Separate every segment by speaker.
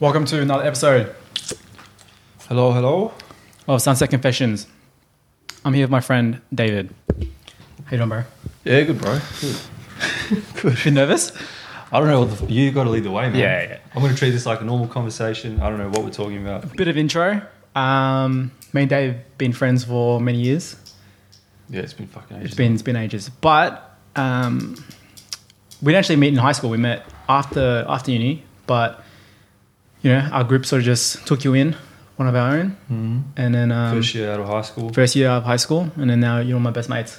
Speaker 1: Welcome to another episode
Speaker 2: Hello, hello.
Speaker 1: of Sunset Confessions. I'm here with my friend David. How you doing, bro?
Speaker 2: Yeah, good, bro. Good.
Speaker 1: You nervous?
Speaker 2: I don't know what the, you got to lead the way, man.
Speaker 1: Yeah, yeah.
Speaker 2: I'm going to treat this like a normal conversation. I don't know what we're talking about.
Speaker 1: Bit of intro. Um, me and Dave have been friends for many years.
Speaker 2: Yeah, it's been fucking ages.
Speaker 1: It's been it's been ages, but um, we didn't actually meet in high school. We met after after uni, but you know our group sort of just took you in, one of our own,
Speaker 2: Mhm.
Speaker 1: and then um,
Speaker 2: First year out of high school.
Speaker 1: first year of high school, and then now you're my best mates.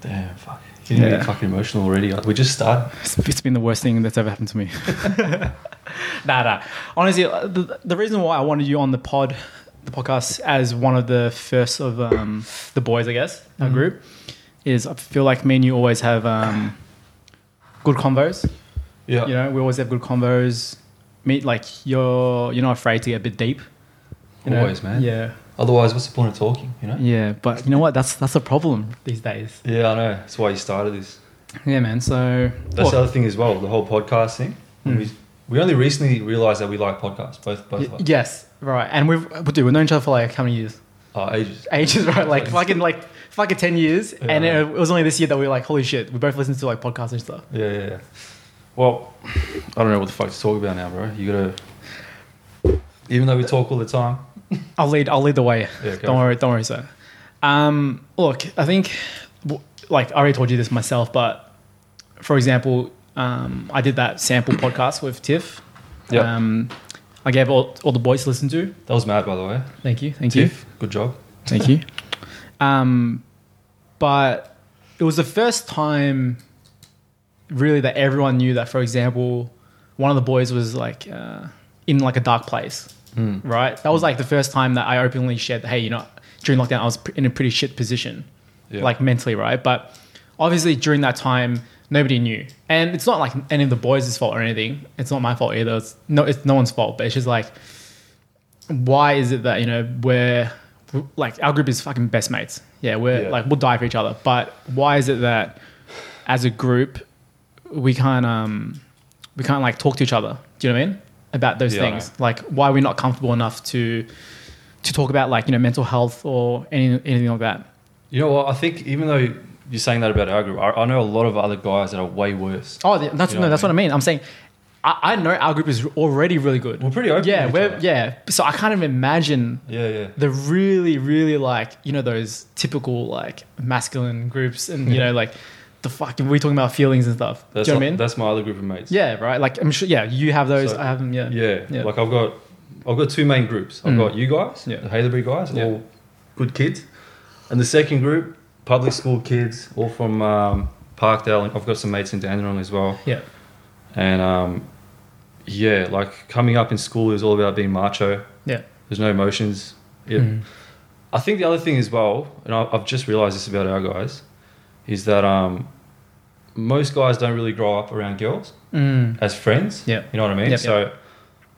Speaker 2: Damn, fuck. You're getting
Speaker 1: Yeah.
Speaker 2: fucking emotional already. Like, we just started.
Speaker 1: It's, it's been the worst thing that's ever happened to me. nah, nah. Honestly, uh, the, the reason why I wanted you on the pod, the podcast, as one of the first of um, the boys, I guess, our group, is I feel like me and you always have um, good convos.
Speaker 2: Yeah.
Speaker 1: You know, we always have good convos. Meet like you're you're not afraid to get a bit deep. you know?
Speaker 2: Always, man.
Speaker 1: Yeah,
Speaker 2: Otherwise, what's the point of talking, you know?
Speaker 1: yeah. But you know what? That's that's a problem these days.
Speaker 2: Yeah, I know. That's why you started this.
Speaker 1: Yeah, man. So
Speaker 2: That's
Speaker 1: Well,
Speaker 2: the other thing as well, the whole podcast thing.
Speaker 1: Mm.
Speaker 2: We, we only recently realized that we like podcasts, both, both of
Speaker 1: y-
Speaker 2: us.
Speaker 1: yes, right. And we've we do we've known each other for like how many years?
Speaker 2: Oh, ages.
Speaker 1: ages, right? Like fucking like fucking ten years, and
Speaker 2: Yeah.
Speaker 1: it, was only this year that we were like, holy shit, we both listened to like podcasts and stuff.
Speaker 2: Yeah, yeah, yeah. Well, I don't know what the fuck to talk about now, bro. You gotta. Even though we talk all the time.
Speaker 1: I'll lead, I'll lead the way.
Speaker 2: Yeah, go
Speaker 1: Don't
Speaker 2: for
Speaker 1: worry, don't worry, sir. Um, look, I think, w- like I already told you this myself, but for example, um, I did that sample podcast with Tiff.
Speaker 2: Yeah.
Speaker 1: Um, I gave all, all the boys to listen to.
Speaker 2: That was mad, by the way.
Speaker 1: Thank you, thank you.
Speaker 2: Tiff, good job.
Speaker 1: Thank you. Um, but it was the first time, really, that everyone knew that. For example, one of the boys was like uh, in like a dark place, right? That was like the first time that I openly shared, that, "Hey, you know, during lockdown, I was pr- in a pretty shit position,
Speaker 2: Yeah.
Speaker 1: like mentally, right?" But obviously, during that time, nobody knew, and it's not like any of the boys' fault or anything. It's not my fault either. It's no, it's no one's fault. But it's just like why is it that you know we're like our group is fucking best mates yeah we're
Speaker 2: Yeah.
Speaker 1: like we'll die for each other but why is it that as a group we can't um we can't like talk to each other do you know what i mean about those
Speaker 2: Yeah, I
Speaker 1: things like why are we not comfortable enough to to talk about like you know mental health or any, anything like that
Speaker 2: You know what? I think even though you're saying that about our group, I, I know a lot of other guys that are way worse.
Speaker 1: oh the- that's
Speaker 2: You
Speaker 1: no
Speaker 2: know what
Speaker 1: that's
Speaker 2: I
Speaker 1: what i mean i'm saying I, I know our group is already really good
Speaker 2: We're pretty open.
Speaker 1: yeah
Speaker 2: with each
Speaker 1: we're
Speaker 2: other.
Speaker 1: yeah so i can't even imagine
Speaker 2: yeah, yeah.
Speaker 1: the really, really like, you know, those typical like masculine groups and, you know, like the fucking, we're talking about feelings and stuff.
Speaker 2: That's
Speaker 1: Do you know
Speaker 2: not-
Speaker 1: what I mean?
Speaker 2: That's my other group of mates.
Speaker 1: Yeah, right. Like, I'm sure, yeah, you have those.
Speaker 2: So-
Speaker 1: I have them, yeah.
Speaker 2: yeah,
Speaker 1: Yeah.
Speaker 2: Like I've got, I've got two main groups. I've
Speaker 1: Mm.
Speaker 2: got you guys,
Speaker 1: Yeah.
Speaker 2: the Haileybury guys,
Speaker 1: Yeah.
Speaker 2: all good kids, and the second group, public school kids, all from um, Parkdale, and I've got some mates in Dandenong as well.
Speaker 1: Yeah.
Speaker 2: And um, yeah, like coming up in school is all about being macho.
Speaker 1: Yeah.
Speaker 2: There's no emotions. Yeah.
Speaker 1: Mhm.
Speaker 2: I think the other thing as well, and I- I've just realised this about our guys, is that um, most guys don't really grow up around girls
Speaker 1: Mm.
Speaker 2: as friends.
Speaker 1: Yeah.
Speaker 2: You know what I mean?
Speaker 1: Yep,
Speaker 2: so,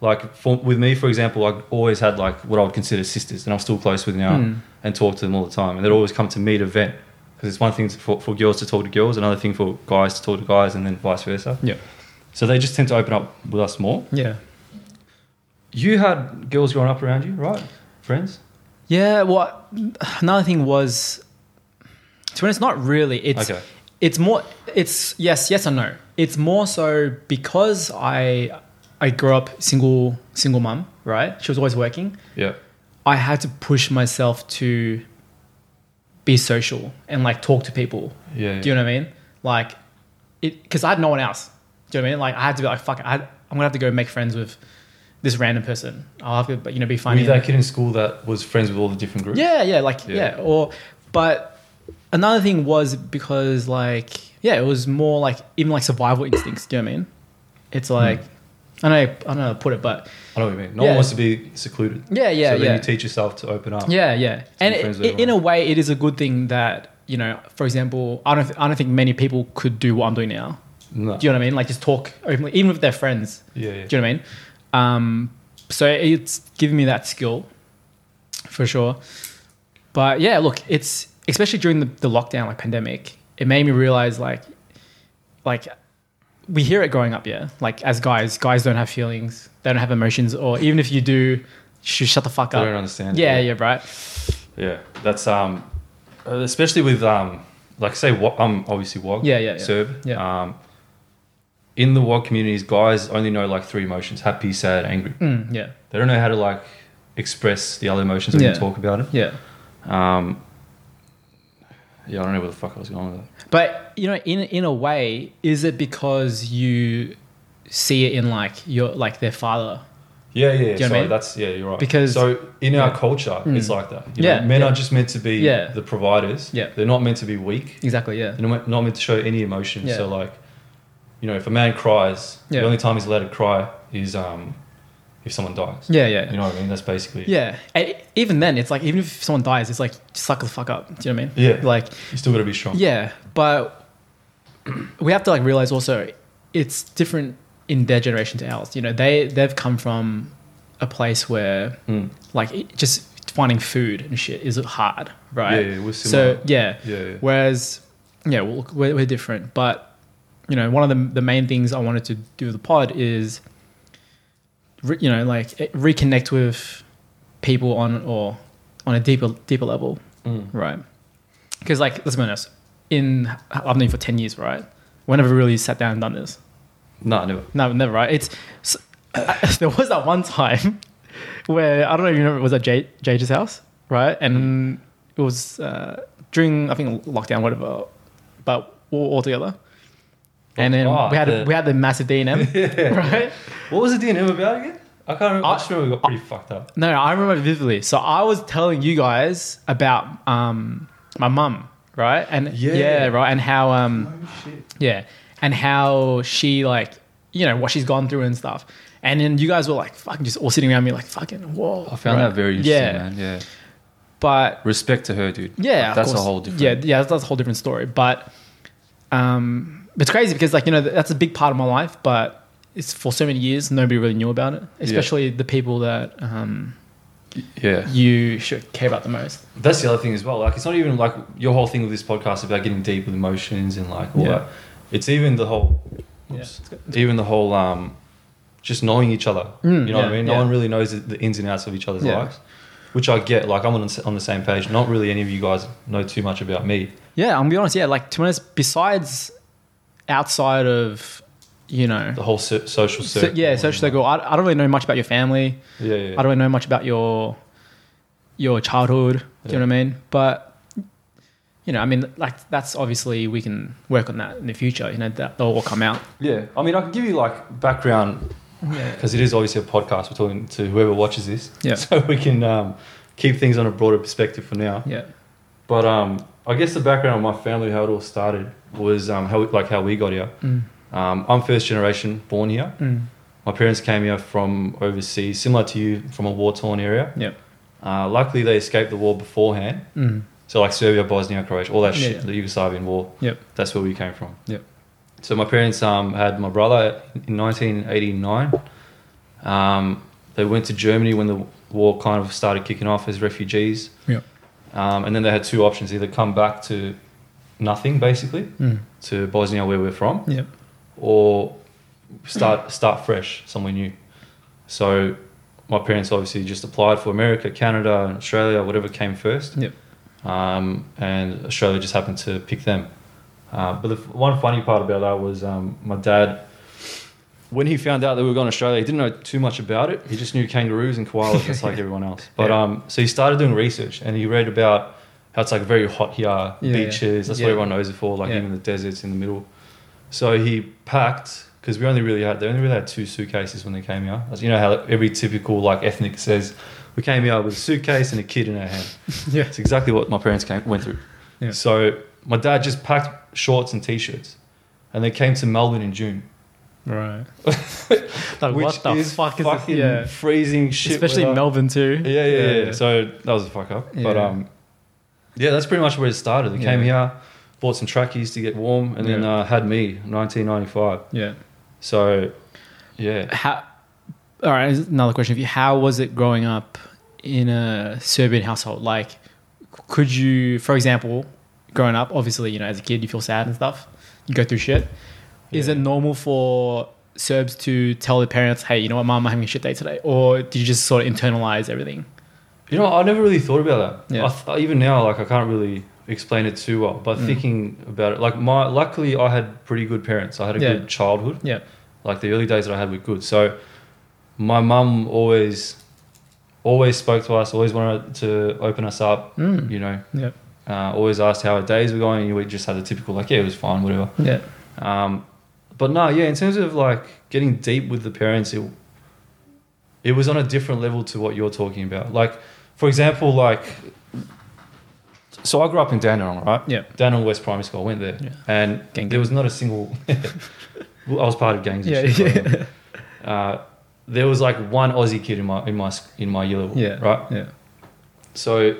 Speaker 2: like, for, with me, for example, I always had like what I would consider sisters, and I'm still close with now
Speaker 1: Mm.
Speaker 2: and talk to them all the time. And they'd always come to me to vent because it's one thing for, for girls to talk to girls, another thing for guys to talk to guys, and then vice versa.
Speaker 1: Yeah.
Speaker 2: So they just tend to open up with us more.
Speaker 1: Yeah.
Speaker 2: You had girls growing up around you, right? Friends?
Speaker 1: Yeah. Well, another thing was, to be honest, not really. It's,
Speaker 2: Okay.
Speaker 1: it's more, it's yes, yes and no. It's more so because I, I grew up single, single mum, right? She was always working.
Speaker 2: Yeah.
Speaker 1: I had to push myself to be social and like talk to people.
Speaker 2: Yeah. yeah.
Speaker 1: Do you know what I mean? Like, it because I had no one else. Do you know what I mean? Like, I had to be like, fuck, I, I'm gonna have to go make friends with this random person. I'll have to, but you know, be
Speaker 2: Were
Speaker 1: funny.
Speaker 2: you that kid in school that was friends with all the different groups?
Speaker 1: Yeah, yeah, like yeah.
Speaker 2: Yeah.
Speaker 1: Or but another thing was because like yeah, it was more like even like survival instincts. Do you know what I mean?
Speaker 2: Hmm.
Speaker 1: It's like I don't know, I don't know how to put it, but
Speaker 2: I know what you mean. No
Speaker 1: Yeah.
Speaker 2: one wants to be secluded.
Speaker 1: yeah, yeah,
Speaker 2: so
Speaker 1: yeah.
Speaker 2: then you teach yourself to open up.
Speaker 1: Yeah, yeah. And
Speaker 2: be
Speaker 1: it,
Speaker 2: friends with
Speaker 1: it- in a way, it is a good thing that you know. For example, I don't, I don't think many people could do what I'm doing now.
Speaker 2: No.
Speaker 1: Do you know what I mean? Like just talk openly, even with their friends.
Speaker 2: Yeah, yeah.
Speaker 1: Do you know what I mean? Um, so it's given me that skill for sure. But yeah, look, it's especially during the, the lockdown, like pandemic, it made me realize like, like we hear it growing up, yeah. Like as guys, guys don't have feelings. They don't have emotions, or even if you do, sh- shut the fuck
Speaker 2: I don't
Speaker 1: up.
Speaker 2: understand. it.
Speaker 1: Yeah, yeah, right.
Speaker 2: Yeah, that's um, especially with um, like say what um, obviously wog.
Speaker 1: Yeah, yeah, yeah.
Speaker 2: Serb.
Speaker 1: Yeah.
Speaker 2: Um, in the wog communities, guys only know like three emotions: happy, sad, angry.
Speaker 1: Mm, yeah,
Speaker 2: They don't know how to like express the other emotions or
Speaker 1: Yeah.
Speaker 2: even talk about it.
Speaker 1: yeah.
Speaker 2: Um, yeah, I don't know where the fuck I was going with that.
Speaker 1: But you know, in in a way, is it because you see it in like your like their father?
Speaker 2: Yeah, yeah, yeah.
Speaker 1: Do you know what I
Speaker 2: Sorry,
Speaker 1: mean?
Speaker 2: that's yeah, you're right.
Speaker 1: Because-
Speaker 2: so in our
Speaker 1: yeah. Mm.
Speaker 2: culture, it's like that. You
Speaker 1: Yeah,
Speaker 2: know, men
Speaker 1: yeah.
Speaker 2: are just meant to be
Speaker 1: Yeah.
Speaker 2: the providers.
Speaker 1: Yeah.
Speaker 2: they're not meant to be weak.
Speaker 1: Exactly. Yeah.
Speaker 2: They're not not meant to show any emotion.
Speaker 1: Yeah.
Speaker 2: So like, you know, if a man cries,
Speaker 1: Yeah.
Speaker 2: the only time he's allowed to cry is um, if someone dies.
Speaker 1: Yeah, yeah.
Speaker 2: You know what I mean? That's basically.
Speaker 1: Yeah. And even then, it's like even if someone dies, it's like suck the fuck up. Do you know what I mean?
Speaker 2: Yeah.
Speaker 1: Like
Speaker 2: You still got to be strong.
Speaker 1: yeah, but we have to like realize also it's different in their generation to ours. You know, they they've come from a place where
Speaker 2: Mm.
Speaker 1: like it- just finding food and shit is hard, right?
Speaker 2: Yeah, yeah, we're
Speaker 1: so
Speaker 2: similar.
Speaker 1: yeah.
Speaker 2: Yeah, yeah.
Speaker 1: Whereas yeah, we're, we're, we're different, but you know, one of the the main things I wanted to do with the pod is re, you know, like eh, reconnect with people on or on a deeper deeper level,
Speaker 2: Mm.
Speaker 1: right? Because like let's be honest, in I've known you for ten years, right? We never really sat down and done this.
Speaker 2: No, never.
Speaker 1: No, never. Right? It's s there was that one time where I don't know if you remember. It was at Jay, Jage's house, right? And
Speaker 2: Mm-hmm.
Speaker 1: it was uh, during I think lockdown, whatever. But we were all together, and then
Speaker 2: Oh,
Speaker 1: we had
Speaker 2: the-
Speaker 1: we had the massive D and M, right?
Speaker 2: What was the DNM about again? I can't remember. I,
Speaker 1: I-
Speaker 2: just remember we got pretty fucked up.
Speaker 1: No, I remember vividly. So I was telling you guys about um, my mum, right? And yeah.
Speaker 2: Yeah.
Speaker 1: right, and how um,
Speaker 2: Oh, shit.
Speaker 1: Yeah. And how she like, you know, what she's gone through and stuff. And then you guys were like fucking just all sitting around me like fucking whoa.
Speaker 2: I found
Speaker 1: Right.
Speaker 2: that very interesting,
Speaker 1: yeah.
Speaker 2: man. Yeah.
Speaker 1: But
Speaker 2: Respect to her, dude.
Speaker 1: yeah, of
Speaker 2: that's a
Speaker 1: course.
Speaker 2: whole different.
Speaker 1: Yeah, yeah, that's, that's a whole different story. But um it's crazy because like, you know, that's a big part of my life, but it's for so many years nobody really knew about it. Especially the people that um
Speaker 2: yeah.
Speaker 1: you should care about the most.
Speaker 2: That's the other thing as well. Like, it's not even like your whole thing with this podcast is about getting deep with emotions and like all
Speaker 1: Yeah.
Speaker 2: that. It's even the whole,
Speaker 1: Yeah,
Speaker 2: oops,
Speaker 1: it's good.
Speaker 2: even the whole, um, just knowing each other.
Speaker 1: Mm,
Speaker 2: you know what
Speaker 1: yeah,
Speaker 2: I mean? No
Speaker 1: yeah.
Speaker 2: one really knows the, the ins and outs of each other's
Speaker 1: Yeah.
Speaker 2: lives, which I get. Like, I'm on, on the same page. Not really any of you guys know too much about me.
Speaker 1: Yeah, I'm gonna be honest, yeah, like to be honest, besides outside of you know
Speaker 2: The whole so- social
Speaker 1: So,
Speaker 2: circle.
Speaker 1: yeah, social circle. I, I don't really know much about your family.
Speaker 2: Yeah, yeah.
Speaker 1: I don't really know much about your your childhood. Do you know what I mean? But you know, I mean, like that's obviously we can work on that in the future. You know, that they'll all come out.
Speaker 2: yeah. I mean, I can give you like background
Speaker 1: Yeah,
Speaker 2: because it is obviously a podcast. We're talking to whoever watches this.
Speaker 1: Yeah.
Speaker 2: So we can um, keep things on a broader perspective for now.
Speaker 1: yeah,
Speaker 2: But um, I guess the background of my family, how it all started, was um, how like how we got here.
Speaker 1: mm,
Speaker 2: Um, I'm first generation born here.
Speaker 1: mm,
Speaker 2: My parents came here from overseas, similar to you, from a war torn area.
Speaker 1: yeah,
Speaker 2: Uh, luckily, they escaped the war beforehand.
Speaker 1: mm,
Speaker 2: So like Serbia, Bosnia, Croatia, all that
Speaker 1: Yeah,
Speaker 2: shit,
Speaker 1: yeah.
Speaker 2: the Yugoslavian war.
Speaker 1: Yep.
Speaker 2: That's where we came from.
Speaker 1: Yep.
Speaker 2: So my parents um, had my brother in 1989. Um, they went to Germany when the war kind of started kicking off as refugees.
Speaker 1: Yep.
Speaker 2: Um, and then they had two options: either come back to nothing, basically,
Speaker 1: mm,
Speaker 2: to Bosnia where we're from,
Speaker 1: yeah,
Speaker 2: or start start fresh somewhere new. So my parents obviously just applied for America, Canada, and Australia, whatever came first.
Speaker 1: Yep.
Speaker 2: Um, and Australia just happened to pick them. Uh, but the f- one funny part about that was um, my dad. When he found out that we were going to Australia, he didn't know too much about it. He just knew kangaroos and koalas, just like everyone else. But
Speaker 1: Yeah.
Speaker 2: um, so he started doing research, and he read about how it's like very hot here,
Speaker 1: yeah.
Speaker 2: beaches. That's
Speaker 1: Yeah.
Speaker 2: what everyone knows it for, like
Speaker 1: Yeah.
Speaker 2: even the deserts in the middle. So he packed because we only really had they only really had two suitcases when they came here. As you know how every typical like ethnic says, we came here with a suitcase and a kid in our hand.
Speaker 1: yeah,
Speaker 2: It's exactly what my parents came went through.
Speaker 1: Yeah.
Speaker 2: So my dad just packed shorts and t-shirts, and they came to Melbourne in June,
Speaker 1: right. like,
Speaker 2: which
Speaker 1: what the
Speaker 2: is
Speaker 1: fuck is this?
Speaker 2: fucking
Speaker 1: Yeah,
Speaker 2: freezing shit.
Speaker 1: especially
Speaker 2: weather.
Speaker 1: Melbourne too.
Speaker 2: Yeah, yeah, yeah, So that was a fuck up. But
Speaker 1: Yeah.
Speaker 2: um, yeah, that's pretty much where it started. They came
Speaker 1: Yeah.
Speaker 2: here, bought some trackies to get warm, and then
Speaker 1: Yeah.
Speaker 2: uh, had me 1995.
Speaker 1: yeah.
Speaker 2: So yeah,
Speaker 1: How? All right, here's another question for you. How was it growing up in a Serbian household? Like, could you, for example, growing up, obviously, you know, as a kid, you feel sad and stuff, you go through shit. Is
Speaker 2: Yeah.
Speaker 1: it normal for Serbs to tell their parents, "Hey, you know what, mom, I'm having a shit day today," or did you just sort of internalize everything?
Speaker 2: You know, I never really thought about that.
Speaker 1: Yeah. Mm.
Speaker 2: I th- even now, like I can't really explain it too well. But thinking about it, like my luckily I had pretty good parents. I had a
Speaker 1: Yeah.
Speaker 2: good childhood.
Speaker 1: Yeah.
Speaker 2: Like the early days that I had were good. So my mum always, always spoke to us. Always wanted to open us up.
Speaker 1: Mm.
Speaker 2: You know,
Speaker 1: Yeah.
Speaker 2: uh, always asked how our days were going. And we just had the typical like, yeah, it was fine, whatever.
Speaker 1: Yeah.
Speaker 2: Um, but no, yeah, in terms of like getting deep with the parents, it it was on a different level to what you're talking about. Like, for example, like so I grew up in Dandenong, right?
Speaker 1: Yeah.
Speaker 2: Dandenong West Primary School. I went there,
Speaker 1: Yeah.
Speaker 2: and
Speaker 1: Gang.
Speaker 2: there was not a single. Well, I was part of gangs.
Speaker 1: Yeah,
Speaker 2: And shit, but, uh, there was like one Aussie kid in my in my sc- in my year level.
Speaker 1: Yeah.
Speaker 2: Right.
Speaker 1: Yeah.
Speaker 2: So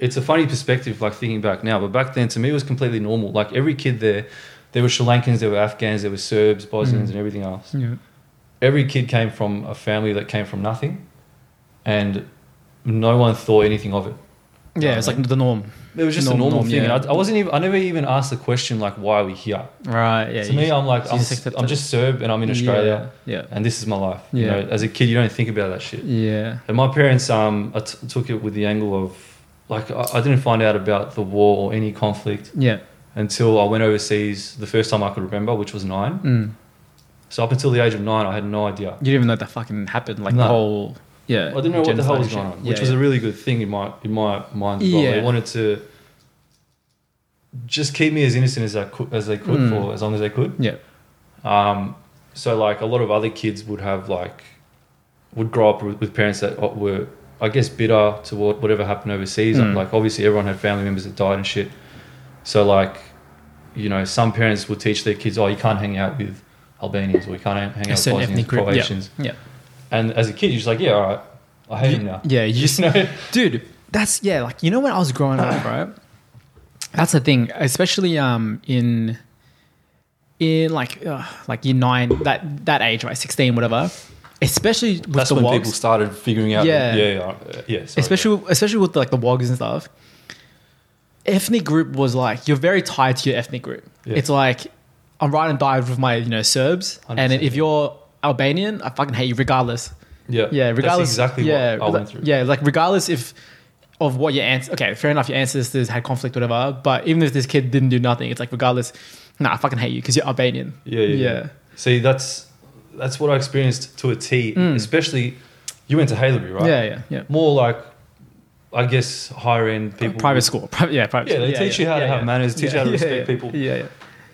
Speaker 2: it's a funny perspective, like thinking back now, but back then to me it was completely normal. Like every kid there, there were Sri Lankans, there were Afghans, there were Serbs, Bosnians,
Speaker 1: Mhm.
Speaker 2: and everything else.
Speaker 1: Yeah.
Speaker 2: Every kid came from a family that came from nothing, and no one thought anything of it.
Speaker 1: Yeah. It's like the norm.
Speaker 2: It was just
Speaker 1: Norm-
Speaker 2: a normal
Speaker 1: norm,
Speaker 2: thing.
Speaker 1: yeah.
Speaker 2: And I, I wasn't even, I never even asked the question like, why are we here?
Speaker 1: Right. Yeah.
Speaker 2: to me, I'm like,
Speaker 1: you
Speaker 2: I'm,
Speaker 1: just
Speaker 2: s-
Speaker 1: accept
Speaker 2: I'm
Speaker 1: it.
Speaker 2: just Serb and I'm in Australia,
Speaker 1: Yeah.
Speaker 2: and this is my life. You
Speaker 1: Yeah.
Speaker 2: know, as a kid, you don't think about that shit.
Speaker 1: Yeah.
Speaker 2: And my parents um, I t- took it with the angle of like I, I didn't find out about the war or any conflict
Speaker 1: Yeah.
Speaker 2: until I went overseas the first time I could remember, which was nine.
Speaker 1: Mm.
Speaker 2: So up until the age of nine, I had no idea.
Speaker 1: You didn't even know that fucking happened. Like the
Speaker 2: No.
Speaker 1: whole. Yeah.
Speaker 2: I didn't know what the hell was
Speaker 1: genocide
Speaker 2: going
Speaker 1: shit.
Speaker 2: on, which
Speaker 1: Yeah,
Speaker 2: was
Speaker 1: yeah.
Speaker 2: a really good thing in my in my mind. As well.
Speaker 1: Yeah.
Speaker 2: They wanted to just keep me as innocent as I could, as they could
Speaker 1: Mm.
Speaker 2: for as long as they could.
Speaker 1: Yeah.
Speaker 2: Um, so like a lot of other kids would have like would grow up with, with parents that uh, were I guess bitter toward whatever happened overseas.
Speaker 1: Mm.
Speaker 2: Like obviously everyone had family members that died and shit. So like you know some parents would teach their kids, oh you can't hang out with Albanians or you can't hang
Speaker 1: A
Speaker 2: out with
Speaker 1: certain
Speaker 2: Bosnians,
Speaker 1: ethnic group. Yeah.
Speaker 2: Croatians.
Speaker 1: Yeah.
Speaker 2: And as a kid, you're just like yeah, all right, I hate them now.
Speaker 1: Yeah, you just
Speaker 2: You know?
Speaker 1: dude. That's yeah. Like you know when I was growing up, right? That's the thing, especially um in in like uh, like year nine that that age, right, sixteen, whatever. Especially with
Speaker 2: That's
Speaker 1: the
Speaker 2: when
Speaker 1: wogs,
Speaker 2: people started figuring out.
Speaker 1: Yeah.
Speaker 2: Yeah, yeah, yeah. uh, yeah sorry,
Speaker 1: especially especially with like the wogs and stuff. Ethnic group was like you're very tied to your ethnic group.
Speaker 2: Yeah.
Speaker 1: It's like I'm right and died with my you know Serbs, and
Speaker 2: 100%,
Speaker 1: if
Speaker 2: yeah.
Speaker 1: you're Albanian, I fucking hate you regardless.
Speaker 2: yeah,
Speaker 1: Yeah, regardless.
Speaker 2: That's exactly
Speaker 1: yeah,
Speaker 2: what I went
Speaker 1: like-
Speaker 2: through.
Speaker 1: Yeah, like regardless if of what your ans Okay, fair enough. Your ancestors had conflict, whatever. But even if this kid didn't do nothing, it's like regardless. Nah, I fucking hate you because you're Albanian.
Speaker 2: Yeah, yeah, yeah. See, that's that's what I experienced to a T.
Speaker 1: Mm.
Speaker 2: Especially, you went to Halebury,
Speaker 1: yeah,
Speaker 2: right?
Speaker 1: yeah, yeah. yeah.
Speaker 2: More like, I guess, higher end people.
Speaker 1: private school, private, yeah, private.
Speaker 2: Yeah,
Speaker 1: school.
Speaker 2: they teach you how to have manners, teach you how to respect
Speaker 1: yeah.
Speaker 2: people.
Speaker 1: Yeah, yeah,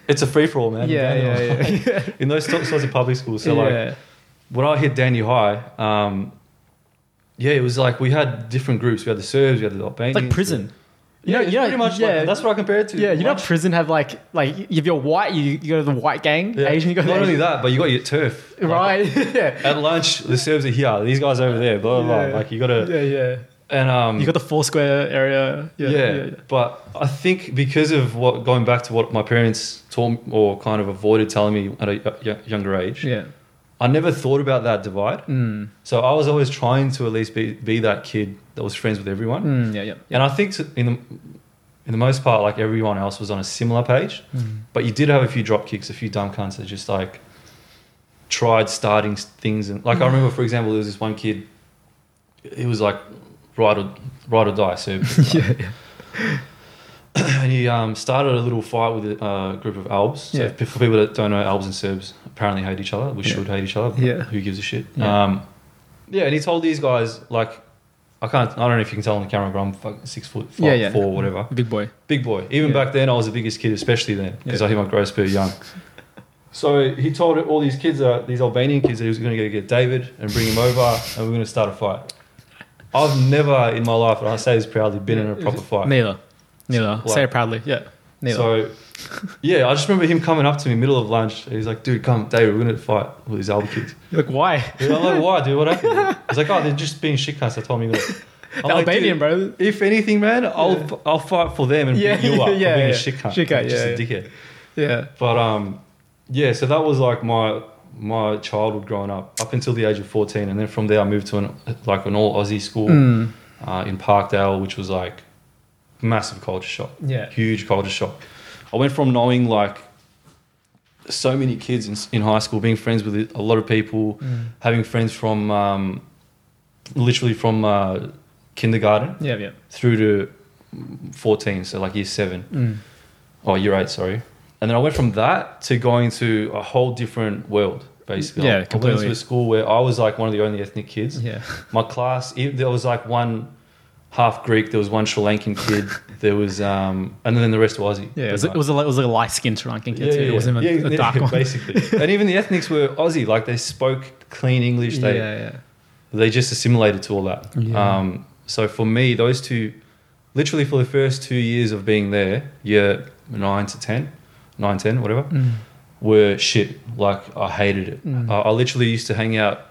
Speaker 2: It's a free for all, man.
Speaker 1: yeah, yeah,
Speaker 2: Daniel.
Speaker 1: yeah. yeah.
Speaker 2: in those sorts sorts of public schools. So like,
Speaker 1: yeah.
Speaker 2: when I hit Danny High, um, yeah, it was like we had different groups. We had the Serbs, we had the Albanians.
Speaker 1: It's like prison. You
Speaker 2: Yeah,
Speaker 1: know-
Speaker 2: it's
Speaker 1: you know-
Speaker 2: pretty much.
Speaker 1: yeah.
Speaker 2: like, that's what I compare it to.
Speaker 1: Yeah, you know, how
Speaker 2: Much-
Speaker 1: prison have like like if you're white, you, you go to the white gang.
Speaker 2: Yeah.
Speaker 1: Asian, you go to
Speaker 2: Not
Speaker 1: the
Speaker 2: only
Speaker 1: Asian.
Speaker 2: that, but you got your turf. Like,
Speaker 1: right? yeah,
Speaker 2: at lunch, the Serbs are here. These guys over there. Blah blah.
Speaker 1: Yeah.
Speaker 2: blah. Oh, Like you got to
Speaker 1: yeah, yeah.
Speaker 2: and um.
Speaker 1: You got the four square area. Yeah, yeah, yeah.
Speaker 2: But I think because of what going back to what my parents taught me or kind of avoided telling me at a y- younger age,
Speaker 1: yeah.
Speaker 2: I never thought about that divide.
Speaker 1: Mm.
Speaker 2: So I was always trying to at least be, be that kid that was friends with everyone.
Speaker 1: Mm, yeah, yeah, yeah.
Speaker 2: And I think to- in the in the most part, like everyone else was on a similar page,
Speaker 1: Mm.
Speaker 2: but you did have a few drop kicks, a few dumb cunts that just like tried starting s- things. And like I
Speaker 1: Mm.
Speaker 2: remember, for example, there was this one kid. He was like ride or ride or die. So uh,
Speaker 1: yeah, yeah.
Speaker 2: and he um, started a little fight with a uh, group of Albs. So
Speaker 1: Yeah.
Speaker 2: if- for people that don't know, Albs and Serbs apparently hate each other. We
Speaker 1: Yeah.
Speaker 2: should hate each other. but
Speaker 1: Yeah.
Speaker 2: Who gives a shit?
Speaker 1: Yeah.
Speaker 2: Yeah. Um, yeah, and he told these guys like, I can't. I don't know if you can tell on the camera, but I'm fucking six foot five,
Speaker 1: Yeah, yeah.
Speaker 2: four, whatever.
Speaker 1: Big boy.
Speaker 2: Big boy. Even
Speaker 1: Yeah.
Speaker 2: back then, I was the biggest kid, especially then, because
Speaker 1: Yeah.
Speaker 2: I hit my growth spurt young. so he told all these kids, uh, these Albanian kids, that he was going to go get David and bring him over, and we're going to start a fight. I've never in my life, and I say this proudly, been in a proper fight.
Speaker 1: Neither. Neither.
Speaker 2: What?
Speaker 1: Say it proudly. Yeah. Neither.
Speaker 2: So, yeah, I just remember him coming up to me middle of lunch. And he's like, "Dude, come, David, we're gonna fight all these Alba kids."
Speaker 1: You're like, why?
Speaker 2: Dude, I'm like, "Why, dude? What happened?" He's like, "Oh, they're just being shit cunts." I told him, "I'm
Speaker 1: The Albanian,
Speaker 2: "Dude,
Speaker 1: bro.
Speaker 2: If anything, man, I'll
Speaker 1: Yeah.
Speaker 2: I'll fight for them and
Speaker 1: Yeah,
Speaker 2: beat you up
Speaker 1: yeah,
Speaker 2: for being
Speaker 1: yeah.
Speaker 2: a shit cunt,
Speaker 1: Shit cunt,
Speaker 2: You're just
Speaker 1: yeah,
Speaker 2: a dickhead."
Speaker 1: Yeah.
Speaker 2: But um, yeah, so that was like my my childhood growing up up until the age of 14 and then from there i moved to an like an all aussie school
Speaker 1: Mm.
Speaker 2: uh, in parkdale which was like massive culture shock
Speaker 1: Yeah.
Speaker 2: huge culture shock. I went from knowing like so many kids in, in high school, being friends with a lot of people, having friends from um, literally from uh, kindergarten
Speaker 1: Yeah, yeah.
Speaker 2: through to 14, so like year seven
Speaker 1: Mm.
Speaker 2: or year eight, sorry. And then I went from that to going to a whole different world, basically.
Speaker 1: Yeah,
Speaker 2: I went
Speaker 1: completely.
Speaker 2: to a school where I was like one of the only ethnic kids.
Speaker 1: Yeah.
Speaker 2: My class, e- there was like one half Greek, there was one Sri Lankan kid, there was, um, and then the rest was Aussie.
Speaker 1: Yeah, it
Speaker 2: pretty
Speaker 1: was, it
Speaker 2: much.
Speaker 1: was a, it was a light skinned Sri Lankan kid too. It wasn't a,
Speaker 2: Yeah,
Speaker 1: a dark
Speaker 2: yeah,
Speaker 1: one.
Speaker 2: Basically. and even the ethnics were Aussie, like they spoke clean English. They,
Speaker 1: yeah,
Speaker 2: they just assimilated to all that.
Speaker 1: Yeah.
Speaker 2: Um, so for me, those two, literally for the first two years of being there, year nine to 10, 9, 10, whatever,
Speaker 1: yeah. Mm.
Speaker 2: were shit. Like I hated it.
Speaker 1: Mm.
Speaker 2: I, I literally used to hang out.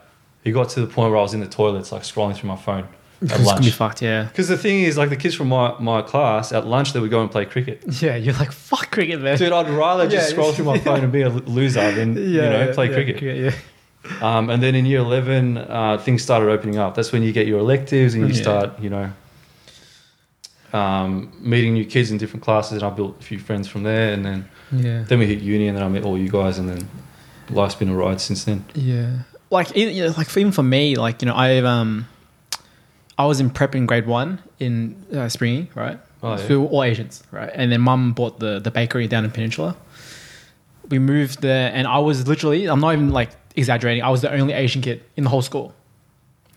Speaker 2: It got to the point where I was in the toilets, like scrolling through my phone at
Speaker 1: It's gonna be
Speaker 2: lunch.
Speaker 1: fucked. Yeah.
Speaker 2: Because the thing is, like the kids from my, my class at lunch, they would go and play cricket.
Speaker 1: Yeah, you're like fuck cricket, man.
Speaker 2: Dude, I'd rather just
Speaker 1: Yeah,
Speaker 2: scroll through my phone and be a l- loser than you know play cricket.
Speaker 1: Yeah,
Speaker 2: Um, and then in year 11, uh, things started opening up. That's when you get your electives and you
Speaker 1: Yeah.
Speaker 2: start, you know, um, meeting new kids in different classes. And I built a few friends from there. And then,
Speaker 1: yeah,
Speaker 2: then we hit uni and then I met all you guys. And then life's been a ride since then.
Speaker 1: yeah. Like, e- you know, like for, even for me, like you know, I um, I was in prep in grade one in uh, Springy, right?
Speaker 2: Oh,
Speaker 1: So
Speaker 2: yeah.
Speaker 1: we were all Asians, right? And then mum bought the the bakery down in Peninsula. We moved there, and I was literally, I'm not even like exaggerating. I was the only Asian kid in the whole school,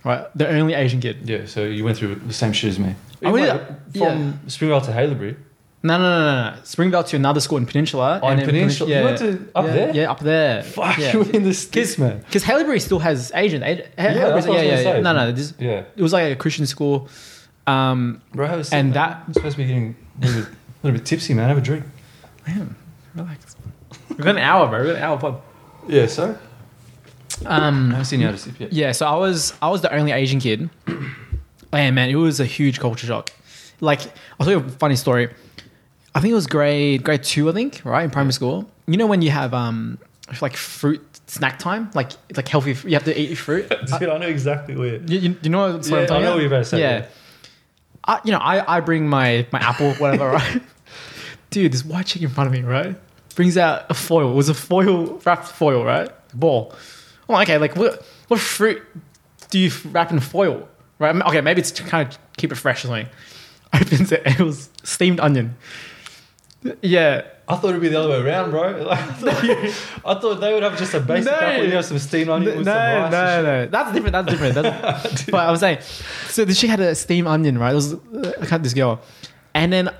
Speaker 1: right? The only Asian kid.
Speaker 2: Yeah, so you went through the same shit as me.
Speaker 1: I went- yeah.
Speaker 2: from Springvale to Halebury.
Speaker 1: No, no, no, no, no. Springvale to another school in Peninsula.
Speaker 2: Oh, in
Speaker 1: then
Speaker 2: Peninsula. You went to- up
Speaker 1: yeah,
Speaker 2: there?
Speaker 1: Yeah, up there.
Speaker 2: Fuck,
Speaker 1: yeah.
Speaker 2: you were in the skits, man.
Speaker 1: Because Haileybury still has Asian. Yeah,
Speaker 2: that's what I was
Speaker 1: yeah,
Speaker 2: gonna
Speaker 1: yeah.
Speaker 2: say.
Speaker 1: No, no. This,
Speaker 2: Yeah.
Speaker 1: it was like a Christian school. Um,
Speaker 2: Bro, have a sip,
Speaker 1: And
Speaker 2: man.
Speaker 1: that-
Speaker 2: I'm supposed to be getting a little bit, little bit tipsy, man. Have a drink.
Speaker 1: man, relax. We've got an hour, bro. We've got an hour pod.
Speaker 2: Yeah, so? I
Speaker 1: Um,
Speaker 2: haven't seen you have a sip yet.
Speaker 1: yeah, so I was I was the only Asian kid, and man, it was a huge culture shock. Like I'll tell you a funny story. I think it was grade grade two, I think, right in primary school. You know when you have um like fruit snack time, like like healthy. You have to eat your fruit.
Speaker 2: Dude, I know exactly where.
Speaker 1: You, you, you know what
Speaker 2: Yeah,
Speaker 1: I'm
Speaker 2: I
Speaker 1: talking
Speaker 2: know
Speaker 1: about?
Speaker 2: what you're about to say,
Speaker 1: Yeah.
Speaker 2: yeah.
Speaker 1: I, you know, I, I bring my, my apple, whatever, right? Dude, this white chick in front of me, right? Brings out a foil. It was a foil, wrapped foil, right? Ball. I'm like, okay, like what, what fruit do you wrap in foil? Right? Okay, maybe it's to kind of keep it fresh or something. Opens it and it was steamed onion. Yeah.
Speaker 2: I thought it'd be the other way around, bro. Like, I, thought, I thought they would have just a basic
Speaker 1: No.
Speaker 2: apple and you have some steamed onion
Speaker 1: no,
Speaker 2: with
Speaker 1: no,
Speaker 2: some rice.
Speaker 1: no, That's different. That's different. That's, but I was saying, so the- she had a steamed onion, right? It was uh, I cut this girl, and then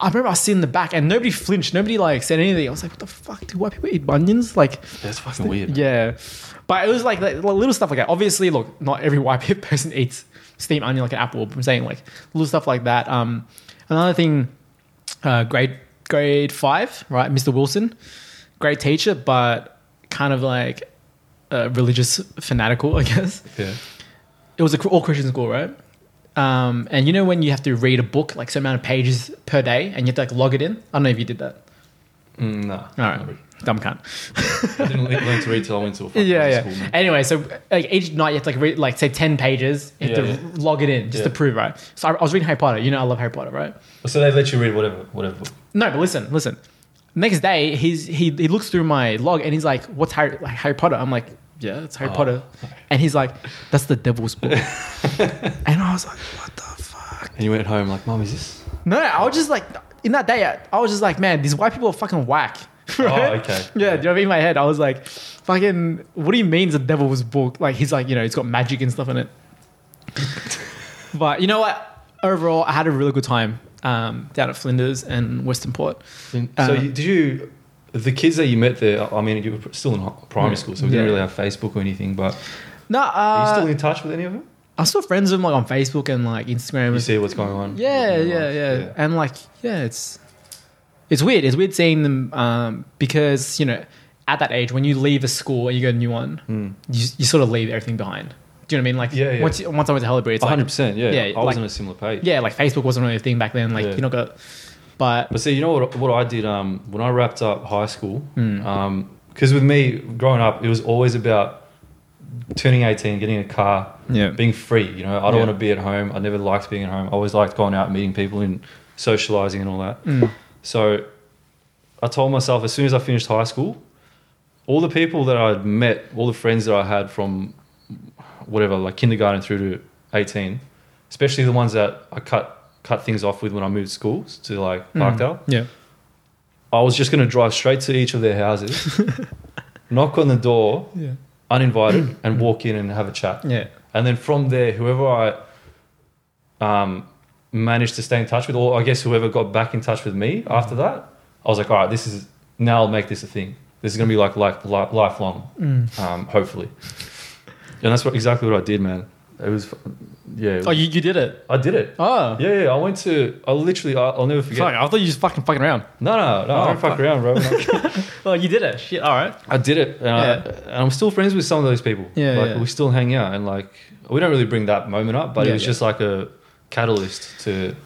Speaker 1: I remember I was sitting in the back, and nobody flinched, nobody like said anything. I was like, what the fuck? Do white people eat onions? Like,
Speaker 2: That's fucking weird.
Speaker 1: yeah. But it was like, like little stuff like that. Obviously, look, not every white person eats steamed onion like an apple. But I'm saying like little stuff like that. Um, another thing, uh, grade grade five, right? Mr. Wilson, great teacher, but kind of like uh, religious fanatical, I guess.
Speaker 2: Yeah.
Speaker 1: It was a cr- all Christian school, right? Um, and you know when you have to read a book like so amount of pages per day, and you have to like log it in. I don't know if you did that.
Speaker 2: Mm, no.
Speaker 1: All
Speaker 2: not
Speaker 1: right,
Speaker 2: really.
Speaker 1: dumb cunt.
Speaker 2: I didn't le- learn to read till I went to a fucking
Speaker 1: yeah, yeah.
Speaker 2: school. man.
Speaker 1: Anyway, so like each night you have to like read like say ten pages, you have
Speaker 2: Yeah,
Speaker 1: to log it in just to
Speaker 2: Yeah.
Speaker 1: prove right. So I, I was reading Harry Potter. You know, I love Harry Potter, right?
Speaker 2: So they let you read whatever, whatever. book.
Speaker 1: No, but listen, listen. Next day, he's he he looks through my log and he's like, "What's Harry like Harry Potter?" I'm like, "Yeah, it's Harry
Speaker 2: Oh.
Speaker 1: Potter," and he's like, "That's the devil's book," and I was like, "What the fuck?"
Speaker 2: And you went home like, Mom, is this?
Speaker 1: No, I was just like, in that day, I, I was just like, "Man, these white people are fucking whack."
Speaker 2: Oh, okay.
Speaker 1: Yeah, do you know what I mean? In my head, I was like, fucking, what do you mean the devil's book? Like, he's like, you know, it's got magic and stuff in it. but you know what? Overall, I had a really good time um, down at Flinders and Western Port.
Speaker 2: So
Speaker 1: Um,
Speaker 2: you, did you? The kids that you met there, I mean, you were still in hi- primary
Speaker 1: Yeah.
Speaker 2: school, so we didn't
Speaker 1: Yeah.
Speaker 2: really have Facebook or anything. But
Speaker 1: No,
Speaker 2: are you
Speaker 1: uh,
Speaker 2: still in touch with any of them?
Speaker 1: I'm still friends with him like on Facebook and like Instagram.
Speaker 2: You
Speaker 1: and
Speaker 2: see what's going on.
Speaker 1: yeah,
Speaker 2: in your
Speaker 1: yeah,
Speaker 2: life.
Speaker 1: yeah, And like, yeah, it's it's weird. It's weird seeing them um, because you know, at that age, when you leave a school and you go to a new one,
Speaker 2: Mm.
Speaker 1: you, you sort of leave everything behind. Do you know what I mean? Like,
Speaker 2: Yeah, yeah.
Speaker 1: once you, once I went to Hellebrew, it's
Speaker 2: hundred
Speaker 1: like
Speaker 2: percent. Yeah,
Speaker 1: Yeah,
Speaker 2: I was
Speaker 1: like-
Speaker 2: on a similar page.
Speaker 1: yeah, like Facebook wasn't really a thing back then. Like
Speaker 2: Yeah.
Speaker 1: you're not gonna, but
Speaker 2: But see, you know what? What I did um, when I wrapped up high school, because with me growing up, it was always about turning eighteen, getting a car,
Speaker 1: Yeah.
Speaker 2: being free. You know, I
Speaker 1: Hmm.
Speaker 2: don't
Speaker 1: Yeah.
Speaker 2: want to be at home. I never liked being at home. I always liked going out, meeting people, and
Speaker 1: Hmm.
Speaker 2: socializing and all that. So I told myself as soon as I finished high school, all the people that I'd met, all the friends that I had from whatever, like kindergarten through to 18, especially the ones that I cut cut things off with when I moved schools to like Parkdale,
Speaker 1: Yeah.
Speaker 2: I was just going to drive straight to each of their houses, knock on the door,
Speaker 1: Yeah.
Speaker 2: uninvited, and walk in and have a chat.
Speaker 1: Yeah.
Speaker 2: And then from there, whoever I um, managed to stay in touch with, or I guess whoever got back in touch with me after that, I was like, all right, this is now I'll make this a thing. This is going to be like life, life, lifelong, um, hopefully. And that's what exactly what I did, man. It was, yeah. it
Speaker 1: Oh,
Speaker 2: was-
Speaker 1: you, you did it.
Speaker 2: I did it.
Speaker 1: Oh.
Speaker 2: Yeah, yeah. I went to, I literally, I, I'll never forget.
Speaker 1: Fuck, I thought you just fucking fucking around.
Speaker 2: No, no, no. I
Speaker 1: Oh,
Speaker 2: don't fuck,
Speaker 1: fuck.
Speaker 2: around, bro.
Speaker 1: Oh, you did it. Shit. All right.
Speaker 2: I did it, and, I,
Speaker 1: Yeah.
Speaker 2: and I'm still friends with some of those people.
Speaker 1: Yeah,
Speaker 2: like
Speaker 1: yeah.
Speaker 2: we still hang out, and like we don't really bring that moment up, but
Speaker 1: Yeah,
Speaker 2: it was
Speaker 1: yeah.
Speaker 2: just like a catalyst to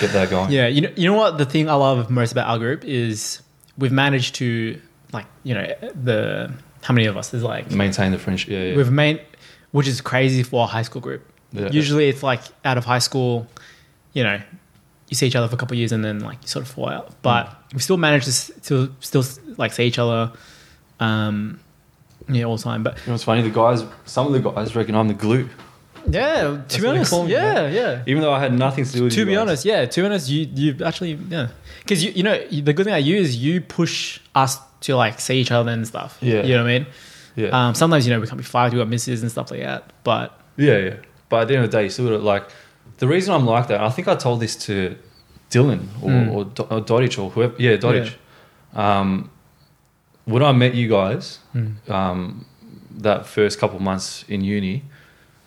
Speaker 2: get that going.
Speaker 1: Yeah, you know, you know what the thing I love most about our group is we've managed to like you know the how many of us there's like
Speaker 2: Maintain the friendship. Yeah, yeah.
Speaker 1: we've made which is crazy for a high school group.
Speaker 2: Yeah.
Speaker 1: Usually it's like out of high school, you know, you see each other for a couple of years and then like you sort of fall out. But
Speaker 2: Mm.
Speaker 1: we still manage to s- to still like see each other, um, yeah, all the time. But
Speaker 2: you know, it's funny. The guys, some of the guys reckon I'm the glue,
Speaker 1: yeah, to
Speaker 2: what
Speaker 1: be
Speaker 2: they
Speaker 1: honest,
Speaker 2: call me,
Speaker 1: yeah,
Speaker 2: man.
Speaker 1: yeah.
Speaker 2: even though I had nothing to do with.
Speaker 1: to
Speaker 2: you
Speaker 1: be
Speaker 2: guys.
Speaker 1: honest, yeah. To be honest, you you actually yeah, because you you know you- the good thing about you is you push us to like see each other and stuff.
Speaker 2: Yeah.
Speaker 1: you know what I mean.
Speaker 2: yeah,
Speaker 1: Um, sometimes you know we can't be fired, we got misses and stuff like that. But
Speaker 2: yeah, yeah. But at the end of the day, you still gotta, like the reason I'm like that. I think I told this to Dylan or,
Speaker 1: Mm.
Speaker 2: or, Do- or Dodditch or whoever. Yeah, Dodditch. Um, when I met you guys, um, that first couple of months in uni,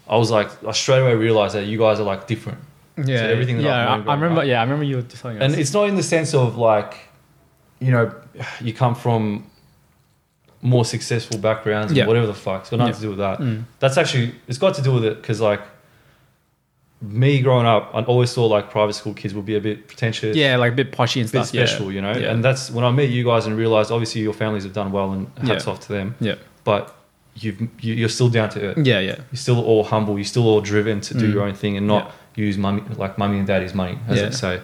Speaker 2: I was like, I straight away realized that you guys are like different.
Speaker 1: yeah,
Speaker 2: everything that I've
Speaker 1: yeah,
Speaker 2: known
Speaker 1: I, I remember.
Speaker 2: growing
Speaker 1: Yeah, I remember you were telling us.
Speaker 2: And it's not in the sense of like, you know, you come from more successful backgrounds and
Speaker 1: Yeah.
Speaker 2: whatever the fuck. It's got nothing
Speaker 1: Yeah.
Speaker 2: to do with that.
Speaker 1: Mm.
Speaker 2: That's actually, it's got to do with it because like, me growing up, I always thought like private school kids would be a bit pretentious.
Speaker 1: yeah, like a bit poshy and
Speaker 2: A bit
Speaker 1: stuff. yeah.
Speaker 2: special, you know,
Speaker 1: Yeah.
Speaker 2: and that's when I met you guys and realized obviously your families have done well and hats
Speaker 1: Yeah.
Speaker 2: off to them,
Speaker 1: yeah,
Speaker 2: but you've you, you're still down to earth.
Speaker 1: yeah, yeah,
Speaker 2: you're still all humble, you're still all driven to do
Speaker 1: Mm.
Speaker 2: your own thing and not use mummy like mummy and daddy's money, as
Speaker 1: Yeah.
Speaker 2: they say.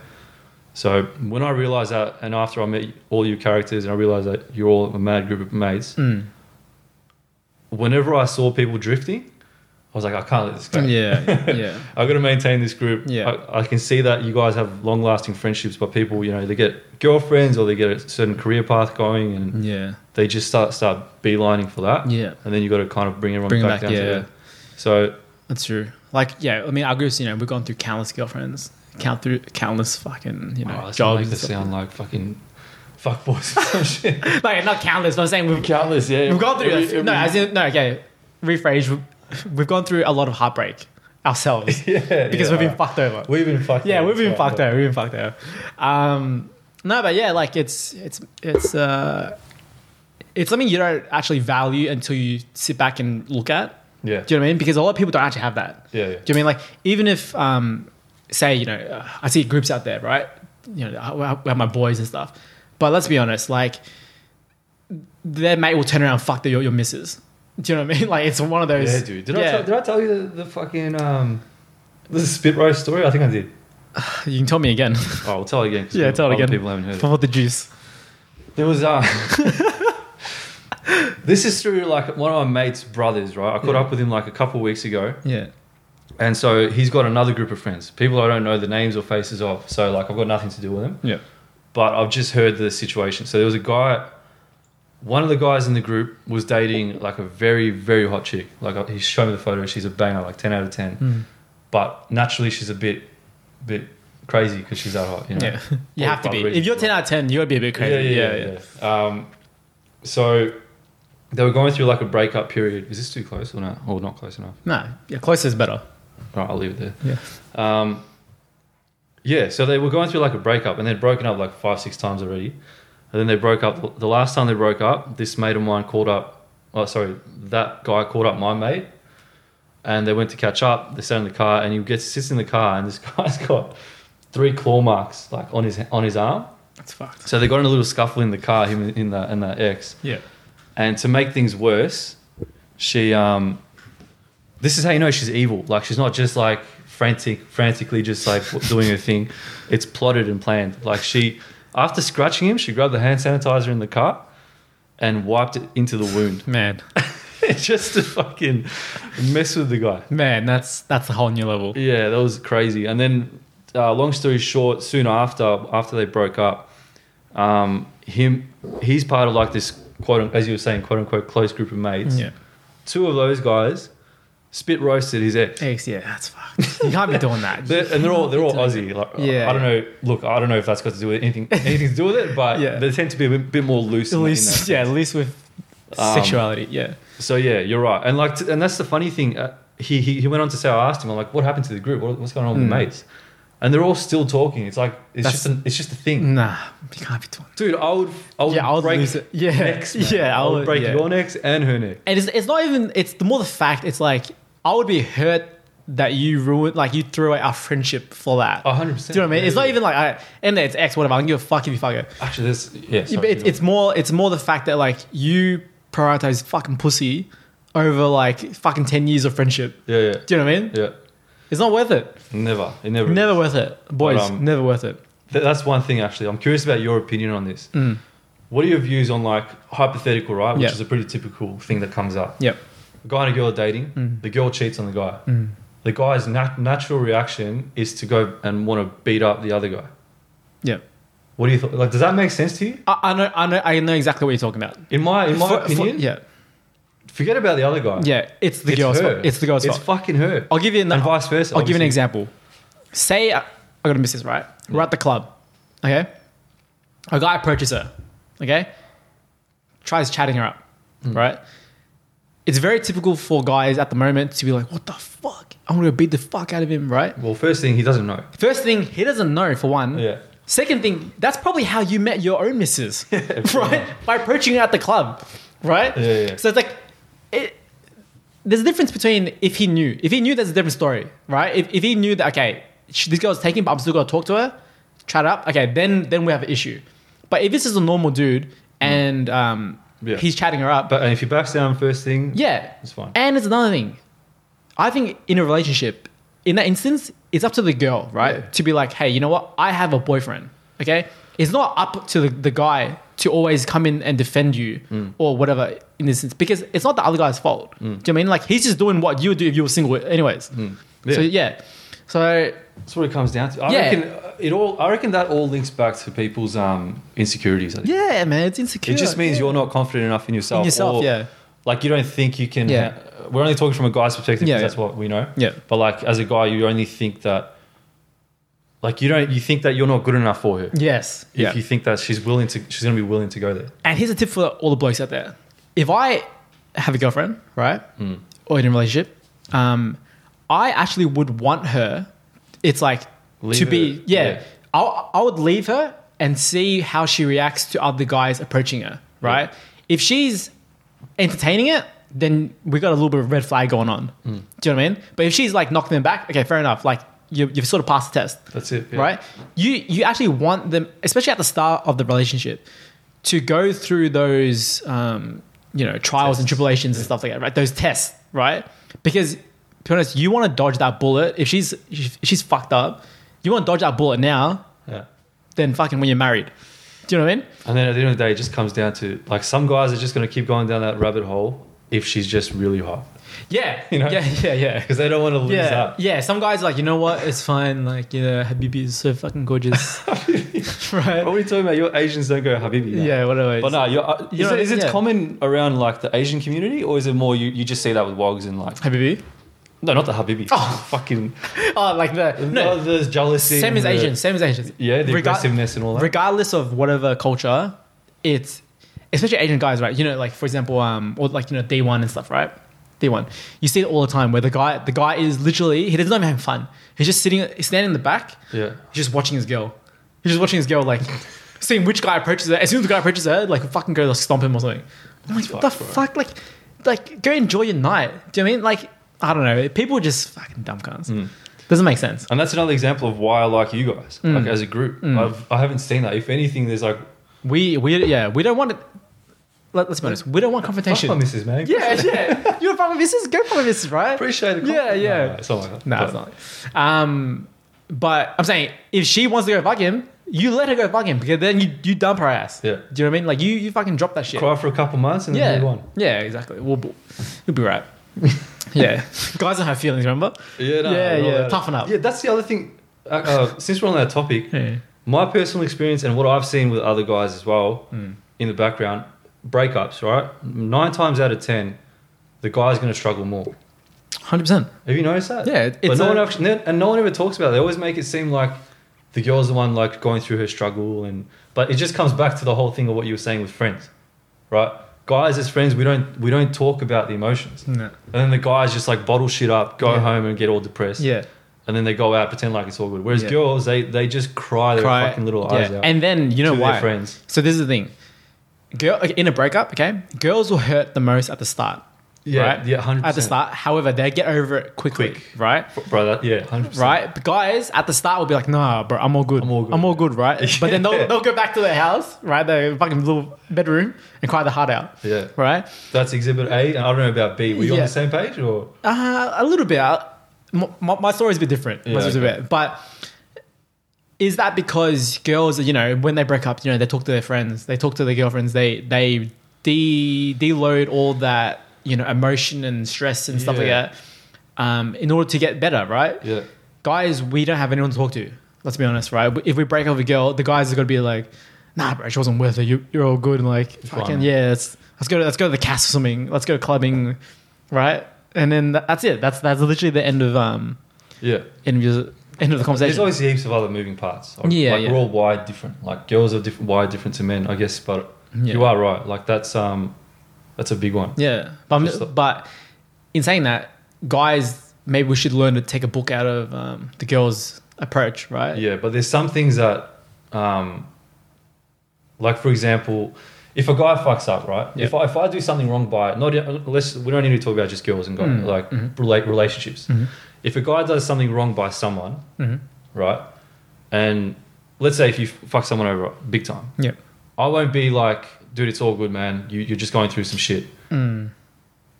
Speaker 2: So when I realized that, and after I met all your characters, and I realized that you're all a mad group of mates,
Speaker 1: Mm.
Speaker 2: whenever I saw people drifting, I was like, I can't let this go.
Speaker 1: yeah, yeah,
Speaker 2: I've got to maintain this group.
Speaker 1: Yeah.
Speaker 2: I, I can see that you guys have long lasting friendships, but people, you know, they get girlfriends or they get a certain career path going and
Speaker 1: yeah,
Speaker 2: they just start start beelining for that.
Speaker 1: Mm. yeah.
Speaker 2: And then you got to kind of bring everyone
Speaker 1: Bring it
Speaker 2: back,
Speaker 1: back,
Speaker 2: down
Speaker 1: yeah.
Speaker 2: to earth. So
Speaker 1: That's true. Like, yeah, I mean, our groups, you know, we've gone through countless girlfriends, count through countless fucking, you know,
Speaker 2: Oh, that's
Speaker 1: jobs.
Speaker 2: Make
Speaker 1: and
Speaker 2: this
Speaker 1: stuff.
Speaker 2: sound like fucking fuck boys or some shit.
Speaker 1: like, not countless, but I'm saying we've,
Speaker 2: Countless, yeah.
Speaker 1: we've gone through, no, as in, no, okay, rephrase, we've, we've gone through a lot of heartbreak ourselves
Speaker 2: yeah,
Speaker 1: because
Speaker 2: yeah,
Speaker 1: we've been
Speaker 2: alright.
Speaker 1: fucked over.
Speaker 2: we've been fucked.
Speaker 1: yeah,
Speaker 2: up,
Speaker 1: we've been
Speaker 2: that's
Speaker 1: fucked
Speaker 2: right.
Speaker 1: over. We've been fucked over. Um, no, but yeah, like it's it's it's uh, it's something you don't actually value until you sit back and look at.
Speaker 2: Yeah,
Speaker 1: Do you know what I mean? Because a lot of people don't actually have that.
Speaker 2: yeah, yeah.
Speaker 1: Do you know what I mean like even if, um, say, you know, uh, I see groups out there, right? You know, I, we have my boys and stuff, but let's be honest, like their mate will turn around and fuck the, your your missus. Do you know what I mean? Like it's one of those.
Speaker 2: yeah, dude. Did I
Speaker 1: Yeah.
Speaker 2: tell, did I tell you the, the fucking um the spit roast story? I think I did.
Speaker 1: you can tell me again.
Speaker 2: Oh, I'll tell it again. 'cause
Speaker 1: Yeah,
Speaker 2: people-
Speaker 1: tell it
Speaker 2: other
Speaker 1: again.
Speaker 2: People haven't heard. It.
Speaker 1: For the juice.
Speaker 2: There was uh This is through like one of my mate's brothers, right? I caught
Speaker 1: Yeah.
Speaker 2: up with him like a couple weeks ago,
Speaker 1: Yeah.
Speaker 2: and so he's got another group of friends, people I don't know the names or faces of. So like, I've got nothing to do with them.
Speaker 1: Yeah.
Speaker 2: but I've just heard the situation. So there was a guy, one of the guys in the group was dating like a very, very hot chick. Like uh, he showed me the photo. She's a banger, like 10 out of 10.
Speaker 1: Mm.
Speaker 2: But naturally, she's a bit, bit crazy because she's that hot. You know?
Speaker 1: Yeah. You
Speaker 2: Or
Speaker 1: have to be.
Speaker 2: vibrations,
Speaker 1: If you're 10 out of 10, you would be a bit crazy.
Speaker 2: Yeah, yeah, yeah. yeah. Um, so they were going through like a breakup period. Is this too close or not? Or not close enough?
Speaker 1: No, yeah, closer is better.
Speaker 2: All right, I'll leave it there.
Speaker 1: Yeah.
Speaker 2: Um, yeah, so they were going through like a breakup and they'd broken up like five, six times already. And then they broke up. The last time they broke up, this mate of mine called up, oh, sorry, that guy called up my mate and they went to catch up. They sat in the car and he gets, sits in the car and this guy's got three claw marks like on his, on his arm.
Speaker 1: That's fucked.
Speaker 2: So they got in a little scuffle in the car, him and- in the, and the ex.
Speaker 1: Yeah.
Speaker 2: And to make things worse, she um this is how you know she's evil. Like she's not just like frantic frantically just like doing her thing. It's plotted and planned. Like she after scratching him, she grabbed the hand sanitizer in the car and wiped it into the wound
Speaker 1: man,
Speaker 2: just to fucking mess with the guy.
Speaker 1: man, that's that's a whole new level.
Speaker 2: Yeah, that was crazy. And then, uh, long story short, soon after after they broke up, um, him he's part of like this quote as you were saying quote unquote close group of mates.
Speaker 1: Yeah.
Speaker 2: Two of those guys spit roasted his ex.
Speaker 1: Hey, yeah, that's fucked. You can't be doing that.
Speaker 2: They're, and they're all they're all Aussie. Like,
Speaker 1: Yeah.
Speaker 2: I don't know. Look, I don't know if that's got to do with anything anything to do with it, but
Speaker 1: Yeah.
Speaker 2: they tend to be a bit, bit more loose.
Speaker 1: at
Speaker 2: in that- in
Speaker 1: least,
Speaker 2: that
Speaker 1: yeah, at least with
Speaker 2: Um,
Speaker 1: sexuality. Yeah,
Speaker 2: So yeah, you're right, and like, t- and that's the funny thing. Uh, he, he he went on to say, I asked him, I'm like, what happened to the group? What, what's going on with
Speaker 1: Mm.
Speaker 2: the mates? And they're all still talking. It's like it's
Speaker 1: That's-
Speaker 2: just an, it's just a thing,
Speaker 1: nah, you can't be doing.
Speaker 2: dude. I would I would
Speaker 1: Yeah, I would
Speaker 2: break
Speaker 1: lose it. Yeah,
Speaker 2: necks, man.
Speaker 1: yeah,
Speaker 2: I
Speaker 1: I
Speaker 2: would,
Speaker 1: would-
Speaker 2: break
Speaker 1: yeah.
Speaker 2: your necks and her neck.
Speaker 1: And it's, it's not even. It's the more the fact. It's like I would be hurt that you ruined, like you threw away our friendship for that.
Speaker 2: A hundred
Speaker 1: Do
Speaker 2: percent.
Speaker 1: you know what I mean? It's not even like I and it's X whatever. I don't give a fuck if you fuck it.
Speaker 2: actually this. Yeah,
Speaker 1: Yeah,
Speaker 2: sorry,
Speaker 1: but it's, it's more it's more the fact that like you prioritize fucking pussy over like fucking ten years of friendship.
Speaker 2: yeah,
Speaker 1: Do you know what I mean?
Speaker 2: yeah, yeah.
Speaker 1: It's not worth it.
Speaker 2: Never, it never,
Speaker 1: Never worth it, boys.
Speaker 2: um,
Speaker 1: never worth it.
Speaker 2: Th- that's one thing actually. I'm curious about your opinion on this.
Speaker 1: Mm.
Speaker 2: What are your views on like hypothetical, right? Which
Speaker 1: Yeah.
Speaker 2: is a pretty typical thing that comes up.
Speaker 1: Yep.
Speaker 2: A guy and a girl are dating.
Speaker 1: Mm.
Speaker 2: The girl cheats on the guy.
Speaker 1: Mm.
Speaker 2: The guy's nat- natural reaction is to go and want to beat up the other guy.
Speaker 1: Yep.
Speaker 2: What do you think? Like, does that make sense to you?
Speaker 1: I, I know. I know. I know exactly what you're talking about.
Speaker 2: In my in my
Speaker 1: For- for-
Speaker 2: opinion,
Speaker 1: yeah.
Speaker 2: forget about the other guy.
Speaker 1: Yeah. It's the
Speaker 2: it's
Speaker 1: girl's
Speaker 2: her.
Speaker 1: fault. It's the girl's
Speaker 2: It's
Speaker 1: fault.
Speaker 2: fucking her.
Speaker 1: I'll give you an.
Speaker 2: and vice versa.
Speaker 1: I'll give you an
Speaker 2: obviously.
Speaker 1: example. Say I, I got to miss this right. We're at the club. Okay. A guy approaches her. Okay. Tries chatting her up.
Speaker 2: Hmm.
Speaker 1: Right. It's very typical for guys at the moment to be like, "What the fuck? I'm gonna beat the fuck out of him." Right.
Speaker 2: Well, first thing he doesn't know.
Speaker 1: First thing, he doesn't know for one.
Speaker 2: Yeah.
Speaker 1: Second thing, that's probably how you met your own missus,
Speaker 2: fair
Speaker 1: right? By approaching her at the club, right?
Speaker 2: Yeah, yeah.
Speaker 1: So it's like, it, there's a difference between if he knew. If he knew, that's a different story, right? If, if he knew that, okay, sh- this girl's taking, but I'm still gonna talk to her, chat up, okay, then then we have an issue. But if this is a normal dude and um,
Speaker 2: Yeah.
Speaker 1: he's chatting her up,
Speaker 2: But and if he backs down first thing,
Speaker 1: yeah.
Speaker 2: It's fine.
Speaker 1: And it's another thing. I think in a relationship, in that instance, it's up to the girl, right?
Speaker 2: Yeah.
Speaker 1: To be like, hey, you know what? I have a boyfriend. Okay? It's not up to the, the guy to always come in and defend you
Speaker 2: Mm.
Speaker 1: or whatever in this instance. Because it's not the other guy's fault. Do you know what I mean? Like he's just doing what you would do if you were single anyways.
Speaker 2: Mm. Yeah.
Speaker 1: So yeah. So
Speaker 2: that's what it comes down to. I
Speaker 1: Yeah.
Speaker 2: reckon uh, it all. I reckon that all links back to people's um, insecurities. I think.
Speaker 1: yeah, man, it's insecure.
Speaker 2: It just means
Speaker 1: Yeah.
Speaker 2: you're not confident enough in yourself.
Speaker 1: In yourself,
Speaker 2: or,
Speaker 1: yeah.
Speaker 2: Like you don't think you can.
Speaker 1: Yeah.
Speaker 2: We're only talking from a guy's perspective
Speaker 1: Yeah,
Speaker 2: because
Speaker 1: yeah.
Speaker 2: that's what we know.
Speaker 1: Yeah.
Speaker 2: But like as a guy, you only think that. Like you don't. You think that you're not good enough for her.
Speaker 1: Yes.
Speaker 2: If you think that she's willing to, she's gonna be willing to go there.
Speaker 1: And here's a tip for all the blokes out there. If I have a girlfriend, right,
Speaker 2: Hmm.
Speaker 1: or in a relationship, um, I actually would want her. It's like
Speaker 2: Leave
Speaker 1: to be,
Speaker 2: her,
Speaker 1: yeah.
Speaker 2: yeah.
Speaker 1: I I would leave her and see how she reacts to other guys approaching her, right? If she's entertaining it, then we got a little bit of red flag going on.
Speaker 2: Hmm.
Speaker 1: Do you know what I mean? But if she's like knocking them back, okay, fair enough. Like you, you've sort of passed the test
Speaker 2: That's it. yeah.
Speaker 1: right? You you actually want them, especially at the start of the relationship, to go through those um, you know trials and tribulations and stuff like that, right? Those tests, right? Because to be honest, you want to dodge that bullet. If she's if she's fucked up, you want to dodge that bullet now.
Speaker 2: Yeah.
Speaker 1: Then fucking when you're married, do you know what I mean?
Speaker 2: And then at the end of the day, it just comes down to like some guys are just gonna keep going down that rabbit hole if she's just really hot
Speaker 1: Yeah,
Speaker 2: You know?
Speaker 1: yeah, yeah, yeah.
Speaker 2: because they don't want to lose
Speaker 1: Yeah,
Speaker 2: that.
Speaker 1: yeah. Some guys are like, you know what? It's fine. Like, you know, Habibi is so fucking gorgeous, right?
Speaker 2: What are we talking about? Your Asians don't go habibi. no.
Speaker 1: Yeah, whatever.
Speaker 2: But no, you're, uh,
Speaker 1: You
Speaker 2: is,
Speaker 1: know,
Speaker 2: it, is it
Speaker 1: yeah.
Speaker 2: common around like the Asian community, or is it more you, you just see that with wogs and like
Speaker 1: Habibi.
Speaker 2: no, not the habibi, oh. fucking
Speaker 1: Oh, like the no,
Speaker 2: no, there's jealousy,
Speaker 1: same
Speaker 2: and
Speaker 1: as
Speaker 2: the-
Speaker 1: Asians. Same as Asians.
Speaker 2: yeah, the
Speaker 1: Regar-
Speaker 2: aggressiveness and all that.
Speaker 1: Regardless of whatever culture, it's especially Asian guys, right? You know, like for example, um, or like you know, day one and stuff, right? Day one, you see it all the time where the guy, the guy is literally he doesn't even have fun. He's just sitting, he's standing in the back,
Speaker 2: yeah,
Speaker 1: he's just watching his girl. He's just watching his girl, like seeing which guy approaches her. As soon as the guy approaches her, like fucking go like stomp him or something. I'm like, what the
Speaker 2: fucked, bro.
Speaker 1: fuck? Like, like go enjoy your night. Do you know what I mean like I don't know? People are just fucking dumb cunts.
Speaker 2: Hmm.
Speaker 1: Doesn't make sense.
Speaker 2: and that's another example of why I like you guys,
Speaker 1: Mm.
Speaker 2: like as a group. I've, I haven't seen that. If anything, there's like
Speaker 1: We we yeah we don't want it. Let, us be honest. We don't want
Speaker 2: fuck my
Speaker 1: confrontation.
Speaker 2: missus, man.
Speaker 1: Yeah, yeah. You're probably missus. Go probably missus, right?
Speaker 2: appreciate it.
Speaker 1: Yeah, yeah.
Speaker 2: No, it's not like that.
Speaker 1: No,
Speaker 2: But
Speaker 1: it's not. Um, but I'm saying if she wants to go fuck him, You let her go fucking because then you, you dump her ass.
Speaker 2: Yeah.
Speaker 1: Do you know what I mean? Like you, you fucking drop that shit.
Speaker 2: Cry for a couple months and
Speaker 1: yeah.
Speaker 2: then move on.
Speaker 1: Yeah, exactly. We'll, we'll, you'll be right. yeah. Guys don't have feelings, remember?
Speaker 2: Yeah, no,
Speaker 1: Yeah,
Speaker 2: I roll
Speaker 1: yeah,
Speaker 2: out.
Speaker 1: toughen up.
Speaker 2: Yeah, that's the other thing. Uh, uh, since we're on that topic,
Speaker 1: Yeah.
Speaker 2: my personal experience and what I've seen with other guys as well
Speaker 1: Hmm.
Speaker 2: in the background, breakups, right? Nine times out of ten, the guy's going to struggle more.
Speaker 1: 100%.
Speaker 2: Have you noticed that?
Speaker 1: Yeah, it-
Speaker 2: but
Speaker 1: it's
Speaker 2: no
Speaker 1: a-
Speaker 2: one actually, and no one ever talks about. it. They always make it seem like the girl's the one like going through her struggle, and but it just comes back to the whole thing of what you were saying with friends, right? Guys as friends, we don't we don't talk about the emotions,
Speaker 1: No.
Speaker 2: and then the guys just like bottle shit up, go
Speaker 1: Hmm. Yeah.
Speaker 2: home and get all depressed,
Speaker 1: Yeah.
Speaker 2: and then they go out pretend like it's all good. Whereas
Speaker 1: Yeah.
Speaker 2: girls, they they just cry their
Speaker 1: Cry.
Speaker 2: fucking little
Speaker 1: Yeah.
Speaker 2: eyes out.
Speaker 1: And then you know
Speaker 2: to their
Speaker 1: why?
Speaker 2: friends.
Speaker 1: So this is the thing. Girl in a breakup, okay? Girls will hurt the most at the start.
Speaker 2: Yeah,
Speaker 1: right?
Speaker 2: yeah, 100%.
Speaker 1: At the start. However, they get over it quickly.
Speaker 2: Quick.
Speaker 1: Right?
Speaker 2: bro, that, yeah, hundred percent.
Speaker 1: Right? But guys at the start will be like, nah, bro, I'm all good.
Speaker 2: I'm all good."
Speaker 1: I'm all good, right? But then
Speaker 2: Yeah.
Speaker 1: they'll, they'll go back to their house, right? Their fucking little bedroom and cry their heart out.
Speaker 2: Yeah,
Speaker 1: Right?
Speaker 2: that's exhibit A, and I don't know about B. Were you on
Speaker 1: Yeah.
Speaker 2: the same page or?
Speaker 1: Uh, a little bit. I, my, my story's a bit different.
Speaker 2: Yeah,
Speaker 1: my story's
Speaker 2: okay.
Speaker 1: a bit. But is that because girls, you know, when they break up, you know, they talk to their friends, they talk to their girlfriends, they they de deload all that, you know, emotion and stress and stuff like
Speaker 2: Yeah.
Speaker 1: that um, in order to get better, right?
Speaker 2: Yeah,
Speaker 1: Guys, we don't have anyone to talk to. Let's be honest, right? If we break up with a girl, the guys are gonna be like, "Nah, bro, she wasn't worth it. You, you're all good." And like,
Speaker 2: fine.
Speaker 1: fucking yeah, let's, let's go. To, let's go to the cast or something. Let's go clubbing, right? And then tha- that's it. That's that's literally the end of um
Speaker 2: yeah.
Speaker 1: end of, your- end of the
Speaker 2: There's
Speaker 1: conversation.
Speaker 2: obviously heaps of other moving parts. Like,
Speaker 1: Yeah,
Speaker 2: like
Speaker 1: yeah.
Speaker 2: we're all wired different. Like girls are different, wired different to men, I guess. But
Speaker 1: Yeah.
Speaker 2: you are right. Like that's um, that's a big one.
Speaker 1: yeah, but I'm-
Speaker 2: Just the-
Speaker 1: but in saying that, guys, maybe we should learn to take a book out of um, the girls' approach, right?
Speaker 2: Yeah, but there's some things that, um, like for example, if a guy fucks up, right?
Speaker 1: Yeah.
Speaker 2: If I, if I do something wrong by not unless we don't need to talk about just girls and guys,
Speaker 1: Mm-hmm.
Speaker 2: like relate relationships. If a guy does something wrong by someone,
Speaker 1: Mm-hmm.
Speaker 2: right, and let's say if you fuck someone over big time,
Speaker 1: yeah,
Speaker 2: I won't be like, dude, it's all good, man. You, you're just going through some shit.
Speaker 1: Mm.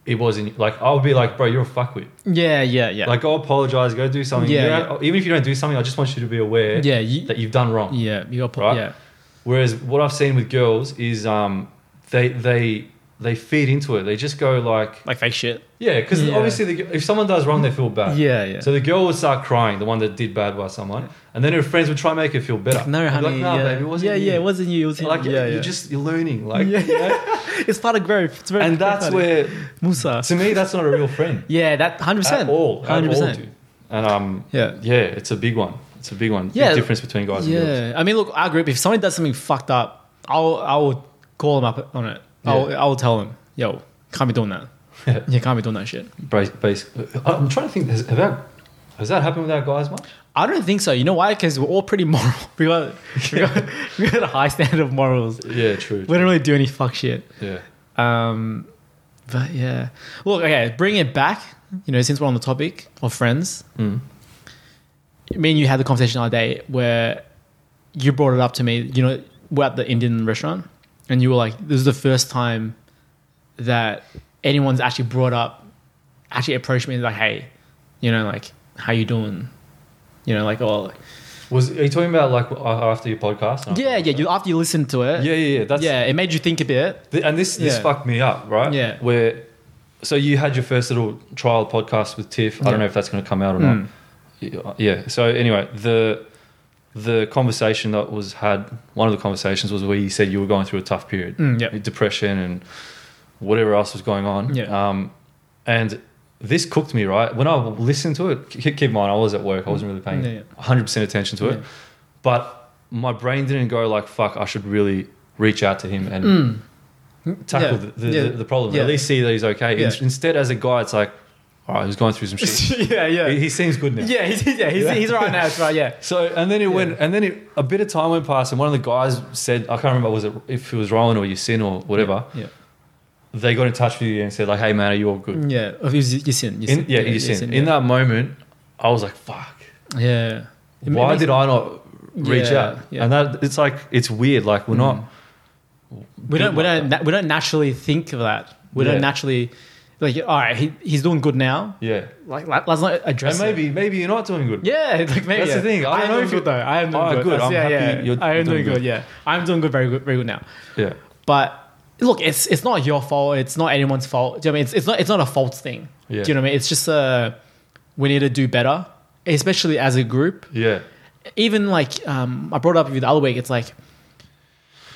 Speaker 2: It wasn't like I'll be like, bro, you're a fuckwit.
Speaker 1: yeah, yeah, yeah.
Speaker 2: Like, go apologize, go do something.
Speaker 1: Yeah,
Speaker 2: You don't- Even if you don't do something, I just want you to be aware
Speaker 1: yeah, you,
Speaker 2: that you've done wrong.
Speaker 1: yeah, you got
Speaker 2: Right?
Speaker 1: yeah,
Speaker 2: Whereas what I've seen with girls is um, they they they feed into it. They just go like,
Speaker 1: like fake shit.
Speaker 2: yeah, because
Speaker 1: Yeah.
Speaker 2: obviously the, if someone does wrong, they feel bad.
Speaker 1: Yeah, yeah.
Speaker 2: So the girl would start crying, the one that did bad by someone, and then her friends would try and make her feel better.
Speaker 1: No,
Speaker 2: They'd be
Speaker 1: honey.
Speaker 2: like, nah,
Speaker 1: yeah.
Speaker 2: baby, it wasn't
Speaker 1: yeah,
Speaker 2: you."
Speaker 1: yeah, it wasn't you. It was
Speaker 2: Like
Speaker 1: you. yeah,
Speaker 2: you're
Speaker 1: yeah.
Speaker 2: just you're learning, like,
Speaker 1: Yeah.
Speaker 2: you know?
Speaker 1: it's part of growth. It's very
Speaker 2: and that's where
Speaker 1: Musa.
Speaker 2: to me that's not a real friend
Speaker 1: Yeah, that hundred
Speaker 2: at
Speaker 1: percent.
Speaker 2: all. At
Speaker 1: hundred
Speaker 2: all,
Speaker 1: percent.
Speaker 2: dude. And um,
Speaker 1: Yeah.
Speaker 2: yeah, it's a big one. It's a big one.
Speaker 1: Yeah.
Speaker 2: Big difference between guys and girls.
Speaker 1: Yeah, I mean, look, our group. If somebody does something fucked up, I'll I'll call them up on it. I'll I'll tell them, yo, can't be doing that.
Speaker 2: Yeah.
Speaker 1: You can't be doing that shit.
Speaker 2: Base, base. uh, I'm trying to think. Has, have that, has that happened with our guys much?
Speaker 1: I don't think so. You know why? Because we're all pretty moral. We got, we got we got a high standard of morals.
Speaker 2: Yeah, true.
Speaker 1: We don't really do any fuck shit.
Speaker 2: Yeah.
Speaker 1: Um, but yeah, look, okay, bring it back. You know, since we're on the topic of friends,
Speaker 2: Mm.
Speaker 1: me and you had the conversation the other day where you brought it up to me. You know, we're at the Indian restaurant, and you were like, "This is the first time that anyone's actually brought up, actually approached me like, hey, you know, like, how you doing?" You know, like, oh,
Speaker 2: Was are you talking about like a- after your podcast? No.
Speaker 1: yeah, yeah. You after you listen to it,
Speaker 2: Oh. yeah, yeah, yeah. That's
Speaker 1: yeah, it made you think a bit.
Speaker 2: Th- and this this
Speaker 1: Yeah.
Speaker 2: fucked me up, right?
Speaker 1: Yeah.
Speaker 2: Where, so you had your first little trial podcast with Tiff. I
Speaker 1: Yeah.
Speaker 2: don't know if that's going to come out or
Speaker 1: Mm.
Speaker 2: not. Yeah. So anyway, the the conversation that was had, one of the conversations was where you said you were going through a tough period,
Speaker 1: Mm, yeah.
Speaker 2: depression and whatever else was going on.
Speaker 1: Yeah.
Speaker 2: Um, and this cooked me right when I listened to it. k- Keep in mind, I was at work. I wasn't really paying
Speaker 1: Yeah, yeah.
Speaker 2: 100% attention to it.
Speaker 1: Yeah.
Speaker 2: But my brain didn't go like, fuck, I should really reach out to him and tackle
Speaker 1: Mm. Yeah.
Speaker 2: the, the,
Speaker 1: Yeah.
Speaker 2: the, the problem.
Speaker 1: Yeah.
Speaker 2: At least see that he's okay. In-
Speaker 1: Yeah.
Speaker 2: Instead, as a guy, it's like, all right, he's going through some shit.
Speaker 1: yeah, yeah.
Speaker 2: he, he seems good now.
Speaker 1: Yeah, he's, he's- yeah, he's,
Speaker 2: Yeah.
Speaker 1: he's right now. It's right, yeah.
Speaker 2: So and then it went, and then it, a bit of time went past, and one of the guys said, I can't remember was it if it was Rowan or Yasin or whatever.
Speaker 1: Yeah.
Speaker 2: They got in touch with you and said like, "Hey man, are you all good?"
Speaker 1: Yeah. oh, Of his Yasin.
Speaker 2: In, yeah, Yasin. In that moment, I was like, "Fuck,
Speaker 1: Yeah.
Speaker 2: why did I not reach
Speaker 1: Yeah,
Speaker 2: out?"
Speaker 1: yeah. Mm.
Speaker 2: And that it's like it's weird. Like we're not
Speaker 1: We don't we don't na- we don't naturally think of that. We
Speaker 2: Yeah.
Speaker 1: don't naturally Like, all right, he, he's doing good now.
Speaker 2: Yeah.
Speaker 1: Like, let, us not address
Speaker 2: And
Speaker 1: it.
Speaker 2: maybe maybe you're not doing good.
Speaker 1: Yeah, like maybe
Speaker 2: That's the
Speaker 1: yeah.
Speaker 2: thing. I
Speaker 1: I,
Speaker 2: don't
Speaker 1: am
Speaker 2: know
Speaker 1: doing
Speaker 2: if
Speaker 1: good
Speaker 2: you-
Speaker 1: though. I am doing
Speaker 2: Oh,
Speaker 1: good.
Speaker 2: good.
Speaker 1: That's-
Speaker 2: I'm
Speaker 1: yeah,
Speaker 2: happy
Speaker 1: yeah.
Speaker 2: you're-
Speaker 1: I
Speaker 2: you're
Speaker 1: am
Speaker 2: doing
Speaker 1: doing good.
Speaker 2: good.
Speaker 1: Yeah, I'm doing good. Very good. Very good now.
Speaker 2: Yeah.
Speaker 1: But look, it's it's not your fault. It's not anyone's fault. Do you know what I mean? It's, it's not it's not a fault thing.
Speaker 2: Yeah.
Speaker 1: Do you know what I mean? It's just uh, we need to do better, especially as a group.
Speaker 2: Yeah.
Speaker 1: Even like um, I brought up with you the other week. It's like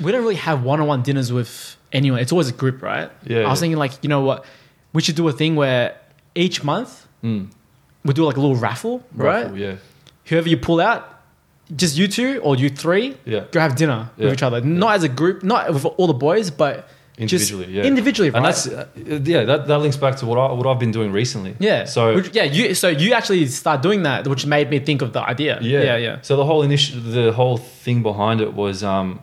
Speaker 1: we don't really have one-on-one dinners with anyone. It's always a group, right?
Speaker 2: Yeah,
Speaker 1: I was
Speaker 2: yeah.
Speaker 1: thinking like you know what, we should do a thing where each month
Speaker 2: Mm.
Speaker 1: we do like a little raffle, right?
Speaker 2: Rifle, Yeah.
Speaker 1: whoever you pull out, just you two or you three,
Speaker 2: Yeah.
Speaker 1: go have dinner
Speaker 2: Yeah.
Speaker 1: with each other. Not as a group, not with all the boys, but
Speaker 2: Individually.
Speaker 1: just
Speaker 2: yeah.
Speaker 1: individually, right?
Speaker 2: And that's uh, yeah. That, that links back to what I what I've been doing recently.
Speaker 1: yeah.
Speaker 2: So
Speaker 1: Which- yeah, you so you actually start doing that, which made me think of the idea. yeah, yeah.
Speaker 2: So the whole initial, the whole thing behind it was, um,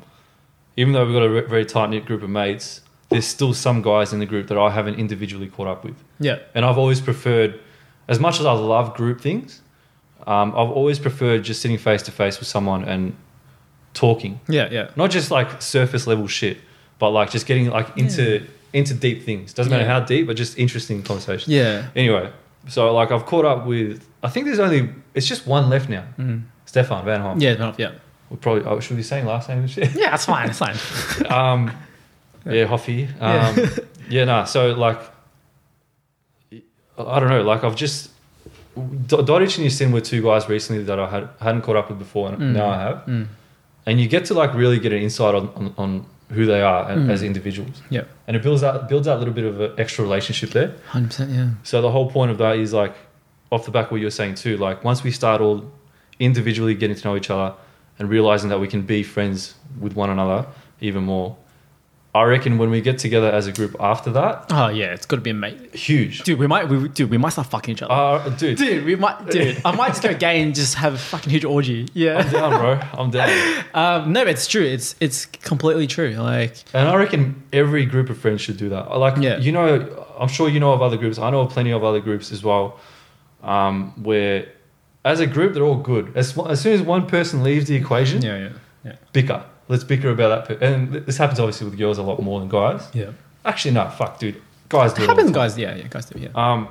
Speaker 2: even though we've got a re- very tight knit group of mates, there's still some guys in the group that I haven't individually caught up with,
Speaker 1: Yeah.
Speaker 2: and I've always preferred, as much as I love group things, um, I've always preferred just sitting face to face with someone and talking,
Speaker 1: Yeah, yeah.
Speaker 2: not just like surface level shit, but like just getting like into into deep things. Doesn't matter
Speaker 1: Yeah.
Speaker 2: how deep, but just interesting conversations.
Speaker 1: Yeah.
Speaker 2: Anyway, so like I've caught up with. I think there's only it's just one left now.
Speaker 1: Mm.
Speaker 2: Stefan Van Hom.
Speaker 1: Yeah, no, yeah.
Speaker 2: we probably oh, should we be saying last name and shit.
Speaker 1: Yeah, that's fine, that's fine.
Speaker 2: um, yeah, Hoffy. Um,
Speaker 1: Yeah.
Speaker 2: yeah, nah. So like, I don't know. Like I've just D- Dodich and Yasin were two guys recently that I had hadn't caught up with before, and
Speaker 1: Mm.
Speaker 2: now I have.
Speaker 1: Mm.
Speaker 2: And you get to like really get an insight on on, on who they are a-
Speaker 1: Mm.
Speaker 2: as individuals,
Speaker 1: Yeah.
Speaker 2: and it builds that builds that little bit of an extra relationship there.
Speaker 1: Hundred percent, yeah.
Speaker 2: So the whole point of that is like off the back of what you were saying too, like once we start all individually getting to know each other and realizing that we can be friends with one another even more. I reckon when we get together as a group after that,
Speaker 1: Oh yeah, it's gotta be a mate.
Speaker 2: huge.
Speaker 1: Dude, we might we dude, we might start fucking each other.
Speaker 2: Uh, dude,
Speaker 1: Dude, we might, dude. I might just go gay and just have a fucking huge orgy.
Speaker 2: I'm
Speaker 1: Yeah.
Speaker 2: down, bro. I'm down.
Speaker 1: Um, no, but it's true. It's it's completely true. Like,
Speaker 2: And I reckon every group of friends should do that. Like,
Speaker 1: Yeah.
Speaker 2: you know, I'm sure you know of other groups. I know of plenty of other groups as well, um, where as a group, they're all good. As, as soon as one person leaves the equation,
Speaker 1: yeah, yeah, yeah,
Speaker 2: bicker. Let's bicker about that. per- And th- this happens obviously with girls a lot more than guys.
Speaker 1: yeah.
Speaker 2: Actually, no, fuck, dude. Guys do it all
Speaker 1: happens,
Speaker 2: the time.
Speaker 1: guys. Yeah, yeah, guys do. Yeah,
Speaker 2: Um,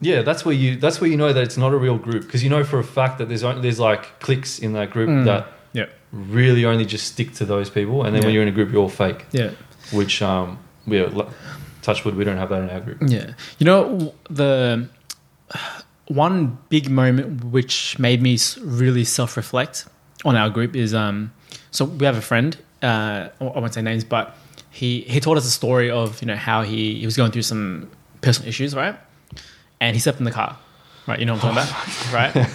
Speaker 2: yeah, that's where you that's where you know that it's not a real group because you know for a fact that there's only, there's like cliques in that group
Speaker 1: Mm.
Speaker 2: that
Speaker 1: yeah,
Speaker 2: really only just stick to those people, and then when
Speaker 1: Yeah.
Speaker 2: you're in a group, you're all fake.
Speaker 1: yeah,
Speaker 2: Which um, we are, lu- touch wood, we don't have that in our group.
Speaker 1: yeah. You know w- the one big moment which made me s- really self-reflect on our group is um. So we have a friend. Uh, I I won't say names, but he he told us a story of you know how he he was going through some personal issues, right? And he slept in the car, right? You know what I'm talking about, right?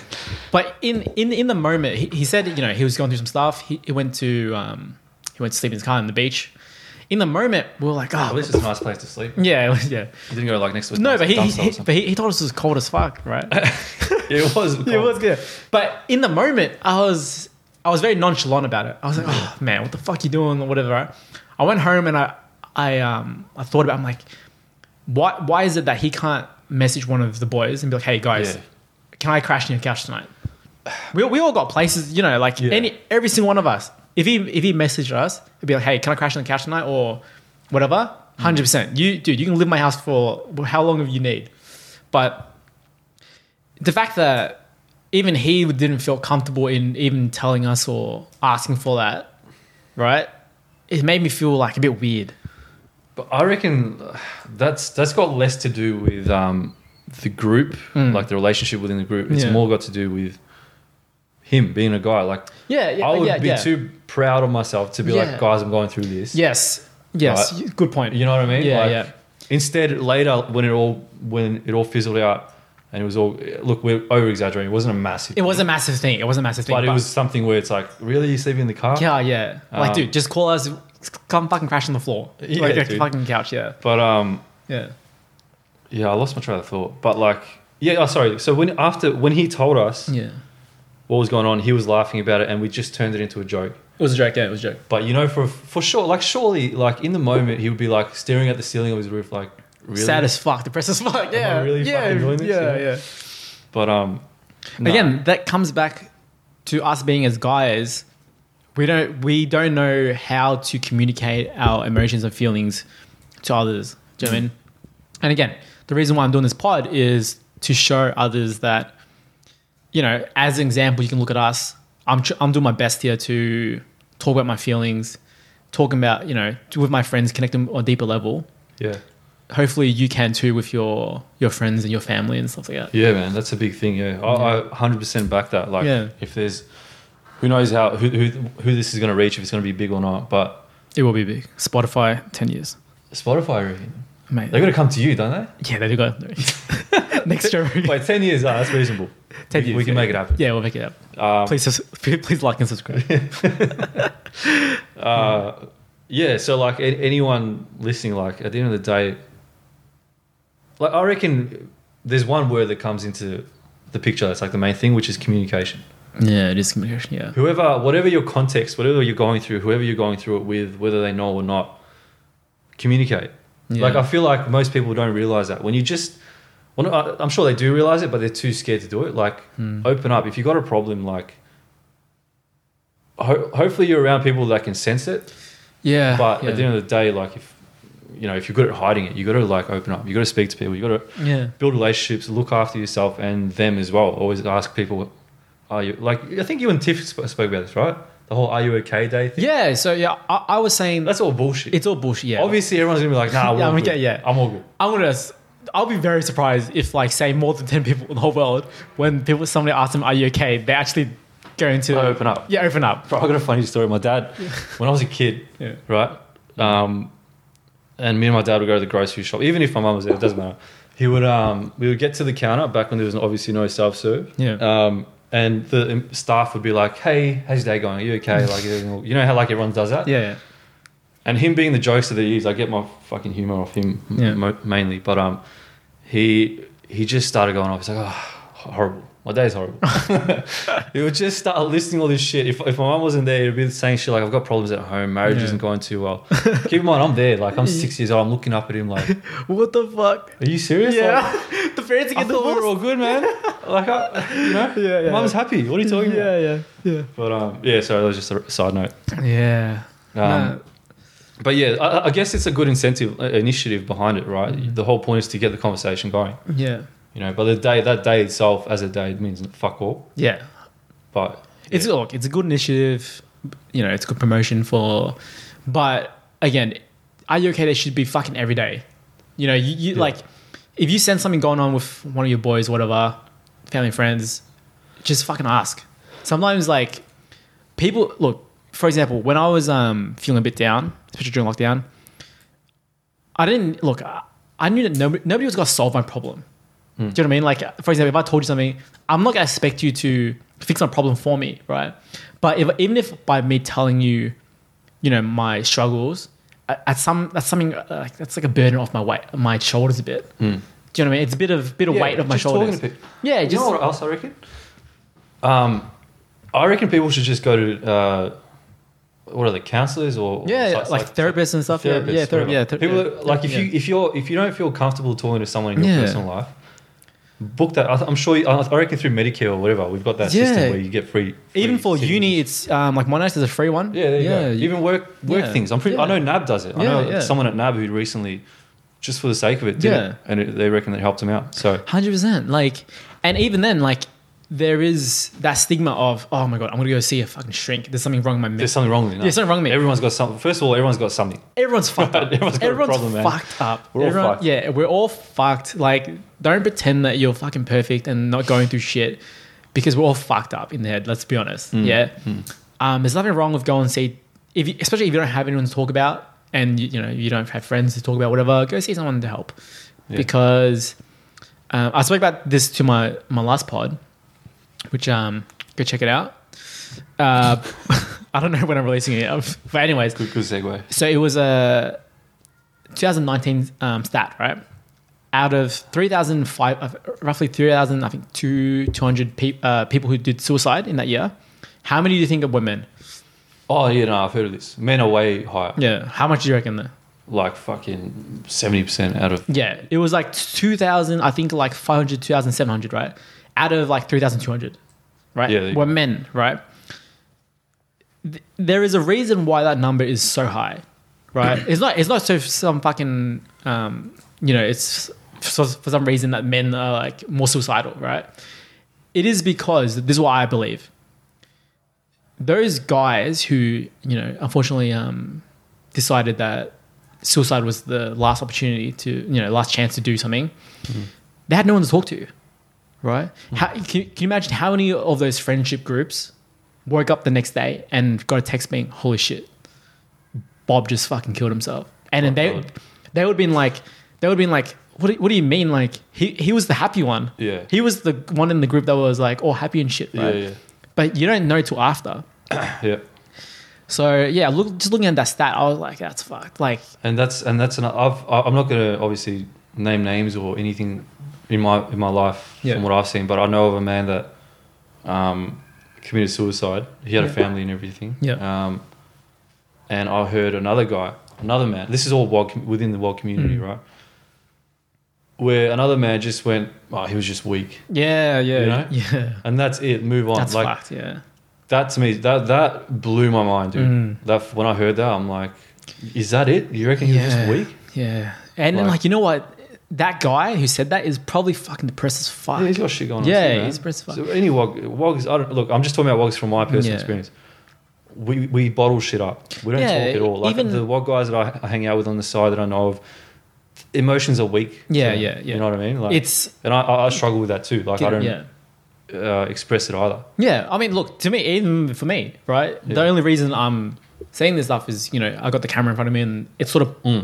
Speaker 1: But in in in the moment, he, he said you know he was going through some stuff. He, he went to um he went to sleep in his car on the beach. In the moment, we were like,
Speaker 2: At
Speaker 1: oh,
Speaker 2: least it's a nice place to sleep. You
Speaker 1: Yeah, it was- yeah.
Speaker 2: didn't go like next to a
Speaker 1: No,
Speaker 2: dump-
Speaker 1: but he,
Speaker 2: dumpster or
Speaker 1: he,
Speaker 2: something.
Speaker 1: but he, he told us it was cold as fuck, right?
Speaker 2: it was cold.
Speaker 1: it was good. But in the moment, I was I was very nonchalant about it. I was like, oh man, what the fuck you doing or whatever. Right? I went home and I I um I thought about. it. I'm like, why why is it that he can't message one of the boys and be like, hey guys,
Speaker 2: Yeah.
Speaker 1: can I crash on your couch tonight? We, we all got places, you know, like
Speaker 2: Yeah.
Speaker 1: any every single one of us. If he if he messaged us, it'd be like, hey, can I crash on the couch tonight or whatever? Hundred percent. You dude, you can live in my house for how long you need. But the fact that even he didn't feel comfortable in even telling us or asking for that, right? It made me feel like a bit weird.
Speaker 2: But I reckon that's that's got less to do with um, the group,
Speaker 1: Mm.
Speaker 2: like the relationship within the group. It's
Speaker 1: Yeah.
Speaker 2: more got to do with him being a guy. Like
Speaker 1: Yeah, yeah,
Speaker 2: I would
Speaker 1: yeah,
Speaker 2: be
Speaker 1: yeah.
Speaker 2: too proud of myself to be
Speaker 1: Yeah.
Speaker 2: like, guys, I'm going through this.
Speaker 1: Yes, yes,
Speaker 2: Right.
Speaker 1: you- good point.
Speaker 2: You know what I mean?
Speaker 1: Yeah,
Speaker 2: like,
Speaker 1: yeah.
Speaker 2: Instead, later when it all when it all fizzled out and it was all look, we're over exaggerating. It wasn't a massive.
Speaker 1: It was a massive thing. It was a massive thing.
Speaker 2: but it was something where it's like, really, you sleeping in the car?
Speaker 1: Yeah, yeah. Like,
Speaker 2: Um,
Speaker 1: dude, just call us. Come fucking crash on the floor.
Speaker 2: Yeah,
Speaker 1: like,
Speaker 2: dude.
Speaker 1: fucking couch. Yeah,
Speaker 2: But um,
Speaker 1: yeah,
Speaker 2: yeah, I lost my train of thought. But like, yeah, oh, sorry. So when after when he told us,
Speaker 1: yeah.
Speaker 2: what was going on. He was laughing about it, and we just turned it into a joke.
Speaker 1: It was a joke. Yeah, it was a joke.
Speaker 2: But you know, for for sure, like surely, like in the moment, he would be like staring at the ceiling of his roof, like really.
Speaker 1: Sad as fuck. Depressed as fuck. Yeah.
Speaker 2: really
Speaker 1: yeah,
Speaker 2: fucking doing this?
Speaker 1: Yeah,
Speaker 2: Yeah.
Speaker 1: yeah.
Speaker 2: But um, no.
Speaker 1: Again, that comes back to us being as guys. We don't we don't know how to communicate our emotions and feelings to others. Do you know what I mean? And again, the reason why I'm doing this pod is to show others that, you know, as an example, you can look at us. I'm, tr- I'm doing my best here to talk about my feelings, talking about, you know, to- with my friends, connecting on a deeper level.
Speaker 2: Yeah.
Speaker 1: Hopefully you can too with your, your friends and your family and stuff like that.
Speaker 2: Yeah, man, that's a big thing. Yeah, I, I 100% back that. Like,
Speaker 1: Yeah.
Speaker 2: if there's, who knows how who who, who this is going to reach, if it's going to be big or not. But
Speaker 1: It will be big. Spotify, 10 years.
Speaker 2: Spotify, I reckon.
Speaker 1: Mate.
Speaker 2: they're going to come to you, don't
Speaker 1: yeah, they do go. Next Joe
Speaker 2: they?
Speaker 1: Rogan.
Speaker 2: Wait, ten years. ah, that's reasonable.
Speaker 1: 10
Speaker 2: we,
Speaker 1: years,
Speaker 2: we can
Speaker 1: yeah.
Speaker 2: make it happen.
Speaker 1: Yeah, we'll make it up.
Speaker 2: Um,
Speaker 1: Please, sus- please like and subscribe.
Speaker 2: uh, yeah. So like a- anyone listening, like at the end of the day, like I reckon there's one word that comes into the picture that's like the main thing, which is communication.
Speaker 1: Yeah, it is communication. Yeah.
Speaker 2: whoever whatever your context whatever you're going through whoever you're going through it with whether they know or not communicate
Speaker 1: Yeah.
Speaker 2: like i feel like most people don't realize that when you just well, I- i'm sure they do realize it but they're too scared to do it like open up if you've got a problem like ho- hopefully you're around people that can sense it
Speaker 1: Yeah.
Speaker 2: but
Speaker 1: yeah.
Speaker 2: at the end of the day like if you know if you're good at hiding it you got to like open up you got to speak to people you got to
Speaker 1: yeah.
Speaker 2: build relationships, look after yourself and them as well. Always ask people, are you like? I think you and Tiff sp- spoke about this, right? The whole "Are you okay?" day thing.
Speaker 1: Yeah. So yeah, I, I was saying
Speaker 2: that's all bullshit.
Speaker 1: it's all bullshit. Yeah.
Speaker 2: Obviously, everyone's gonna be like, "Nah, we're
Speaker 1: Yeah, I'm
Speaker 2: all good.
Speaker 1: okay, yeah.
Speaker 2: I'm all good."
Speaker 1: I'm gonna. s- I'll be very surprised if like say more than ten people in the whole world when people somebody asks them, "Are you okay?" They actually go into
Speaker 2: I open up.
Speaker 1: Yeah, open up.
Speaker 2: Bro, I got a funny story. My dad, when I was a kid,
Speaker 1: Yeah.
Speaker 2: right, um, and me and my dad would go to the grocery shop. Even if my mum was there, it doesn't matter. He would, um, we would get to the counter back when there was obviously no self serve.
Speaker 1: Yeah.
Speaker 2: Um, and the um, staff would be like, "Hey, how's your day going? Are you okay?" Like, you know how like everyone does that.
Speaker 1: Yeah. yeah.
Speaker 2: and him being the jokester that he is, I get my fucking humor off him m-
Speaker 1: Yeah.
Speaker 2: mo- mainly. But um, he he just started going off. He's like, oh, horrible. My day's horrible. he would just start listing all this shit. If, if my mum wasn't there, he'd be saying shit like, I've got problems at home. Marriage
Speaker 1: Yeah.
Speaker 2: isn't going too well. Keep in mind, I'm there. Like, I'm six years old. I'm looking up at him like, are
Speaker 1: What the fuck?
Speaker 2: you serious? Like,
Speaker 1: Yeah. the parents
Speaker 2: I
Speaker 1: get
Speaker 2: thought we were
Speaker 1: the
Speaker 2: all good, man. Like, I, you know,
Speaker 1: Yeah, yeah,
Speaker 2: mum's
Speaker 1: yeah.
Speaker 2: happy. What are you talking about?
Speaker 1: Yeah. Yeah.
Speaker 2: But um, yeah, sorry, that was just a side note.
Speaker 1: Yeah. Yeah.
Speaker 2: Um, But yeah, I, I guess it's a good incentive uh, initiative behind it, right?
Speaker 1: Mm.
Speaker 2: The whole point is to get the conversation going.
Speaker 1: no, yeah.
Speaker 2: You know, but the day that day itself as a day means fuck all.
Speaker 1: Yeah.
Speaker 2: But
Speaker 1: It's look, it's a good initiative. You know, it's good promotion for, but again, are you okay? They should be fucking every day. You know, you, you
Speaker 2: Yeah.
Speaker 1: like if you sense something going on with one of your boys, whatever, family, friends, just fucking ask. Sometimes like people look. For example, when I was um, feeling a bit down, especially during lockdown, I didn't look. I, I knew that nobody, nobody was going to solve my problem. Do you
Speaker 2: Hmm.
Speaker 1: know what I mean? Like, for example, if I told you something, I'm not going to expect you to fix my problem for me, right? But if, even if by me telling you, you know, my struggles, at at some that's something uh, like that's like a burden off my weight, my shoulders a bit. Do you know what I mean? It's a bit of bit of
Speaker 2: Hmm. Yeah,
Speaker 1: weight off my
Speaker 2: just talking
Speaker 1: shoulders.
Speaker 2: to peop-
Speaker 1: yeah,
Speaker 2: you
Speaker 1: just
Speaker 2: know what else I reckon? Um, I reckon people should just go to uh, what are the counselors or or
Speaker 1: yeah,
Speaker 2: psych-
Speaker 1: like,
Speaker 2: psych-
Speaker 1: therapists and stuff. Yeah,
Speaker 2: therapists,
Speaker 1: yeah, therapy,
Speaker 2: whatever.
Speaker 1: yeah. ther-
Speaker 2: people
Speaker 1: yeah,
Speaker 2: that- like if
Speaker 1: yeah.
Speaker 2: you if you're if you don't feel comfortable talking to someone in your
Speaker 1: Yeah.
Speaker 2: personal life, book that. I th- I'm sure. You, I I reckon through Medicare or whatever, we've got that
Speaker 1: Yeah.
Speaker 2: system where you get free. free
Speaker 1: even for
Speaker 2: sitting.
Speaker 1: uni, it's um, like Monash is a free one.
Speaker 2: Yeah, there you go.
Speaker 1: you-
Speaker 2: Even work work
Speaker 1: yeah.
Speaker 2: things. I'm pretty. I
Speaker 1: Yeah.
Speaker 2: know NAB does it. I
Speaker 1: Yeah,
Speaker 2: know
Speaker 1: yeah.
Speaker 2: someone at NAB who recently, just for the sake of it, did
Speaker 1: Yeah.
Speaker 2: it, and it, they reckon that helped him out. So
Speaker 1: Hundred percent. Like, and even then, like, there is that stigma of, oh my god, I'm gonna go see a fucking shrink. There's something wrong with my
Speaker 2: there's
Speaker 1: mental.
Speaker 2: something wrong with me.
Speaker 1: There's something wrong with me.
Speaker 2: Everyone's got something. First of all, everyone's got something.
Speaker 1: Everyone's fucked up.
Speaker 2: Everyone's got a
Speaker 1: Everyone's
Speaker 2: problem, man.
Speaker 1: fucked up.
Speaker 2: We're all
Speaker 1: Everyone-
Speaker 2: fucked.
Speaker 1: Yeah, we're all fucked. Like, don't pretend that you're fucking perfect and not going through shit, because we're all fucked up in the head. Let's be honest.
Speaker 2: Mm,
Speaker 1: Yeah. Um, there's nothing wrong with going and see, if you, especially if you don't have anyone to talk about, and you, you know you don't have friends to talk about, whatever. Go see someone to help,
Speaker 2: Yeah.
Speaker 1: because um, I spoke about this to my my last pod, which um go check it out. Uh, I don't know when I'm releasing it, but anyways,
Speaker 2: Good, good segue.
Speaker 1: so it was a 2019 um, stat, right? Out of 3,005, uh, roughly 3,000, I think two, 200 pe- uh, people who did suicide in that year, how many do you think are women?
Speaker 2: Oh yeah, no, I've heard of this. Men are way higher.
Speaker 1: Yeah. How much do you reckon there?
Speaker 2: Like fucking seventy percent out of.
Speaker 1: Yeah. It was like 2,000, I think like 500, 2,700, right? Out of like 3,200, right?
Speaker 2: Yeah, there you
Speaker 1: Were
Speaker 2: go.
Speaker 1: men, right? Th- There is a reason why that number is so high, right? it's not. It's not so some fucking um, you know, it's for, for some reason that men are like more suicidal, right? It is because this is what I believe. Those guys who, you know, unfortunately um, decided that suicide was the last opportunity to, you know, last chance to do something,
Speaker 2: Mm-hmm.
Speaker 1: they had no one to talk to, right? How, can, can you imagine how many of those friendship groups woke up the next day and got a text being, holy shit, Bob just fucking killed himself. And then they,
Speaker 2: Oh, God.
Speaker 1: they would have been like, they would have been like, what do, what do you mean? Like he, he was the happy one.
Speaker 2: Yeah.
Speaker 1: He was the one in the group that was like all happy and shit. Right?
Speaker 2: Yeah,
Speaker 1: But you don't know till after.
Speaker 2: yeah.
Speaker 1: So yeah, look, just looking at that stat, I was like, that's fucked. Like
Speaker 2: and that's and that's an I've, I- I'm not going to obviously name names or anything in my in my life
Speaker 1: Yeah.
Speaker 2: from what I've seen, but I know of a man that um, committed suicide. He had a
Speaker 1: Yeah.
Speaker 2: family and everything.
Speaker 1: Yeah.
Speaker 2: Um, and I heard another guy, another man. This is all wild, com- within the wild community,
Speaker 1: Mm.
Speaker 2: right? Where another man just went, oh, he was just weak,
Speaker 1: yeah, yeah,
Speaker 2: You know?
Speaker 1: yeah.
Speaker 2: and that's it. Move on.
Speaker 1: That's
Speaker 2: like
Speaker 1: fucked. Yeah.
Speaker 2: that to me, that that blew my mind, dude.
Speaker 1: Mm.
Speaker 2: That when I heard that, I'm like, is that it? You reckon he was just
Speaker 1: Yeah.
Speaker 2: weak?
Speaker 1: Yeah. And then,
Speaker 2: Like-
Speaker 1: like, you know what? That guy who said that is probably fucking depressed as fuck.
Speaker 2: Yeah, Ah, he's got shit going on.
Speaker 1: Yeah,
Speaker 2: too, man.
Speaker 1: he's depressed as fuck.
Speaker 2: So any wog, wogs, I don't, look, I'm just talking about wogs from my personal
Speaker 1: Yeah.
Speaker 2: experience. We, we bottle shit up. We don't
Speaker 1: Yeah,
Speaker 2: talk at all. Like
Speaker 1: even-
Speaker 2: the wog guys that I, I hang out with on the side that I know of, emotions are weak. to
Speaker 1: Yeah,
Speaker 2: them.
Speaker 1: yeah, yeah.
Speaker 2: You know what I mean? Like,
Speaker 1: It's
Speaker 2: and I, I I struggle with that too. Like I don't
Speaker 1: yeah.
Speaker 2: uh, express it either.
Speaker 1: Yeah, I mean, look to me, even for me, right? The
Speaker 2: Yeah.
Speaker 1: only reason I'm saying this stuff is, you know, I got the camera in front of me, and it's sort of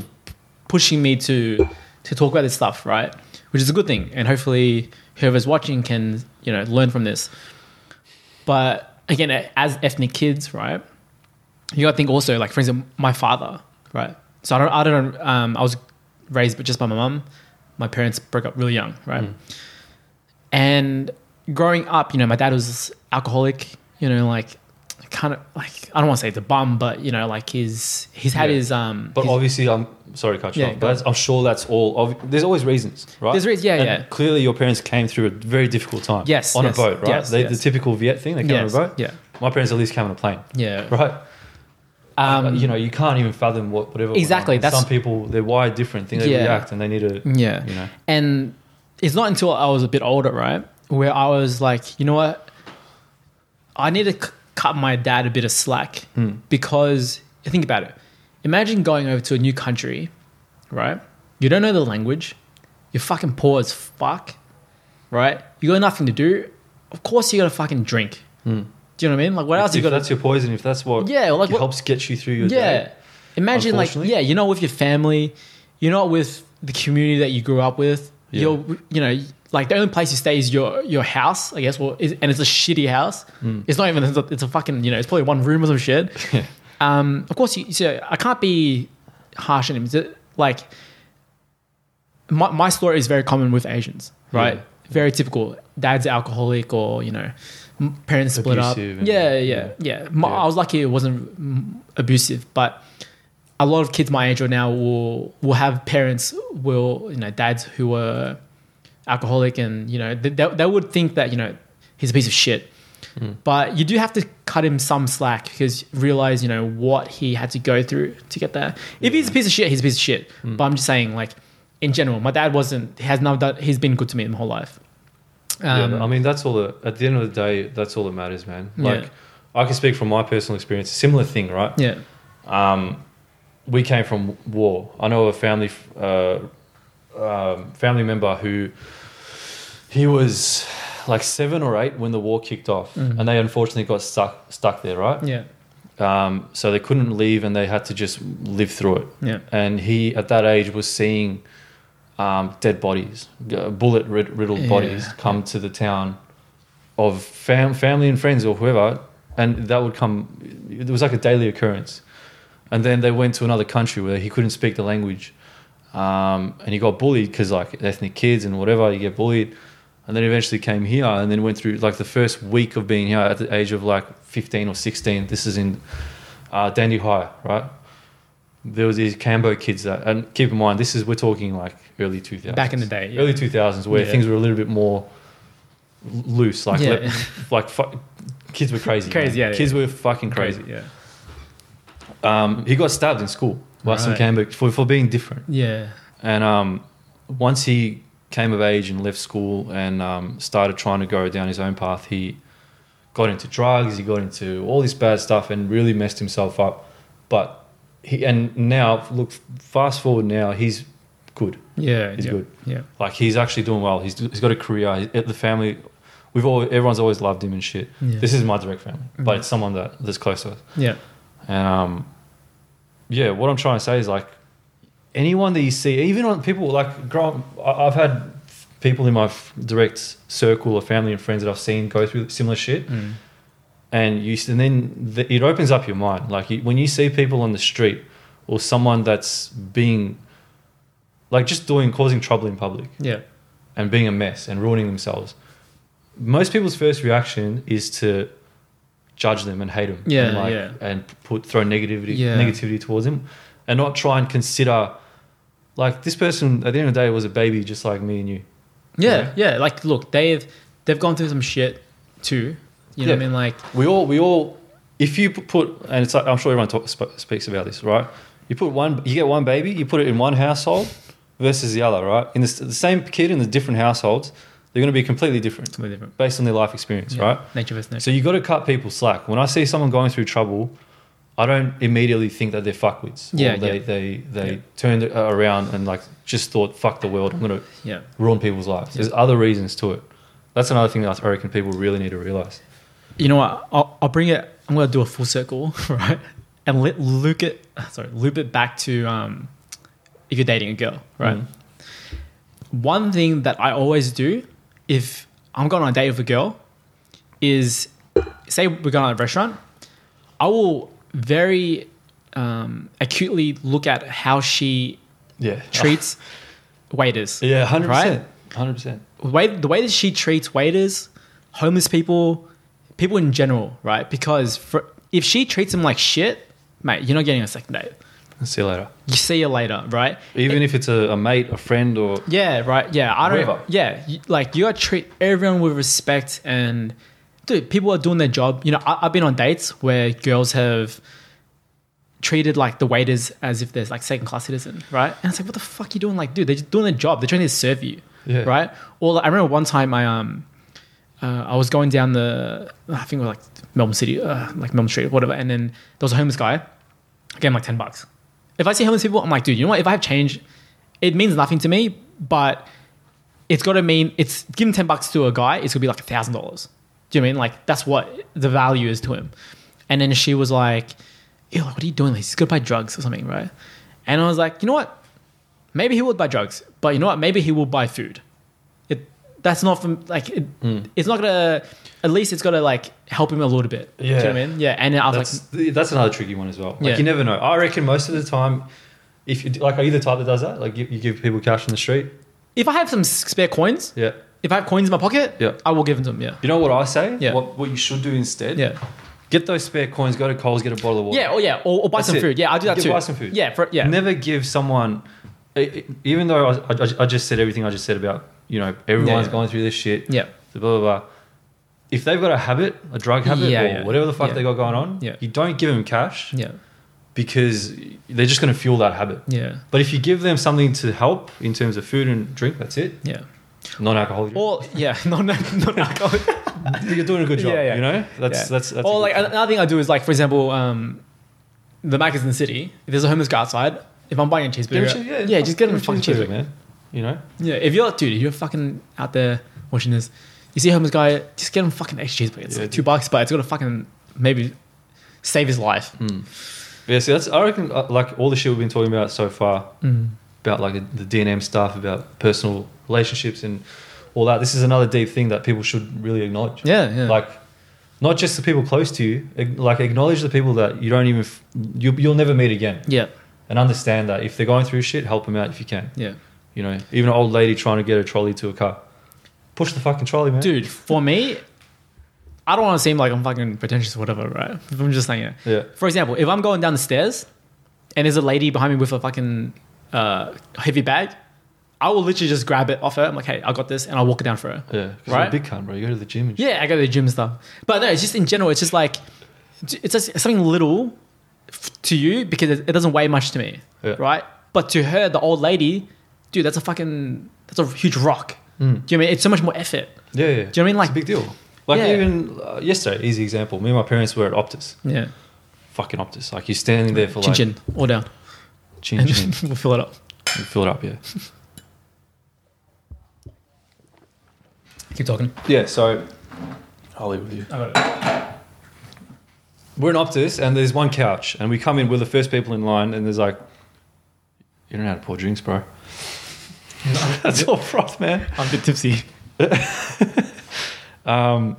Speaker 1: pushing me to to talk about this stuff, right? Which is a good thing, and hopefully, whoever's watching can, you know, learn from this. But again, as ethnic kids, right? You got to think also, like for example, my father, right? So I don't, I don't, um, I was raised, but just by my mum. My parents broke up really young, right?
Speaker 2: Mm.
Speaker 1: And growing up, you know, my dad was alcoholic, you know, like kind of like I don't want to say it's a bum, but you know, like he's he's had
Speaker 2: Yeah.
Speaker 1: his um
Speaker 2: But
Speaker 1: his-
Speaker 2: obviously, I'm sorry, to cut you
Speaker 1: Yeah,
Speaker 2: off.
Speaker 1: go
Speaker 2: But
Speaker 1: on.
Speaker 2: that's- I'm sure that's all. Obvi- there's always reasons, right?
Speaker 1: There's reas- yeah,
Speaker 2: And
Speaker 1: yeah.
Speaker 2: Clearly, your parents came through a very difficult time.
Speaker 1: Yes,
Speaker 2: on
Speaker 1: yes,
Speaker 2: a boat, right?
Speaker 1: yes,
Speaker 2: they,
Speaker 1: yes.
Speaker 2: The typical Viet thing. They came
Speaker 1: Yes,
Speaker 2: on a boat.
Speaker 1: yeah.
Speaker 2: My parents at least came on a plane.
Speaker 1: yeah.
Speaker 2: Right. uh,
Speaker 1: Um,
Speaker 2: you know, you can't even fathom what whatever. went
Speaker 1: Exactly,
Speaker 2: on.
Speaker 1: that's-
Speaker 2: some people they're wired different. Think they
Speaker 1: Yeah. Mm.
Speaker 2: react and they need to.
Speaker 1: Yeah.
Speaker 2: You know.
Speaker 1: And it's not until I was a bit older, right? Where I was like, you know what? I need to c- cut my dad a bit of slack
Speaker 2: Hmm.
Speaker 1: because think about it. Imagine going over to a new country, right? You don't know the language. You're fucking poor as fuck, right? You got nothing to do. Of course, you got to fucking drink.
Speaker 2: Hmm.
Speaker 1: Do you know what I mean? Like, what else
Speaker 2: If
Speaker 1: you got
Speaker 2: that's your poison, if that's what
Speaker 1: Yeah, like what-
Speaker 2: helps get you through your
Speaker 1: yeah.
Speaker 2: day.
Speaker 1: Imagine like
Speaker 2: unfortunately.
Speaker 1: yeah, you're not with your family, you're not with the community that you grew up with.
Speaker 2: Yeah.
Speaker 1: You're you know like the only place you stay is your your house, I guess. Well, is, and it's a shitty house.
Speaker 2: Hmm.
Speaker 1: It's not even it's a, it's a fucking you know it's probably one room or some shit. um, of course you so I can't be harsh on him. Is it- Like my my story is very common with Asians, right?
Speaker 2: Yeah.
Speaker 1: Very typical. Dad's alcoholic or you know m- parents split up.
Speaker 2: Abusive
Speaker 1: Yeah,
Speaker 2: and-
Speaker 1: yeah,
Speaker 2: yeah.
Speaker 1: yeah. yeah. My,
Speaker 2: Yeah.
Speaker 1: I was lucky it wasn't mm, abusive, but a lot of kids my age right now will will have parents will you know dads who were alcoholic and you know they, they, they would think that you know he's a piece of shit
Speaker 2: Hmm.
Speaker 1: but you do have to cut him some slack because realize you know what he had to go through to get there if he's a piece of shit he's a piece of shit
Speaker 2: Hmm.
Speaker 1: but i'm just saying like in general my dad wasn't he has not done he's been good to me my whole life
Speaker 2: Yeah,
Speaker 1: um,
Speaker 2: but I mean, that's all. That, at the end of the day, that's all that matters, man. Like,
Speaker 1: Yeah.
Speaker 2: I can speak from my personal experience. A similar thing, right?
Speaker 1: yeah
Speaker 2: we came from war. I know a family uh, um, family member who he was like seven or eight when the war kicked off,
Speaker 1: Mm-hmm.
Speaker 2: and they unfortunately got stuck stuck there, right?
Speaker 1: yeah
Speaker 2: Um, so they couldn't leave, and they had to just live through it.
Speaker 1: Yeah.
Speaker 2: And he, at that age, was seeing um, dead bodies, uh, bullet rid- riddled
Speaker 1: Yeah.
Speaker 2: bodies, come to the town of fam- family and friends or whoever, and that would come. It was like a daily occurrence. And then they went to another country where he couldn't speak the language, um, and he got bullied because like ethnic kids and whatever, you get bullied. And then eventually came here, and then went through like the first week of being here at the age of like fifteen or sixteen. This is in uh, Dandy High, right? There was these Cambo kids that, and keep in mind, this is we're talking like early two thousands,
Speaker 1: back in the day yeah.
Speaker 2: early two thousands, where
Speaker 1: Yeah.
Speaker 2: things were a little bit more loose, like
Speaker 1: Yeah.
Speaker 2: let- like fu- kids were crazy,
Speaker 1: Crazy,
Speaker 2: man.
Speaker 1: yeah,
Speaker 2: kids were fucking crazy.
Speaker 1: yeah
Speaker 2: Um, he got stabbed in school by some
Speaker 1: Right.
Speaker 2: Cambo for, for being different,
Speaker 1: yeah
Speaker 2: and um, once he came of age and left school and um, started trying to go down his own path, he got into drugs, he got into all this bad stuff and really messed himself up. But he, and now, look, fast forward now, he's good.
Speaker 1: Yeah,
Speaker 2: He's
Speaker 1: yeah,
Speaker 2: good.
Speaker 1: Yeah,
Speaker 2: Like he's actually doing well. He's, he's got a career. He, the family, we've all, everyone's always loved him and shit.
Speaker 1: Yeah.
Speaker 2: This is my direct family, but
Speaker 1: Mhm.
Speaker 2: it's someone that, that's close to us.
Speaker 1: yeah,
Speaker 2: And um, yeah, what I'm trying to say is like anyone that you see, even on people like grow, I- I've had people in my f- direct circle of family and friends that I've seen go through similar shit,
Speaker 1: Mm.
Speaker 2: and you s- and then the, it opens up your mind. Like you, when you see people on the street or someone that's being like just doing causing trouble in public
Speaker 1: yeah,
Speaker 2: and being a mess and ruining themselves. Most people's first reaction is to judge them and hate them,
Speaker 1: Yeah,
Speaker 2: and
Speaker 1: yeah.
Speaker 2: and put throw negativity
Speaker 1: Yeah.
Speaker 2: negativity towards them, and not try and consider like this person at the end of the day was a baby just like me and you.
Speaker 1: yeah, yeah. Like, look, they've they've gone through some shit too. You know what I
Speaker 2: Yeah.
Speaker 1: mean? Like,
Speaker 2: We all we all if you p- put and it's like, I'm sure everyone talk, sp- speaks about this, right? You put one you get one baby, you put it in one household versus the other, right? In the, s- the same kid in the different households, they're going to be completely different
Speaker 1: completely different.
Speaker 2: based on their life experience,
Speaker 1: Yeah.
Speaker 2: right?
Speaker 1: Nature versus nature.
Speaker 2: So you got to cut people slack. When I see someone going through trouble, I don't immediately think that they're fuckwits.
Speaker 1: Yeah,
Speaker 2: or they
Speaker 1: yeah.
Speaker 2: they they
Speaker 1: Yeah.
Speaker 2: turned it around and like just thought, fuck the world. I'm gonna
Speaker 1: yeah,
Speaker 2: ruin people's lives. There's other reasons to it. That's another thing that I reckon people really need to realize.
Speaker 1: you know what? I'll, I'll bring it. I'm gonna do a full circle, right? And li- loop it. Sorry, loop it back to um, if you're dating a girl, right?
Speaker 2: Mhm.
Speaker 1: One thing that I always do if I'm going on a date with a girl is say we're going to a restaurant, I will very um, acutely look at how she
Speaker 2: Yeah,
Speaker 1: treats waiters.
Speaker 2: yeah, hundred
Speaker 1: Right?
Speaker 2: percent, hundred percent.
Speaker 1: The way the way that she treats waiters, homeless people, people in general, right? Because for, if she treats them like shit, mate, you're not getting a second date.
Speaker 2: See you later.
Speaker 1: You see you later, right?
Speaker 2: Even if it's a, a mate, a friend, or
Speaker 1: Yeah, right. Yeah, I don't.
Speaker 2: Whoever.
Speaker 1: Yeah, you, like you gotta treat everyone with respect and, dude, people are doing their job. You know, I, I've been on dates where girls have treated like the waiters as if they're like second class citizen, right? And it's like, what the fuck you doing? Like, dude, they're just doing their job. They're trying to serve you,
Speaker 2: Yeah.
Speaker 1: right? Or like, I remember one time I um, uh, I was going down the, I think it was like Melbourne City, uh, like Melbourne Street, whatever, and then there was a homeless guy. I gave him like ten bucks. If I see homeless people, I'm like, dude, you know what? If I have change, it means nothing to me, but it's got to mean it's give him 10 bucks to a guy, it's gonna be like a thousand dollars. Do you know what I mean? Like that's what the value is to him. And then she was like, Ew, like, what are you doing? Like, he's gonna buy drugs or something, right? And I was like, you know what? Maybe he will buy drugs, but you know what? Maybe he will buy food. It that's not from like it,
Speaker 2: Hmm.
Speaker 1: it's not gonna at least it's gonna like help him a little bit. Do you know what I
Speaker 2: Yeah.
Speaker 1: mean? Yeah. And then I was
Speaker 2: that's
Speaker 1: like,
Speaker 2: that's another tricky one as well. Like
Speaker 1: Yeah.
Speaker 2: you never know. I reckon most of the time, if you like, are you the type that does that? Like you, you give people cash on the street?
Speaker 1: if I have some spare coins,
Speaker 2: Yeah.
Speaker 1: if I have coins in my pocket,
Speaker 2: Yeah.
Speaker 1: I will give them to him. Yeah.
Speaker 2: You know what I say?
Speaker 1: Yeah.
Speaker 2: What, what you should do instead?
Speaker 1: Yeah.
Speaker 2: Get those spare coins, go to Coles, get a bottle of water.
Speaker 1: Yeah, or yeah, or, or buy
Speaker 2: That's
Speaker 1: some
Speaker 2: it.
Speaker 1: food. Yeah, I do that
Speaker 2: Yeah,
Speaker 1: too.
Speaker 2: buy some food.
Speaker 1: Yeah, for, yeah,
Speaker 2: Never give someone, e- e- even though I, I, I just said everything I just said about, you know, everyone's
Speaker 1: yeah.
Speaker 2: going through this shit,
Speaker 1: yeah,
Speaker 2: blah, blah, blah. If they've got a habit, a drug habit,
Speaker 1: Yeah,
Speaker 2: or
Speaker 1: yeah.
Speaker 2: whatever the fuck
Speaker 1: Yeah.
Speaker 2: they got going on,
Speaker 1: Yeah.
Speaker 2: you don't give them cash
Speaker 1: yeah,
Speaker 2: because they're just going to fuel that habit.
Speaker 1: yeah,
Speaker 2: But if you give them something to help in terms of food and drink, that's it.
Speaker 1: yeah.
Speaker 2: Non alcoholic.
Speaker 1: Or yeah, no, no, no, alcohol.
Speaker 2: You're doing a good job,
Speaker 1: Yeah, yeah.
Speaker 2: you know? That's, that's, that's,
Speaker 1: or
Speaker 2: a
Speaker 1: like
Speaker 2: good-
Speaker 1: another thing I do is like, for example, um, the Mac is in the city. If there's a homeless guy outside, if I'm buying a
Speaker 2: Give
Speaker 1: cheeseburger,
Speaker 2: a shit,
Speaker 1: yeah, just get him a fucking cheeseburger.
Speaker 2: man. You know?
Speaker 1: Yeah, if you're dude, if you're fucking out there watching this, you see a homeless guy, just get him a fucking extra cheeseburger. It's
Speaker 2: Yeah,
Speaker 1: like two
Speaker 2: dude.
Speaker 1: bucks, but it's gonna fucking maybe save his life.
Speaker 2: Mm. Yeah, see, that's, I reckon, uh, like, all the shit we've been talking about so far,
Speaker 1: Mm.
Speaker 2: about, like, the DNM stuff, about personal relationships and all that, this is another deep thing that people should really acknowledge.
Speaker 1: Yeah, yeah,
Speaker 2: Like, not just the people close to you, ag- like, acknowledge the people that you don't even, f- you, you'll never meet again.
Speaker 1: yeah,
Speaker 2: And understand that if they're going through shit, help them out if you can.
Speaker 1: yeah.
Speaker 2: You know, even an old lady trying to get a trolley to a car. Push the fucking trolley, man.
Speaker 1: dude for me i don't want to seem like i'm fucking pretentious or whatever right If i'm just saying it
Speaker 2: Yeah.
Speaker 1: for example if i'm going down the stairs and there's a lady behind me with a fucking uh, heavy bag i will literally just grab it off her i'm like hey i got this and i'll walk it down for her
Speaker 2: Yeah. 'cause You're a
Speaker 1: Right?
Speaker 2: big cunt, bro. You go to the gym and shit.
Speaker 1: yeah i go to the gym and stuff but no it's just in general it's just like it's just something little f- to you because it it doesn't weigh much to me
Speaker 2: Yeah.
Speaker 1: right but to her the old lady dude, that's a fucking that's a huge rock.
Speaker 2: Mm.
Speaker 1: Do you know what I mean? It's so much more effort.
Speaker 2: Yeah,
Speaker 1: Do
Speaker 2: yeah.
Speaker 1: you know what I mean?
Speaker 2: It's
Speaker 1: Like
Speaker 2: a big deal. Like
Speaker 1: Yeah.
Speaker 2: even uh, yesterday, easy example. Me and my parents were at Optus.
Speaker 1: yeah,
Speaker 2: Fucking Optus. Like you're standing there for
Speaker 1: chin
Speaker 2: like
Speaker 1: chin all down,
Speaker 2: chin
Speaker 1: and
Speaker 2: chin.
Speaker 1: we'll fill it up.
Speaker 2: You fill it up, yeah.
Speaker 1: Keep talking.
Speaker 2: Yeah, so I'll leave with you.
Speaker 1: I got it.
Speaker 2: We're in Optus and there's one couch and we come in, we're the first people in line and there's like, you don't know how to pour drinks, bro. That's all froth, man.
Speaker 1: I'm a bit tipsy.
Speaker 2: Um,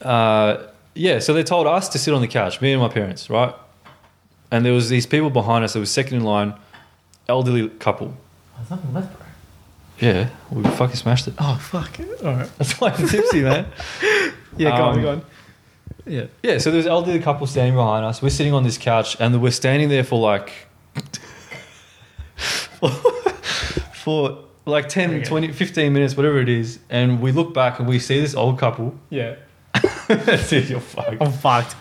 Speaker 2: uh, yeah, so they told us to sit on the couch, me and my parents, right? And there was these people behind us. There was second in line, elderly couple.
Speaker 1: There's nothing left, bro.
Speaker 2: Yeah, we fucking smashed it.
Speaker 1: Oh fuck! All right.
Speaker 2: That's why I'm tipsy, man.
Speaker 1: Yeah, go on,
Speaker 2: Um,
Speaker 1: go on. Yeah.
Speaker 2: Yeah, so there's elderly couple standing behind us. We're sitting on this couch, and we're standing there for like for like 10,
Speaker 1: Okay.
Speaker 2: 20, 15 minutes, whatever it is. And we look back and we see this old couple.
Speaker 1: Yeah.
Speaker 2: Dude, you're fucked.
Speaker 1: I'm fucked.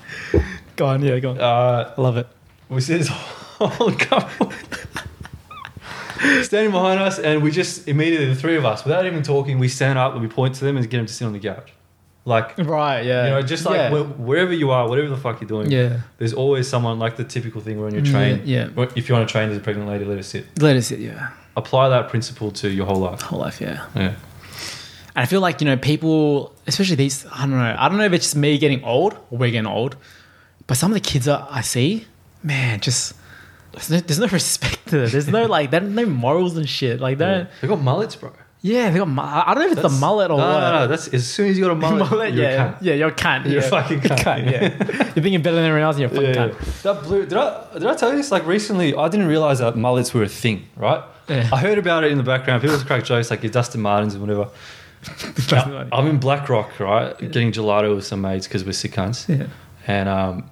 Speaker 1: Go on, yeah, go on.
Speaker 2: Uh,
Speaker 1: I love it.
Speaker 2: We see this whole couple standing behind us, and we just immediately, the three of us, without even talking, we stand up and we point to them and get them to sit on the couch. Like, you
Speaker 1: Right, yeah.
Speaker 2: know, just like
Speaker 1: yeah.
Speaker 2: wh- wherever you are, whatever the fuck you're doing,
Speaker 1: yeah.
Speaker 2: there's always someone like the typical thing when you're
Speaker 1: Mm,
Speaker 2: trained.
Speaker 1: yeah.
Speaker 2: Well, If you're on a train, there's a pregnant lady, let her sit.
Speaker 1: Let us sit, yeah.
Speaker 2: Apply that principle to your whole life.
Speaker 1: Whole life, yeah.
Speaker 2: Yeah.
Speaker 1: And I feel like, you know, people, especially these, I don't know, I don't know if it's just me getting old or we're getting old, but some of the kids that I see, man, just, there's no, there's no respect to them. There's no, like, there's no morals and shit. Like, they
Speaker 2: yeah.
Speaker 1: don't,
Speaker 2: They got mullets, bro.
Speaker 1: yeah, they got, mu- I I don't know if it's the
Speaker 2: That's-
Speaker 1: mullet or
Speaker 2: no,
Speaker 1: what.
Speaker 2: no, no. That's as soon as you got a mullet,
Speaker 1: mullet,
Speaker 2: you're a
Speaker 1: yeah.
Speaker 2: cunt.
Speaker 1: yeah, you're a cunt.
Speaker 2: You're a
Speaker 1: yeah.
Speaker 2: fucking cunt.
Speaker 1: yeah. You're thinking better than everyone else, and you're a fucking
Speaker 2: Yeah.
Speaker 1: cunt.
Speaker 2: That blue. Did I did I tell you this? Like recently, I didn't realize that mullets were a thing. Right.
Speaker 1: Yeah.
Speaker 2: I heard about it in the background. People just crack jokes like your Dustin Martins and whatever. Now, I'm in Blackrock, right, getting gelato with some mates because we're sick cunts.
Speaker 1: Yeah.
Speaker 2: And um,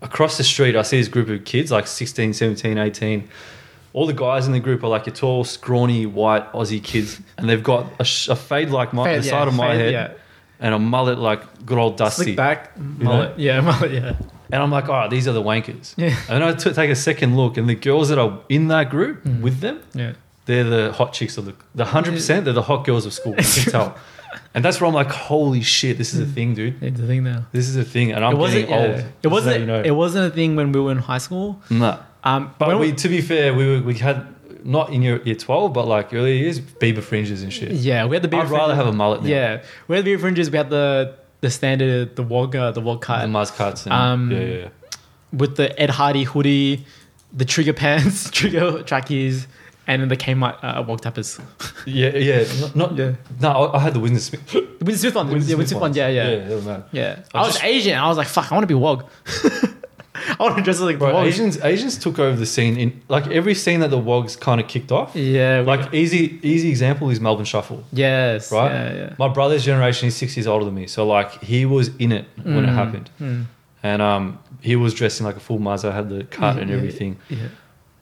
Speaker 2: across the street, I see this group of kids, like 16, 17, 18. All the guys in the group are like your tall, scrawny, white Aussie kids, and they've got a, sh- a fade like my
Speaker 1: Fade,
Speaker 2: the
Speaker 1: yeah,
Speaker 2: side of my
Speaker 1: fade,
Speaker 2: head,
Speaker 1: yeah.
Speaker 2: and a mullet like good old Dusty.
Speaker 1: Slick back, mullet. Yeah, mullet, yeah.
Speaker 2: And I'm like, all right, these are the wankers.
Speaker 1: Yeah.
Speaker 2: And I took take a second look, and the girls that are in that group
Speaker 1: Mm.
Speaker 2: with them,
Speaker 1: Yeah.
Speaker 2: they're the hot chicks of the the hundred percent. They're the hot girls of school. You can tell. And that's where I'm like, holy shit, this is a thing, dude.
Speaker 1: It's the thing now.
Speaker 2: This is a thing, and I'm
Speaker 1: Mm. it wasn't
Speaker 2: getting
Speaker 1: yeah.
Speaker 2: old.
Speaker 1: It
Speaker 2: Just
Speaker 1: wasn't.
Speaker 2: so you know.
Speaker 1: It wasn't a thing when we were in high school.
Speaker 2: Nah.
Speaker 1: Um,
Speaker 2: But
Speaker 1: when
Speaker 2: we, to be fair, we were, we had not in year, year twelve, but like early years, Bieber fringes and shit.
Speaker 1: yeah, we had the.
Speaker 2: I'd rather have a mullet. Now,
Speaker 1: Yeah, we had the beer fringes. We had the the standard the wog uh, the wog
Speaker 2: The
Speaker 1: cut
Speaker 2: Muzz cuts. And,
Speaker 1: Um,
Speaker 2: yeah, yeah, yeah. Mm.
Speaker 1: with the Ed Hardy hoodie, the trigger pants, trigger trackies, and then the Kmart uh, wog tappers.
Speaker 2: Yeah, yeah. Not, not
Speaker 1: Yeah.
Speaker 2: No, I, I had the Winston Smith.
Speaker 1: The Winston Smith one.
Speaker 2: Winston
Speaker 1: yeah, Winston Smith one.
Speaker 2: ones.
Speaker 1: Yeah, yeah,
Speaker 2: Yeah,
Speaker 1: yeah.
Speaker 2: they were mad. I
Speaker 1: I, was
Speaker 2: just-
Speaker 1: Asian. I was like, fuck, I want to be wog. I want to dress like the
Speaker 2: Bro,
Speaker 1: wog.
Speaker 2: Asians Asians took over the scene in like every scene that the Wogs kind of kicked off.
Speaker 1: Yeah, we-
Speaker 2: Like easy easy example is Melbourne Shuffle,
Speaker 1: yes,
Speaker 2: right?
Speaker 1: Yeah, yeah.
Speaker 2: My brother's generation is six years older than me, so like he was in it when it
Speaker 1: Mm.
Speaker 2: happened, and um he was dressing like a full muzza, had the cut and
Speaker 1: Yeah,
Speaker 2: everything,
Speaker 1: Yeah,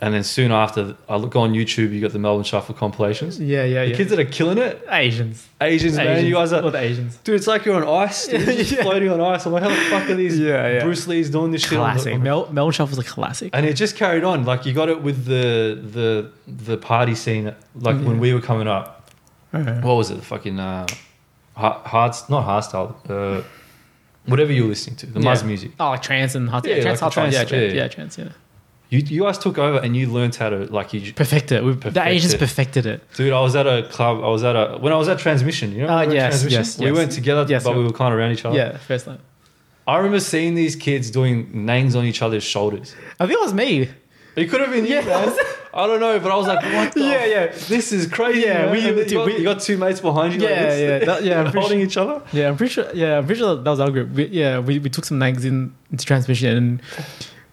Speaker 2: and then soon after I look on YouTube, you got the Melbourne Shuffle compilations.
Speaker 1: yeah, yeah.
Speaker 2: The
Speaker 1: yeah.
Speaker 2: kids that are killing it,
Speaker 1: Asians.
Speaker 2: Asians, man,
Speaker 1: Asians.
Speaker 2: you guys
Speaker 1: All
Speaker 2: are.
Speaker 1: the Asians.
Speaker 2: Dude, it's like you're on ice, dude. You're just
Speaker 1: Yeah.
Speaker 2: floating on ice. I'm like, how the fuck are these
Speaker 1: Yeah, yeah.
Speaker 2: Bruce Lee's doing this shit? on the-
Speaker 1: Classic.
Speaker 2: on the
Speaker 1: Mel Mel Shuffle's a classic.
Speaker 2: and it just carried on. Like you got it with the the the party scene. Like when we were coming up, what was it? The fucking uh, hard, hard not hardstyle. Uh, whatever you were listening to, the Muzz music.
Speaker 1: Oh, like trance and hot. Yeah,
Speaker 2: Yeah,
Speaker 1: trance,
Speaker 2: like
Speaker 1: hot.
Speaker 2: trance,
Speaker 1: Yeah, trance,
Speaker 2: yeah.
Speaker 1: yeah, trance. Yeah,
Speaker 2: You you guys took over and you learned how to like you.
Speaker 1: perfect it. We, the
Speaker 2: Perfect
Speaker 1: Asians
Speaker 2: it.
Speaker 1: perfected it.
Speaker 2: Dude, I was at a club. I was at a when I was at Transmission. You know,
Speaker 1: Oh,
Speaker 2: remember
Speaker 1: yes,
Speaker 2: Transmission?
Speaker 1: yes,
Speaker 2: We
Speaker 1: yes.
Speaker 2: weren't together,
Speaker 1: Yes,
Speaker 2: but
Speaker 1: we
Speaker 2: we
Speaker 1: were.
Speaker 2: were kind of around each other.
Speaker 1: Yeah, first time.
Speaker 2: I remember seeing these kids doing names on each other's shoulders.
Speaker 1: I think it was me.
Speaker 2: It could have been you,
Speaker 1: Yeah.
Speaker 2: man. I don't know, but I was like, what the
Speaker 1: Yeah,
Speaker 2: f-
Speaker 1: yeah.
Speaker 2: This is crazy.
Speaker 1: Yeah,
Speaker 2: man.
Speaker 1: we-
Speaker 2: And then
Speaker 1: dude,
Speaker 2: you, got,
Speaker 1: we-
Speaker 2: you got two mates behind you. like
Speaker 1: Yeah,
Speaker 2: this,
Speaker 1: yeah, that- yeah, I'm pretty
Speaker 2: holding each other.
Speaker 1: Yeah, I'm pretty sure. Yeah, I'm pretty sure that was our group. We, yeah, we, we took some nags in into transmission and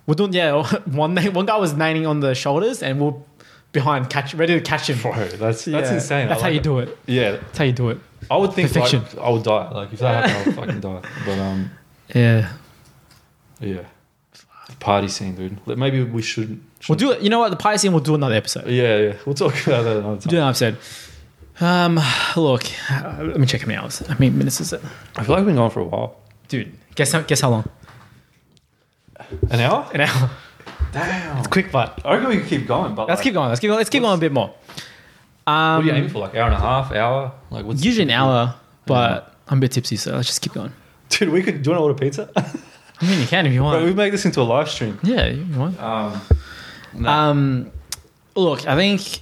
Speaker 1: we're doing. Yeah, one nag- one guy was nagging on the shoulders and we're behind catch, ready to catch him.
Speaker 2: Bro, that's that's
Speaker 1: Yeah,
Speaker 2: insane.
Speaker 1: That's how you do it.
Speaker 2: Yeah,
Speaker 1: That's how you do it.
Speaker 2: I would think like,
Speaker 1: Perfection.
Speaker 2: I would die. Like if that happened, I would fucking die. But um,
Speaker 1: Yeah.
Speaker 2: yeah, party scene, dude. Like, Maybe we shouldn't.
Speaker 1: We'll
Speaker 2: shouldn't-
Speaker 1: do it. You know what? The pie scene. We'll do another episode.
Speaker 2: Yeah, yeah. We'll talk about that another time.
Speaker 1: Do another episode. Um, look, uh, let me check how many hours. How many minutes is it?
Speaker 2: I feel like we've been gone for a while.
Speaker 1: Dude, guess how, guess how long?
Speaker 2: An hour?
Speaker 1: An hour.
Speaker 2: Damn.
Speaker 1: Quick butt.
Speaker 2: I reckon we can keep going, but
Speaker 1: Let's
Speaker 2: like,
Speaker 1: keep going. Let's keep going. Let's keep going a bit more. Um,
Speaker 2: What are you aiming for? Like hour and a half, hour? Like what's
Speaker 1: Usually an hour, but I'm a bit tipsy, so let's just keep going.
Speaker 2: Dude, we could do an order pizza.
Speaker 1: I mean, you can if you
Speaker 2: Bro,
Speaker 1: want.
Speaker 2: we make this into a live stream.
Speaker 1: Yeah, you want.
Speaker 2: Um, no.
Speaker 1: Um, look, I think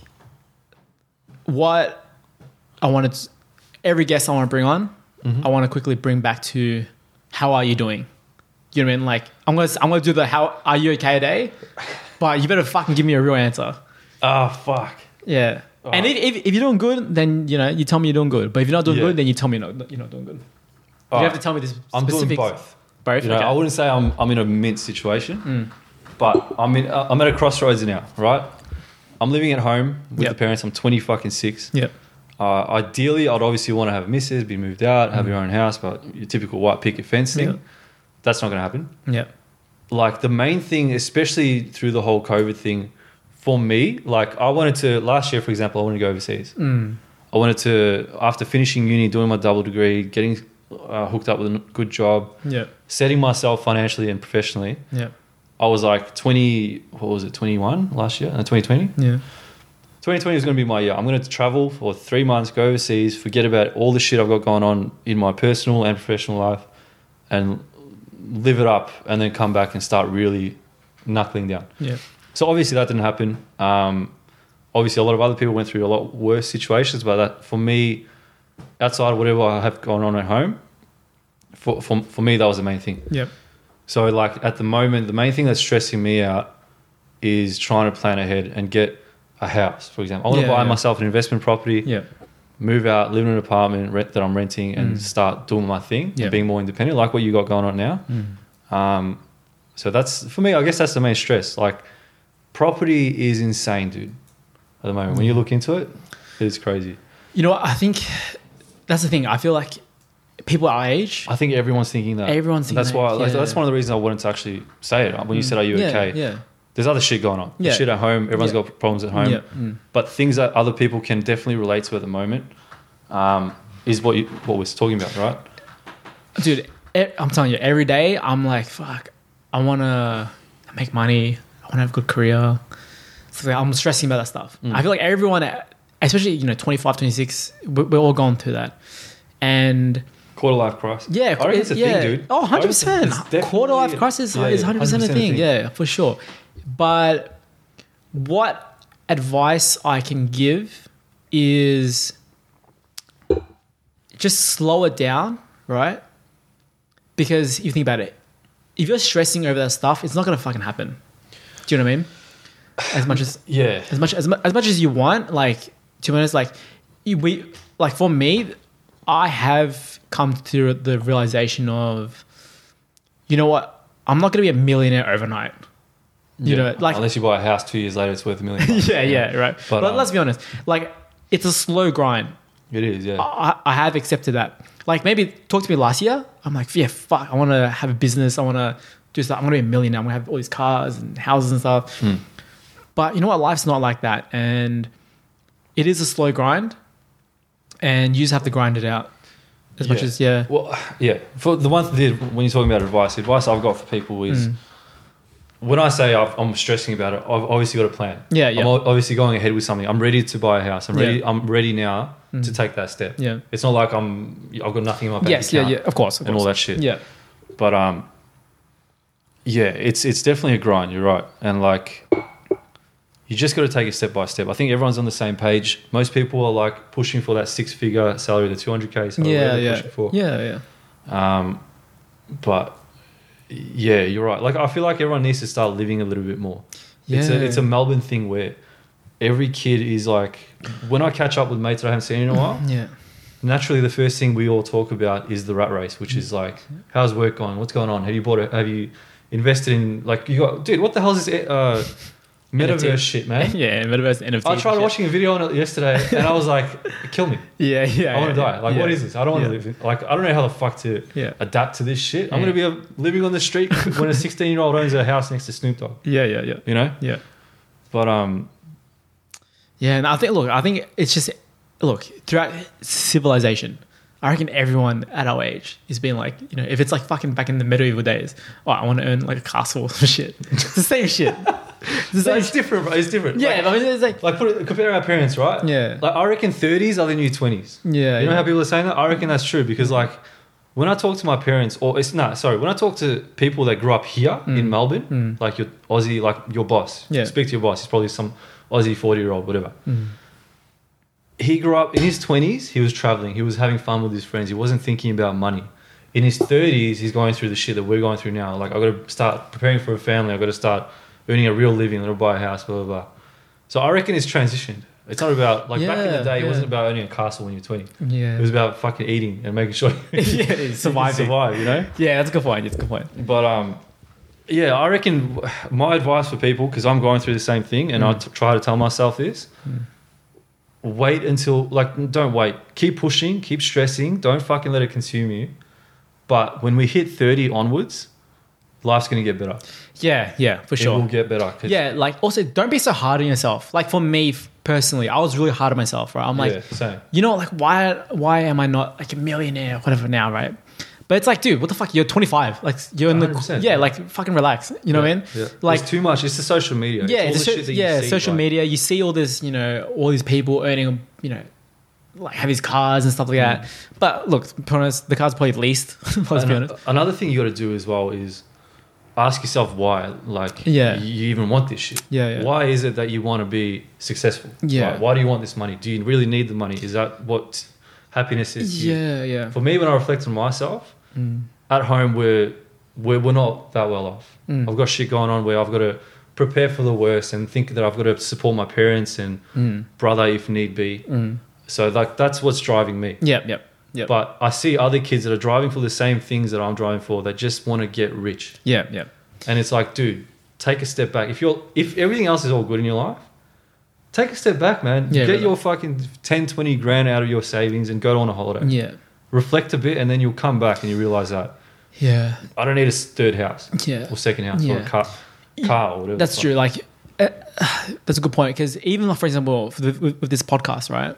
Speaker 1: what I wanted, to- every guest I want to bring on, I want to quickly bring back to how are you doing? You know what I mean? Like I'm gonna I'm gonna do the how are you okay today, but you better fucking give me a real answer.
Speaker 2: oh fuck.
Speaker 1: Yeah. And
Speaker 2: Oh.
Speaker 1: if, if, if you're doing good, then you know you tell me you're doing good. But if you're not doing
Speaker 2: Yeah.
Speaker 1: good, then you tell me you're not, you're not doing good.
Speaker 2: All
Speaker 1: you
Speaker 2: right.
Speaker 1: have to tell me this.
Speaker 2: I'm doing
Speaker 1: specific-
Speaker 2: both.
Speaker 1: Both.
Speaker 2: You know,
Speaker 1: okay. Mm.
Speaker 2: I wouldn't say I'm, I'm in a mint situation, but I'm in uh, I'm at a crossroads now, right? I'm living at home with
Speaker 1: Yep.
Speaker 2: the parents. I'm 20 fucking six.
Speaker 1: yeah.
Speaker 2: Uh, ideally, I'd obviously want to have misses, be moved out, have your own house, but your typical white picket fence thing,
Speaker 1: Mm. Yeah.
Speaker 2: that's not going to happen.
Speaker 1: Yeah.
Speaker 2: Like the main thing, especially through the whole COVID thing, for me, like I wanted to last year, for example, I wanted to go overseas.
Speaker 1: Mm.
Speaker 2: I wanted to after finishing uni, doing my double degree, getting uh, hooked up with a good job,
Speaker 1: Yeah.
Speaker 2: setting myself financially and professionally.
Speaker 1: Yeah.
Speaker 2: I was like 20, what was it, 21 last year? No, 2020?
Speaker 1: Yeah.
Speaker 2: 2020 is going to be my year. I'm going to travel for three months, go overseas, forget about all the shit I've got going on in my personal and professional life and live it up and then come back and start really knuckling down.
Speaker 1: Yeah.
Speaker 2: So obviously that didn't happen. Um, obviously, a lot of other people went through a lot worse situations, but that for me, outside of whatever I have going on at home, for, for, for me, that was the main thing.
Speaker 1: Yeah.
Speaker 2: So like at the moment, the main thing that's stressing me out is trying to plan ahead and get a house, for example. I want
Speaker 1: Yeah,
Speaker 2: to buy
Speaker 1: yeah.
Speaker 2: myself an investment property,
Speaker 1: Yeah.
Speaker 2: move out, live in an apartment rent, that I'm renting, and
Speaker 1: Mm.
Speaker 2: start doing my thing
Speaker 1: Yeah.
Speaker 2: and being more independent, like what you got going on now.
Speaker 1: Mm.
Speaker 2: Um, so that's for me. I guess that's the main stress. Like property is insane, dude. At the moment,
Speaker 1: Mm.
Speaker 2: when you look into it, it's crazy.
Speaker 1: You know, what, I think that's the thing. I feel like people our age,
Speaker 2: I think everyone's thinking that.
Speaker 1: Everyone's thinking
Speaker 2: that's
Speaker 1: that,
Speaker 2: why. like,
Speaker 1: yeah. Mm.
Speaker 2: That's one of the reasons I wanted to actually say it when you said, "Are you
Speaker 1: yeah,
Speaker 2: okay?"
Speaker 1: Yeah,
Speaker 2: there's other shit going on.
Speaker 1: Yeah.
Speaker 2: Yeah. Shit at home. Everyone's
Speaker 1: Yeah.
Speaker 2: got problems at home.
Speaker 1: Yeah. Mm.
Speaker 2: But things that other people can definitely relate to at the moment um, is what you, what we're talking about, right?
Speaker 1: dude. e- I'm telling you, every day I'm like, fuck. I want to make money. I want to have a good career. So like, I'm stressing about that stuff.
Speaker 2: Mm.
Speaker 1: I feel like everyone, especially you know, 25, 26, we- we're all going through that. And
Speaker 2: Quarter life crisis.
Speaker 1: Yeah,
Speaker 2: I reckon it's a
Speaker 1: yeah.
Speaker 2: thing, dude.
Speaker 1: Oh, 100 percent.
Speaker 2: It's definitely-
Speaker 1: Quarter life crisis
Speaker 2: Yeah,
Speaker 1: is
Speaker 2: yeah,
Speaker 1: hundred percent a
Speaker 2: 100%
Speaker 1: thing. Yeah, for sure. But what advice I can give is just slow it down, right? Because you think about it, if you're stressing over that stuff, it's not gonna fucking happen. Do you know what I mean? As much as
Speaker 2: Yeah.
Speaker 1: as much as, mu- as much as you want like to be honest like you, we like for me i have come to the realization of you know what i'm not going to be a millionaire overnight you
Speaker 2: Yeah.
Speaker 1: know like
Speaker 2: unless you buy a house two years later, it's worth a million. bucks.
Speaker 1: yeah yeah right but,
Speaker 2: But, um,
Speaker 1: let's be honest like it's a slow grind
Speaker 2: It is. Yeah.
Speaker 1: I, I have accepted that. Like maybe talk to me last year. I'm like, yeah, fuck. I want to have a business. I want to do stuff. I want to be a millionaire. I'm gonna have all these cars and houses and stuff.
Speaker 2: Hmm.
Speaker 1: But you know what? Life's not like that, and it is a slow grind, and you just have to grind it out as much
Speaker 2: Yeah.
Speaker 1: as yeah,
Speaker 2: Well, yeah. For the one thing when you're talking about advice, the advice I've got for people is
Speaker 1: Mm.
Speaker 2: when I say I've, I'm stressing about it, I've obviously got a plan.
Speaker 1: Yeah, yeah.
Speaker 2: I'm o- obviously going ahead with something. I'm ready to buy a house. I'm ready.
Speaker 1: Yeah. Mm.
Speaker 2: I'm ready now to take that step.
Speaker 1: Yeah.
Speaker 2: It's not like I'm. I've got nothing in my bank
Speaker 1: yes, yeah,
Speaker 2: account
Speaker 1: yeah. Of course, of
Speaker 2: and all
Speaker 1: course.
Speaker 2: that shit.
Speaker 1: Yeah,
Speaker 2: But um, yeah, it's it's definitely a grind. You're right, and like. You just got to take it step by step. I think everyone's on the same page. Most people are like pushing for that six-figure salary, the 200k salary.
Speaker 1: yeah,
Speaker 2: they're
Speaker 1: yeah,
Speaker 2: pushing for.
Speaker 1: yeah, yeah.
Speaker 2: Um, but yeah, you're right. Like I feel like everyone needs to start living a little bit more. It's
Speaker 1: Yeah.
Speaker 2: a it's a Melbourne thing where every kid is like when I catch up with mates that I haven't seen in a while,
Speaker 1: Yeah,
Speaker 2: naturally the first thing we all talk about is the rat race,
Speaker 1: Mm.
Speaker 2: which is like how's work going? What's going on? Have you bought it? Have you invested in like you got dude, what the hell is this uh
Speaker 1: NFT.
Speaker 2: metaverse shit, man?
Speaker 1: yeah. Metaverse and NFT.
Speaker 2: I tried
Speaker 1: Yeah.
Speaker 2: watching a video on it yesterday and I was like, kill me.
Speaker 1: Yeah, yeah.
Speaker 2: I want to
Speaker 1: yeah,
Speaker 2: die. Like,
Speaker 1: yeah.
Speaker 2: what is this? I don't want
Speaker 1: Yeah.
Speaker 2: to live. In, like, I don't know how the fuck to
Speaker 1: Yeah.
Speaker 2: adapt to this shit. I'm
Speaker 1: Yeah.
Speaker 2: going to be a, living on the street when a 16 year old owns a house next to Snoop Dogg.
Speaker 1: Yeah, yeah, yeah,
Speaker 2: You know.
Speaker 1: yeah.
Speaker 2: But um,
Speaker 1: Yeah, and I think look, I think it's just look throughout civilization. I reckon everyone at our age is being like, you know, if it's like fucking back in the medieval days, oh, I want to earn like a castle or some shit. It's the same shit. It's the
Speaker 2: So
Speaker 1: same
Speaker 2: it's
Speaker 1: shit.
Speaker 2: different, bro. It's different.
Speaker 1: Yeah, but I mean, it's like,
Speaker 2: Like, like put it, compare our parents, right?
Speaker 1: Yeah.
Speaker 2: Like I reckon 30s are the new 20s.
Speaker 1: yeah,
Speaker 2: You know
Speaker 1: yeah.
Speaker 2: how people are saying that? I reckon that's true because like when I talk to my parents or it's not sorry, when I talk to people that grew up here in Melbourne,
Speaker 1: Mm.
Speaker 2: like your Aussie, like your boss.
Speaker 1: Yeah. Mm.
Speaker 2: Speak to your boss. He's probably some Aussie 40 year old, whatever. He grew up in his 20s, he was traveling, he was having fun with his friends, he wasn't thinking about money. In his 30s, he's going through the shit that we're going through now. Like, i got to start preparing for a family, i got to start earning a real living, i got to buy a house, blah, blah, blah. So I reckon it's transitioned. It's not about, like, back in
Speaker 1: Yeah,
Speaker 2: the day,
Speaker 1: yeah.
Speaker 2: it wasn't about owning a castle when you're 20.
Speaker 1: yeah.
Speaker 2: It was about fucking eating and making sure you
Speaker 1: yeah,
Speaker 2: survive,
Speaker 1: surviving.
Speaker 2: survive, you know.
Speaker 1: Yeah, that's a good point. That's a good point.
Speaker 2: But um, yeah, I reckon my advice for people because I'm going through the same thing, and I
Speaker 1: Mm.
Speaker 2: t- try to tell myself this: wait until like don't wait, keep pushing, keep stressing, don't fucking let it consume you. But when we hit 30 onwards, life's gonna get better.
Speaker 1: Yeah, yeah, for
Speaker 2: It will
Speaker 1: sure.
Speaker 2: get better. 'cause-
Speaker 1: Yeah, like also don't be so hard on yourself. Like for me f- personally, I was really hard on myself, right? I'm like,
Speaker 2: yeah, same.
Speaker 1: you know, like why why am I not like a millionaire, whatever now, right? But it's like, dude, what the fuck? You're 25. Like you're in the
Speaker 2: 100%,
Speaker 1: yeah,
Speaker 2: yeah.
Speaker 1: like fucking relax. You know what I mean?
Speaker 2: Yeah.
Speaker 1: Like
Speaker 2: it's too much. It's the social media. It's
Speaker 1: yeah,
Speaker 2: all
Speaker 1: it's
Speaker 2: the
Speaker 1: so-
Speaker 2: shit that you
Speaker 1: yeah,
Speaker 2: see,
Speaker 1: social
Speaker 2: like-
Speaker 1: media. You see all this, you know, all these people earning, you know, like have these cars and stuff like
Speaker 2: Mm.
Speaker 1: that. But look, to be honest, the car's probably leased. Let's be
Speaker 2: Ano-
Speaker 1: honest.
Speaker 2: Another thing you got to do as well is ask yourself why, like,
Speaker 1: Yeah.
Speaker 2: you even want this shit.
Speaker 1: Yeah, yeah.
Speaker 2: Why is it that you want to be successful?
Speaker 1: Yeah.
Speaker 2: Like, why do you want this money? Do you really need the money? Is that what happiness is? to you?
Speaker 1: Yeah, yeah. Mm.
Speaker 2: For me, when I reflect on myself, at home we're, we're we're not that well off.
Speaker 1: Mm.
Speaker 2: I've got shit going on where I've got to prepare for the worst and think that I've got to support my parents and
Speaker 1: Mm.
Speaker 2: brother if need be.
Speaker 1: Mm.
Speaker 2: So like that's what's driving me.
Speaker 1: Yep, yep, yep.
Speaker 2: But I see other kids that are driving for the same things that I'm driving for. They just want to get rich.
Speaker 1: yeah, yeah.
Speaker 2: And it's like, dude, take a step back. If you're if everything else is all good in your life, take a step back, man.
Speaker 1: Yeah,
Speaker 2: Get
Speaker 1: really.
Speaker 2: your fucking 10, 20 grand out of your savings and go on a holiday.
Speaker 1: Yeah.
Speaker 2: Reflect a bit and then you'll come back and you realize that
Speaker 1: Yeah.
Speaker 2: I don't need a third house
Speaker 1: Yeah.
Speaker 2: or second house or
Speaker 1: Yeah.
Speaker 2: a car, car or whatever.
Speaker 1: That's
Speaker 2: the
Speaker 1: true. Like, uh, that's a good point because even like, for example, for the, with, with this podcast, right?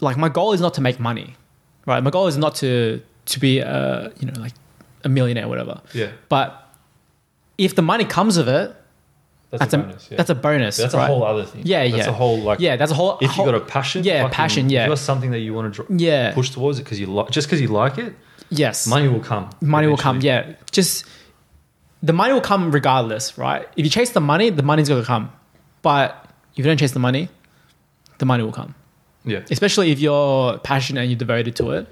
Speaker 1: Like, my goal is not to make money, right? My goal is not to to be a you know like a millionaire, or whatever.
Speaker 2: fuck. Yeah.
Speaker 1: But if the money comes of it,
Speaker 2: That's,
Speaker 1: that's,
Speaker 2: a
Speaker 1: a,
Speaker 2: bonus. Yeah.
Speaker 1: that's a bonus.
Speaker 2: That's a
Speaker 1: right?
Speaker 2: whole other thing.
Speaker 1: Yeah,
Speaker 2: That's
Speaker 1: yeah.
Speaker 2: a whole like
Speaker 1: yeah, that's a whole.
Speaker 2: if
Speaker 1: whole,
Speaker 2: you got a passion,
Speaker 1: yeah,
Speaker 2: fucking-
Speaker 1: passion,
Speaker 2: If
Speaker 1: yeah.
Speaker 2: you got something that you want to dr-
Speaker 1: yeah,
Speaker 2: push towards it because you like just because you like it,
Speaker 1: yes,
Speaker 2: money will come.
Speaker 1: money will come.
Speaker 2: eventually.
Speaker 1: Yeah, just the money will come regardless, right? If you chase the money, the money's gonna come. But if you don't chase the money, the money will come.
Speaker 2: Yeah.
Speaker 1: Especially if you're passionate and you're devoted to it,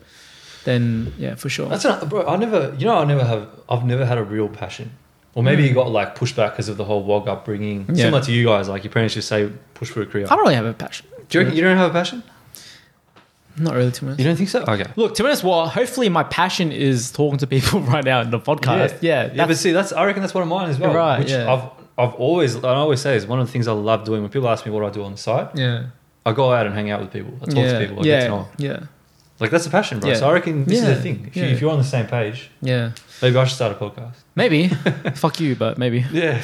Speaker 1: then yeah, for sure.
Speaker 2: That's an, bro. I never, you know, I never have. I've never had a real passion. Or maybe you got like pushed back because of the whole wog upbringing.
Speaker 1: Mm. Yeah.
Speaker 2: Similar to you guys, like your parents just say, push for a career.
Speaker 1: I don't really have a passion.
Speaker 2: Do you reckon you don't have a passion?
Speaker 1: Not really too much.
Speaker 2: You don't think so? Okay.
Speaker 1: Look, to be honest, well, hopefully my passion is talking to people right now in the podcast. Yeah,
Speaker 2: yeah, but
Speaker 1: that's-
Speaker 2: see, that's I reckon that's one of mine as well.
Speaker 1: Right,
Speaker 2: Which
Speaker 1: yeah.
Speaker 2: I've I've always I always say is one of the things I love doing. When people ask me what I do on the side,
Speaker 1: yeah,
Speaker 2: I go out and hang out with people. I talk
Speaker 1: yeah,
Speaker 2: to people. I
Speaker 1: yeah,
Speaker 2: get to know. 'em.
Speaker 1: yeah,
Speaker 2: Like that's a passion, bro.
Speaker 1: Yeah.
Speaker 2: So I reckon this
Speaker 1: Yeah,
Speaker 2: is the thing. If,
Speaker 1: yeah.
Speaker 2: you, if you're on the same page,
Speaker 1: yeah.
Speaker 2: maybe I should start a podcast.
Speaker 1: Maybe, fuck you, but maybe.
Speaker 2: Yeah,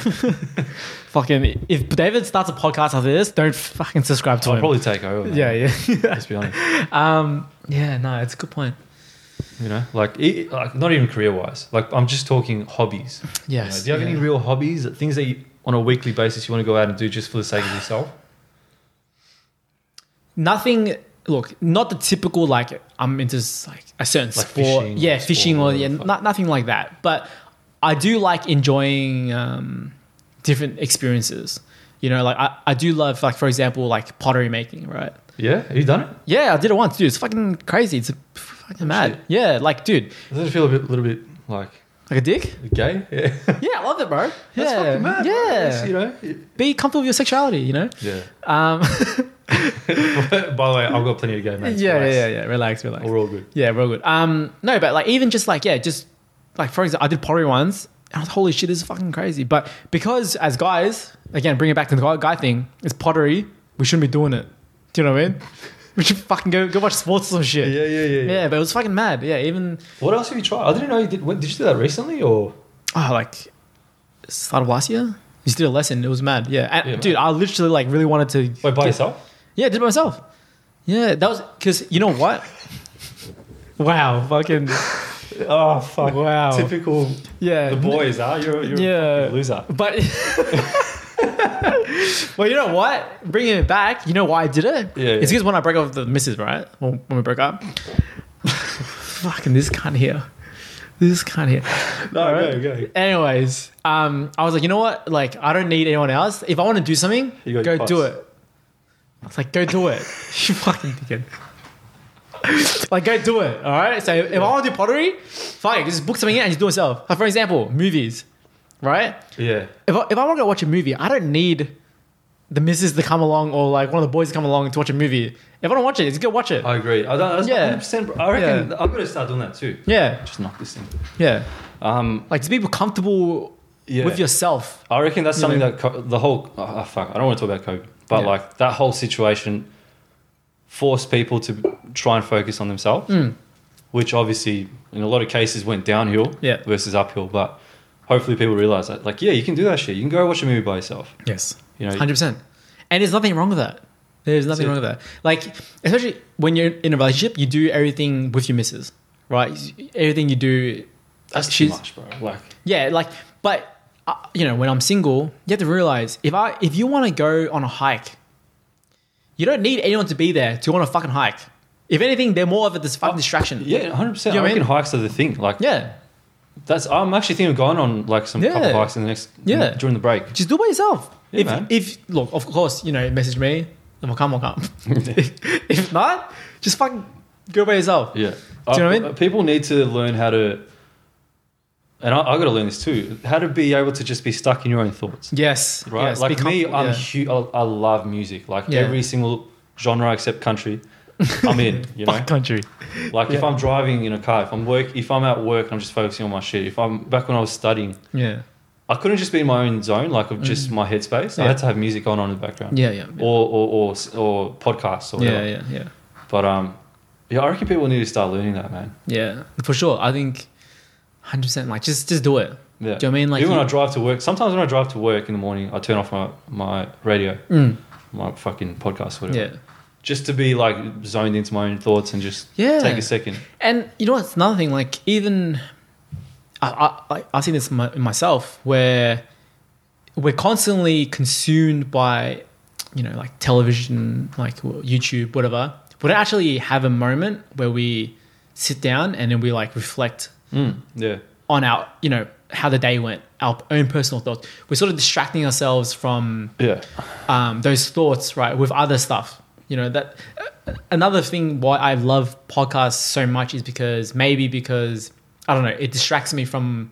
Speaker 1: Fucking, if David starts a podcast after this, don't fucking subscribe to
Speaker 2: I'll
Speaker 1: him.
Speaker 2: probably take over. Man.
Speaker 1: yeah, yeah.
Speaker 2: Let's be honest.
Speaker 1: Um, yeah, no, it's a good point.
Speaker 2: You know, like, it, like not even career wise. Like I'm just talking hobbies. you know.
Speaker 1: Yes.
Speaker 2: do you have
Speaker 1: yeah.
Speaker 2: any real hobbies, things that you, on a weekly basis you want to go out and do just for the sake of yourself?
Speaker 1: Nothing. Look, not the typical like I'm into s- like a certain
Speaker 2: Like
Speaker 1: sport.
Speaker 2: fishing
Speaker 1: yeah,
Speaker 2: or
Speaker 1: fishing or
Speaker 2: sport or
Speaker 1: yeah,
Speaker 2: whatever the
Speaker 1: not, nothing like that. But I do like enjoying um, different experiences. You know, like I, I do love like for example like pottery making, right?
Speaker 2: Yeah, have you done it?
Speaker 1: Yeah, I did it once, dude. It's fucking crazy. It's fucking mad.
Speaker 2: shit.
Speaker 1: Yeah, like dude,
Speaker 2: Doesn't it feel a bit, little bit like
Speaker 1: like a dick.
Speaker 2: gay? Yeah, that's
Speaker 1: Yeah, I love it, bro. Yeah,
Speaker 2: fucking mad. right? It's,
Speaker 1: yeah.
Speaker 2: you know. it-
Speaker 1: Be comfortable with your sexuality. You know.
Speaker 2: yeah.
Speaker 1: Um,
Speaker 2: By the way, I've got plenty of gay mates.
Speaker 1: yeah, yeah,
Speaker 2: relax.
Speaker 1: yeah, yeah. Relax, relax.
Speaker 2: We're all good.
Speaker 1: Yeah, real good. Um, no, but like even just like yeah, just like for example, I did pottery once, and I was holy shit, this is fucking crazy. But because as guys, again, bring it back to the guy, guy thing, it's pottery. We shouldn't be doing it. Do you know what I mean? We should fucking go go watch sports or shit.
Speaker 2: Yeah, yeah, yeah, yeah.
Speaker 1: Yeah, but it was fucking mad. Yeah, even
Speaker 2: What else have you tried? I didn't know you did. When, did you do that recently or?
Speaker 1: oh, like start of last year. You did a lesson. It was mad. Yeah, and,
Speaker 2: Yeah, man.
Speaker 1: dude, I literally like really wanted to
Speaker 2: Wait, by
Speaker 1: get-
Speaker 2: yourself?
Speaker 1: Yeah, I did it myself. Yeah, that was because you know what? Wow, fucking
Speaker 2: Oh fuck!
Speaker 1: Wow.
Speaker 2: Typical.
Speaker 1: yeah.
Speaker 2: The boys are you're, you're
Speaker 1: Yeah.
Speaker 2: a fucking loser.
Speaker 1: But well, you know what? Bringing it back, you know why I did it?
Speaker 2: Yeah,
Speaker 1: It's
Speaker 2: yeah.
Speaker 1: because when I broke up with the missus, right? When, when we broke up, fucking this cunt here, this cunt here.
Speaker 2: No,
Speaker 1: Alright.
Speaker 2: go go.
Speaker 1: Anyways, um, I was like, you know what? Like, I don't need anyone else. If I want to do something,
Speaker 2: You got
Speaker 1: go
Speaker 2: your
Speaker 1: do
Speaker 2: pipes.
Speaker 1: it. I was like, go do it. you fucking dickhead. like, go do it. All right. So if I want to do pottery, fuck it. Just book something in and just do it yourself. Like, for example, movies, right?
Speaker 2: Yeah.
Speaker 1: If I, if I want to go watch a movie, I don't need the missus to come along or like one of the boys to come along to watch a movie. If I don't watch it, just go watch it.
Speaker 2: I agree. I don't.
Speaker 1: Yeah.
Speaker 2: Yeah. 100%, I reckon
Speaker 1: Yeah.
Speaker 2: I'm gonna start doing that too.
Speaker 1: yeah.
Speaker 2: Just knock this thing.
Speaker 1: Yeah.
Speaker 2: Um,
Speaker 1: Like, just be comfortable
Speaker 2: Yeah.
Speaker 1: with yourself.
Speaker 2: I reckon that's
Speaker 1: Yeah.
Speaker 2: something that co- the whole oh, fuck. I don't want to talk about COVID, but
Speaker 1: Yeah.
Speaker 2: like that whole situation forced people to try and focus on themselves,
Speaker 1: Hmm.
Speaker 2: which obviously in a lot of cases went downhill
Speaker 1: Yeah.
Speaker 2: versus uphill. But hopefully people realize that, like, yeah, you can do that shit. You can go watch a movie by yourself.
Speaker 1: Yes.
Speaker 2: You know,
Speaker 1: Hundred percent. And there's nothing wrong with that. There's nothing
Speaker 2: it.
Speaker 1: wrong with that. Like, especially when you're in a relationship, you do everything with your missus, right? Everything you do,
Speaker 2: that's too
Speaker 1: she's-
Speaker 2: much, bro. Like,
Speaker 1: yeah. Like, but uh, you know, when I'm single, you have to realize if I if you want to go on a hike, you don't need anyone to be there to go on a fucking hike. If anything, they're more of a dis- fucking distraction.
Speaker 2: Oh, yeah, hundred percent.
Speaker 1: You know
Speaker 2: I
Speaker 1: what I
Speaker 2: reckon
Speaker 1: mean?
Speaker 2: hikes are the thing. Like,
Speaker 1: Yeah.
Speaker 2: that's. I'm actually thinking of going on like some couple
Speaker 1: Yeah.
Speaker 2: hikes in the next.
Speaker 1: Yeah.
Speaker 2: during the break.
Speaker 1: Just do it by yourself.
Speaker 2: Yeah,
Speaker 1: if
Speaker 2: man.
Speaker 1: if look, of course, you know, message me and we'll come, we'll come. if not, just fucking go by yourself.
Speaker 2: Yeah.
Speaker 1: Do you know what I
Speaker 2: Uh,
Speaker 1: mean?
Speaker 2: People need to learn how to, and I, I got to learn this too, how to be able to just be stuck in your own thoughts,
Speaker 1: Yes.
Speaker 2: right?
Speaker 1: yes,
Speaker 2: like
Speaker 1: be
Speaker 2: me,
Speaker 1: comfortable,
Speaker 2: I'm
Speaker 1: yeah.
Speaker 2: hu- I, I love music, like
Speaker 1: Yeah.
Speaker 2: every single genre except country, I'm in. You know,
Speaker 1: Fuck country.
Speaker 2: like if
Speaker 1: yeah.
Speaker 2: I'm driving in a car, if I'm work, if I'm at work, and I'm just focusing on my shit. If I'm back when I was studying,
Speaker 1: Yeah.
Speaker 2: I couldn't just be in my own zone, like of just my headspace. I
Speaker 1: Mm. Yeah.
Speaker 2: had to have music on on in the background,
Speaker 1: Yeah, yeah. Yeah,
Speaker 2: or, or or or podcasts or whatever.
Speaker 1: yeah, yeah, yeah.
Speaker 2: But um, yeah, I reckon people need to start learning that, man.
Speaker 1: Yeah. For sure. I think 100% like just just do it.
Speaker 2: Yeah.
Speaker 1: Do you know what I mean? Like,
Speaker 2: even
Speaker 1: you-
Speaker 2: when I drive to work? Sometimes when I drive to work in the morning, I turn off my my radio,
Speaker 1: Mm.
Speaker 2: my fucking podcast, whatever.
Speaker 1: Yeah.
Speaker 2: Just to be like zoned into my own thoughts and just
Speaker 1: Yeah.
Speaker 2: take a second.
Speaker 1: And you know what's another thing? Like even I I, I I've seen this my, myself where we're constantly consumed by you know like television, like YouTube, whatever. We don't actually have a moment where we sit down and then we like reflect
Speaker 2: Mm, yeah.
Speaker 1: on our you know how the day went, our own personal thoughts. We're sort of distracting ourselves from
Speaker 2: Yeah.
Speaker 1: um, those thoughts right with other stuff you know that uh, another thing why i love podcasts so much is because maybe because i don't know it distracts me from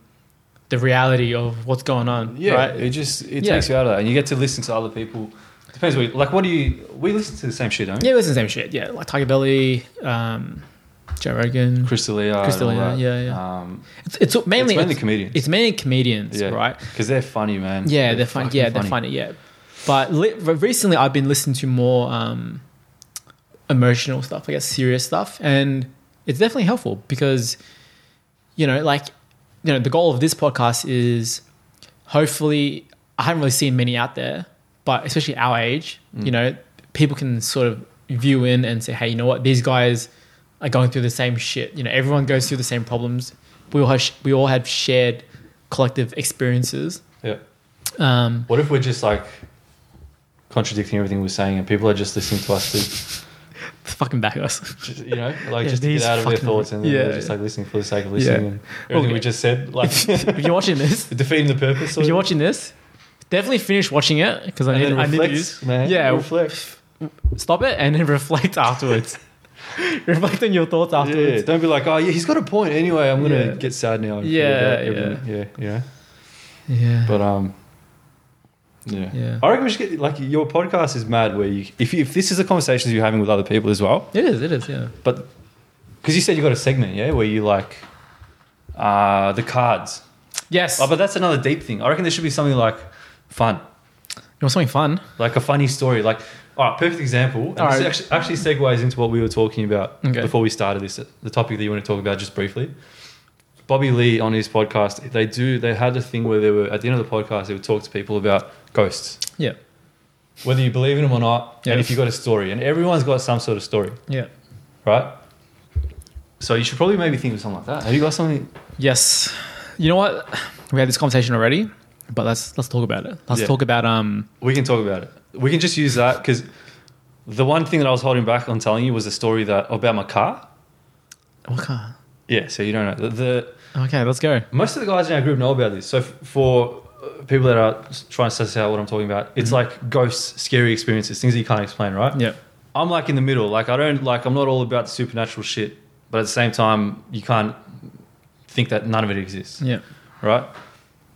Speaker 1: the reality of what's going on
Speaker 2: Yeah.
Speaker 1: right
Speaker 2: It just it
Speaker 1: Yeah.
Speaker 2: takes you out of that, and you get to listen to other people. Depends what you, like. What do you? We listen to the same shit, don't we?
Speaker 1: yeah it was the same shit yeah like tiger belly um joe rogan
Speaker 2: Chris D'Elia.
Speaker 1: Chris
Speaker 2: and all
Speaker 1: D'Elia,
Speaker 2: that.
Speaker 1: yeah, yeah.
Speaker 2: Um,
Speaker 1: it's, it's mainly
Speaker 2: mainly
Speaker 1: it's-
Speaker 2: comedians.
Speaker 1: it's mainly comedians
Speaker 2: yeah.
Speaker 1: right
Speaker 2: Because they're funny, man.
Speaker 1: Yeah, they're, fun.
Speaker 2: fucking
Speaker 1: Yeah, they're funny. Yeah, but li- re- recently I've been listening to more um, emotional stuff, I guess, serious stuff, and it's definitely helpful because you know, like you know, the goal of this podcast is hopefully I haven't really seen many out there, but especially our age, you know, people can sort of view in and say, hey, you know what, these guys are going through the same shit. You know, everyone goes through the same problems. We all have sh- we all have shared collective experiences.
Speaker 2: Yeah.
Speaker 1: Um,
Speaker 2: What if we're just like contradicting everything we're saying, and people are just listening to us to
Speaker 1: fucking back us.
Speaker 2: Just, you know, like
Speaker 1: Yeah,
Speaker 2: just to get
Speaker 1: these
Speaker 2: out of their
Speaker 1: fucking-
Speaker 2: thoughts and then
Speaker 1: yeah,
Speaker 2: they're just
Speaker 1: yeah.
Speaker 2: like listening for the sake of listening
Speaker 1: Yeah.
Speaker 2: and everything
Speaker 1: Okay.
Speaker 2: we just said, like
Speaker 1: if you're watching this,
Speaker 2: defeating the purpose.
Speaker 1: if
Speaker 2: sort
Speaker 1: you're
Speaker 2: of.
Speaker 1: watching this, definitely finish watching it because I
Speaker 2: and
Speaker 1: need,
Speaker 2: then
Speaker 1: I need
Speaker 2: reflect,
Speaker 1: you.
Speaker 2: man.
Speaker 1: Yeah.
Speaker 2: reflect.
Speaker 1: Stop it and then reflect afterwards. reflect on your thoughts
Speaker 2: Yeah,
Speaker 1: afterwards.
Speaker 2: don't be like, oh yeah, he's got a point. Anyway, I'm gonna
Speaker 1: Yeah.
Speaker 2: get sad now. and
Speaker 1: Yeah,
Speaker 2: forget about everything." yeah, yeah.
Speaker 1: Yeah.
Speaker 2: But um, yeah.
Speaker 1: Yeah.
Speaker 2: I reckon we should get like your podcast is mad. Where you, if you, if this is a conversation you're having with other people as well,
Speaker 1: it is. It is. Yeah.
Speaker 2: but because you said you got a segment, yeah, where you like uh the cards.
Speaker 1: Yes.
Speaker 2: Oh, but that's another deep thing. I reckon there should be something like fun.
Speaker 1: you want something fun?
Speaker 2: like a funny story. Like, all right, perfect example. And
Speaker 1: All
Speaker 2: this
Speaker 1: right.
Speaker 2: actually, actually segues into what we were talking about
Speaker 1: Okay.
Speaker 2: before we started this. The topic that you want to talk about just briefly. Bobby Lee on his podcast, they do. They had a thing where they were at the end of the podcast, they would talk to people about ghosts,
Speaker 1: Yeah.
Speaker 2: whether you believe in them or not,
Speaker 1: Yeah.
Speaker 2: and if you got a story. And everyone's got some sort of story,
Speaker 1: Yeah.
Speaker 2: right? So you should probably maybe think of something like that. Have you got something?
Speaker 1: Yes. You know what? We had this conversation already, but let's let's talk about it. Let's
Speaker 2: Yeah.
Speaker 1: talk about um
Speaker 2: We can talk about it. We can just use that because the one thing that I was holding back on telling you was the story that about my car.
Speaker 1: what car?
Speaker 2: Yeah, so you don't know the, the
Speaker 1: Okay, let's go.
Speaker 2: most of the guys in our group know about this. So f- for uh, people that are s- trying to suss out what I'm talking about, it's like ghosts, scary experiences, things that you can't explain, right?
Speaker 1: Yep.
Speaker 2: I'm like in the middle. Like I don't like I'm not all about the supernatural shit, but at the same time, you can't think that none of it exists,
Speaker 1: Yeah.
Speaker 2: right?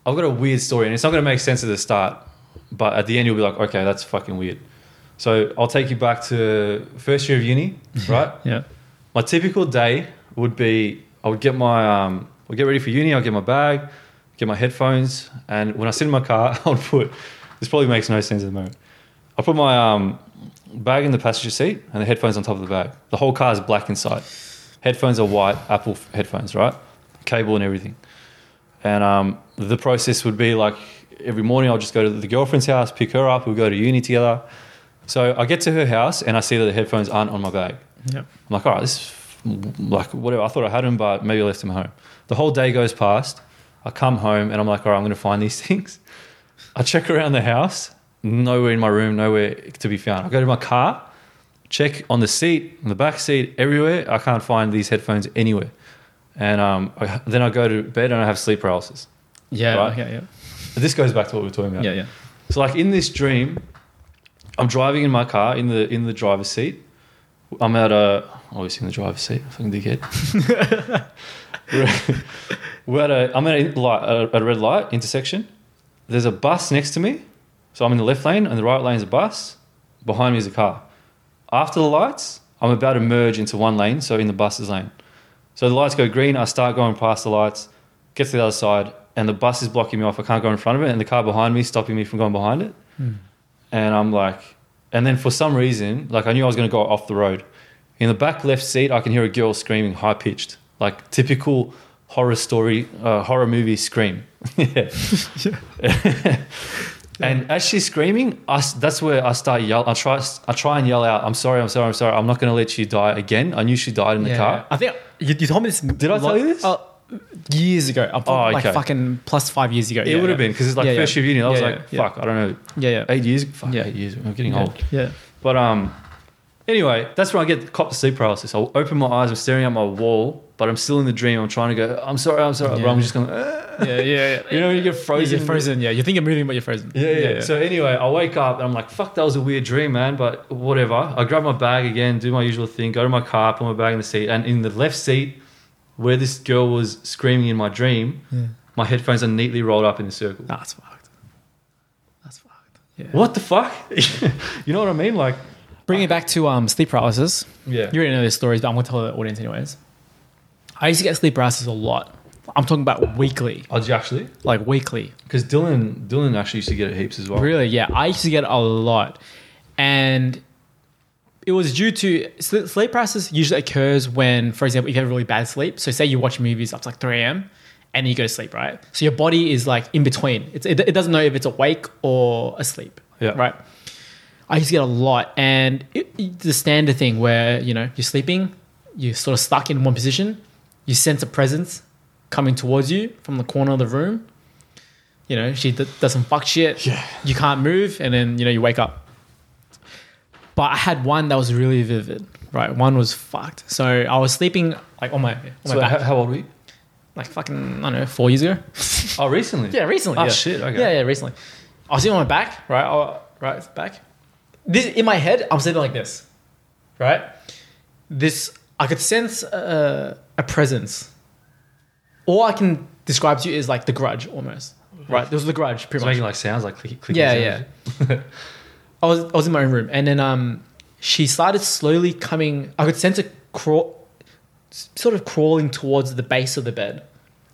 Speaker 2: I've got a weird story, and it's not going to make sense at the start, but at the end you'll be like, okay, that's fucking weird. So I'll take you back to first year of uni, right?
Speaker 1: Yeah.
Speaker 2: my typical day would be I would get my um, I would get ready for uni. I'll get my bag, get my headphones, and when I sit in my car, I would put this probably makes no sense at the moment. I put my um, bag in the passenger seat and the headphones on top of the bag. The whole car is black inside. Headphones are white Apple f- headphones, right? Cable and everything. And um, the process would be like every morning I'll just go to the girlfriend's house, pick her up, we'll go to uni together. So I get to her house and I see that the headphones aren't on my bag.
Speaker 1: Yep.
Speaker 2: I'm like, all right, this is like whatever. I thought I had them, but maybe I left them at home. The whole day goes past. I come home and I'm like, all right, I'm going to find these things. I check around the house, nowhere in my room, nowhere to be found. I go to my car, check on the seat, on the back seat, everywhere. I can't find these headphones anywhere. And um, I, then I go to bed and I have sleep paralysis.
Speaker 1: Yeah.
Speaker 2: Right.
Speaker 1: Okay, yeah.
Speaker 2: This goes back to what we were talking about.
Speaker 1: Yeah, yeah.
Speaker 2: So like in this dream, I'm driving in my car in the in the driver's seat. I'm at a obviously in the driver's seat. Fucking dickhead. We're- We're at a I'm at a, light, a, a red light intersection. There's a bus next to me, so I'm in the left lane, and the right lane is a bus. Behind me is a car. After the lights, I'm about to merge into one lane, so in the bus's lane. So the lights go green. I start going past the lights, get to the other side, and the bus is blocking me off. I can't go in front of it, and the car behind me is stopping me from going behind it. And I'm like, and then for some reason, like I knew I was going to go off the road. In the back left seat, I can hear a girl screaming, high pitched, like typical horror story, uh, horror movie scream. yeah. and as she's screaming, I s that's where I start yell. I try, I try and yell out, "I'm sorry, I'm sorry, I'm sorry. I'm not going to let you die again." I knew she died in the
Speaker 1: yeah.
Speaker 2: car.
Speaker 1: I think you, you told me this. Did
Speaker 2: I tell you this? Oh,
Speaker 1: Uh, years ago. I'm talking like
Speaker 2: okay.
Speaker 1: fucking plus five years ago.
Speaker 2: It would have been because it's like
Speaker 1: Yeah, yeah.
Speaker 2: first year of uni. I was
Speaker 1: Yeah,
Speaker 2: like,
Speaker 1: yeah, yeah.
Speaker 2: fuck, I don't know,
Speaker 1: Yeah, yeah.
Speaker 2: eight years, fuck,
Speaker 1: Yeah.
Speaker 2: eight years. I'm getting
Speaker 1: yeah.
Speaker 2: old.
Speaker 1: Yeah.
Speaker 2: But um, anyway, that's when I get cop to sleep paralysis. I'll open my eyes. I'm staring at my wall, but I'm still in the dream. I'm trying to go. I'm sorry. I'm sorry. But
Speaker 1: Yeah.
Speaker 2: I'm just going. to
Speaker 1: Yeah, yeah, yeah.
Speaker 2: You know, when you get
Speaker 1: Frozen.
Speaker 2: frozen.
Speaker 1: frozen. Yeah, you think you're moving, but you're frozen.
Speaker 2: Yeah, yeah, So anyway, I wake up and I'm like, fuck, that was a weird dream, man. But whatever. I grab my bag again, do my usual thing, go to my car, put my bag in the seat, and in the left seat, where this girl was screaming in my dream, my headphones are neatly rolled up in a circle.
Speaker 1: That's fucked. That's fucked. Yeah.
Speaker 2: What the fuck? you know what I mean? Like,
Speaker 1: Bringing it back to um, sleep paralysis.
Speaker 2: yeah.
Speaker 1: You already know these stories, but I'm going to tell the audience anyways. I used to get sleep paralysis a lot. I'm talking about weekly,
Speaker 2: Oh, did you actually?
Speaker 1: like weekly.
Speaker 2: Because Dylan, Dylan actually used to get it heaps as well.
Speaker 1: Really, yeah. I used to get it a lot. And it was due to sl- sleep paralysis usually occurs when, for example, if you have really bad sleep. So, say you watch movies up to like 3 a.m. and then you go to sleep, right? So, your body is like in between. It's, it, it doesn't know if it's awake or asleep,
Speaker 2: Yeah.
Speaker 1: right? I used to get a lot. And it, it's the standard thing where, you know, you're sleeping, you're sort of stuck in one position, you sense a presence coming towards you from the corner of the room. You know, she d- does some fuck shit.
Speaker 2: Yeah.
Speaker 1: You can't move. And then, you know, you wake up. But I had one that was really vivid, right? One was fucked. So I was sleeping like on my, on my
Speaker 2: So Oh how,
Speaker 1: back,
Speaker 2: how old were you?
Speaker 1: like fucking, I don't know, four years ago.
Speaker 2: Oh, recently.
Speaker 1: Yeah, recently.
Speaker 2: Oh,
Speaker 1: yeah.
Speaker 2: shit, okay.
Speaker 1: Yeah, yeah, recently. I was sitting on my back, right?
Speaker 2: oh,
Speaker 1: I, right, back. This in my head, I'm sitting like this, right? This I could sense a, a presence. All I can describe to you is like the grudge, almost. Right? There was the grudge,
Speaker 2: It's
Speaker 1: pretty much.
Speaker 2: making like sounds like clicky, clicky
Speaker 1: Yeah,
Speaker 2: sounds.
Speaker 1: I was I was in my own room, and then um, she started slowly coming. I could sense it crawl, s- sort of crawling towards the base of the bed.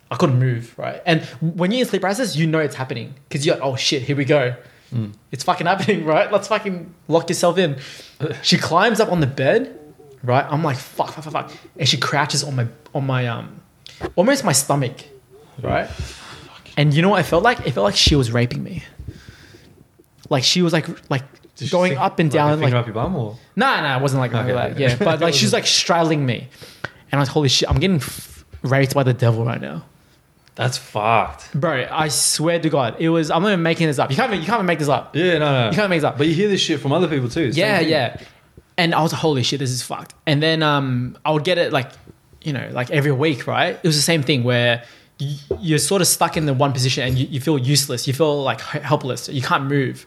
Speaker 1: I couldn't move, right? And when you're in sleep paralysis, you know it's happening because you're like, oh shit, here we go. It's fucking happening, right? Let's fucking lock yourself in. she climbs up on the bed, right? I'm like, fuck, fuck, fuck, fuck, and she crouches on my on my um, almost my stomach, right? And you know what I felt like? It felt like she was raping me. Like she was like like
Speaker 2: Did you
Speaker 1: going
Speaker 2: stick-
Speaker 1: up and
Speaker 2: like,
Speaker 1: down
Speaker 2: finger
Speaker 1: like
Speaker 2: up your bum or
Speaker 1: no, no, it wasn't like
Speaker 2: Okay.
Speaker 1: that. Yeah, but like she's like straddling me, And I was, holy shit, I'm getting f- raped by the devil right now.
Speaker 2: That's fucked.
Speaker 1: Bro, I swear to God, it was, I'm not even making this up. You can't even, you can't even make this up.
Speaker 2: Yeah, no, no.
Speaker 1: You can't make this up.
Speaker 2: But you hear this shit from other people too. Same
Speaker 1: Yeah,
Speaker 2: thing.
Speaker 1: yeah. And I was like, holy shit, this is fucked. And then um, I would get it like, you know, like every week, right? It was the same thing where y- you're sort of stuck in the one position and you, you feel useless. You feel like h- helpless. You can't move.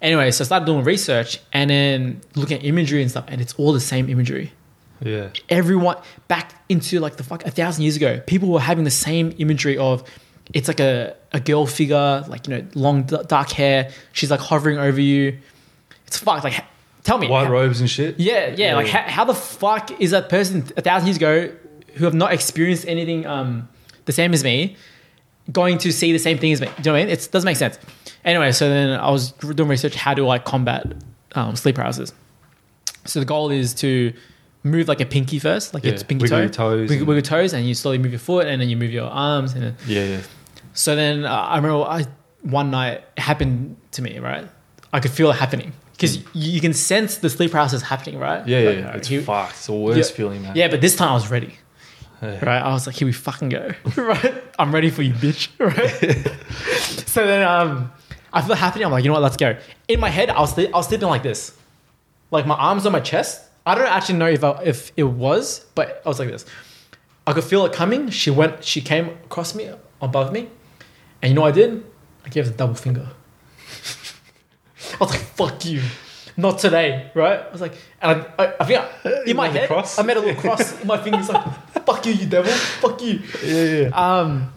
Speaker 1: Anyway, so I started doing research and then looking at imagery and stuff, and it's all the same imagery.
Speaker 2: Yeah.
Speaker 1: Everyone back into like the fuck a thousand years ago, people were having the same imagery of it's like a, a girl figure, like, you know, long d- dark hair. She's like hovering over you. It's fucked. Like, h- tell me.
Speaker 2: White
Speaker 1: how-
Speaker 2: robes and shit.
Speaker 1: yeah, yeah. Like, how, how the fuck is that person a thousand years ago who have not experienced anything um, the same as me going to see the same thing as me? Do you know what I mean? It doesn't make sense. Anyway, so then I was doing research how do I combat um, sleep paralysis? So the goal is to move like a pinky first, like
Speaker 2: Yeah,
Speaker 1: it's pinky
Speaker 2: wiggle
Speaker 1: toe,
Speaker 2: your toes
Speaker 1: wiggle,
Speaker 2: and-
Speaker 1: wiggle your toes, and you slowly move your foot, and then you move your arms, and then
Speaker 2: Yeah, yeah.
Speaker 1: so then uh, I remember I, one night it happened to me, right? I could feel it happening because you, you can sense the sleep paralysis happening, right?
Speaker 2: Hmm. Yeah, yeah,
Speaker 1: Like,
Speaker 2: yeah.
Speaker 1: alright,
Speaker 2: It's
Speaker 1: here-
Speaker 2: fucked. It's the worst
Speaker 1: yeah,
Speaker 2: feeling, man.
Speaker 1: Yeah, but this time I was ready,
Speaker 2: Yeah.
Speaker 1: right? I was like, here we fucking go, right? I'm ready for you, bitch, right? so then um, I feel happening. I'm like, you know what? Let's go. In my head, I was, sleep- I was sleeping like this, like my arms on my chest. I don't actually know if I, if it was, but I was like this. I could feel it coming. She went. She came across me, above me, and you know what I did? I gave her the double finger. I was like, "Fuck you, not today, right?" I was like, and I, I, I think I, in my
Speaker 2: made the
Speaker 1: head,
Speaker 2: cross?
Speaker 1: I made a little cross. in my fingers like, "Fuck you, you devil, fuck you."
Speaker 2: Yeah, yeah.
Speaker 1: Um,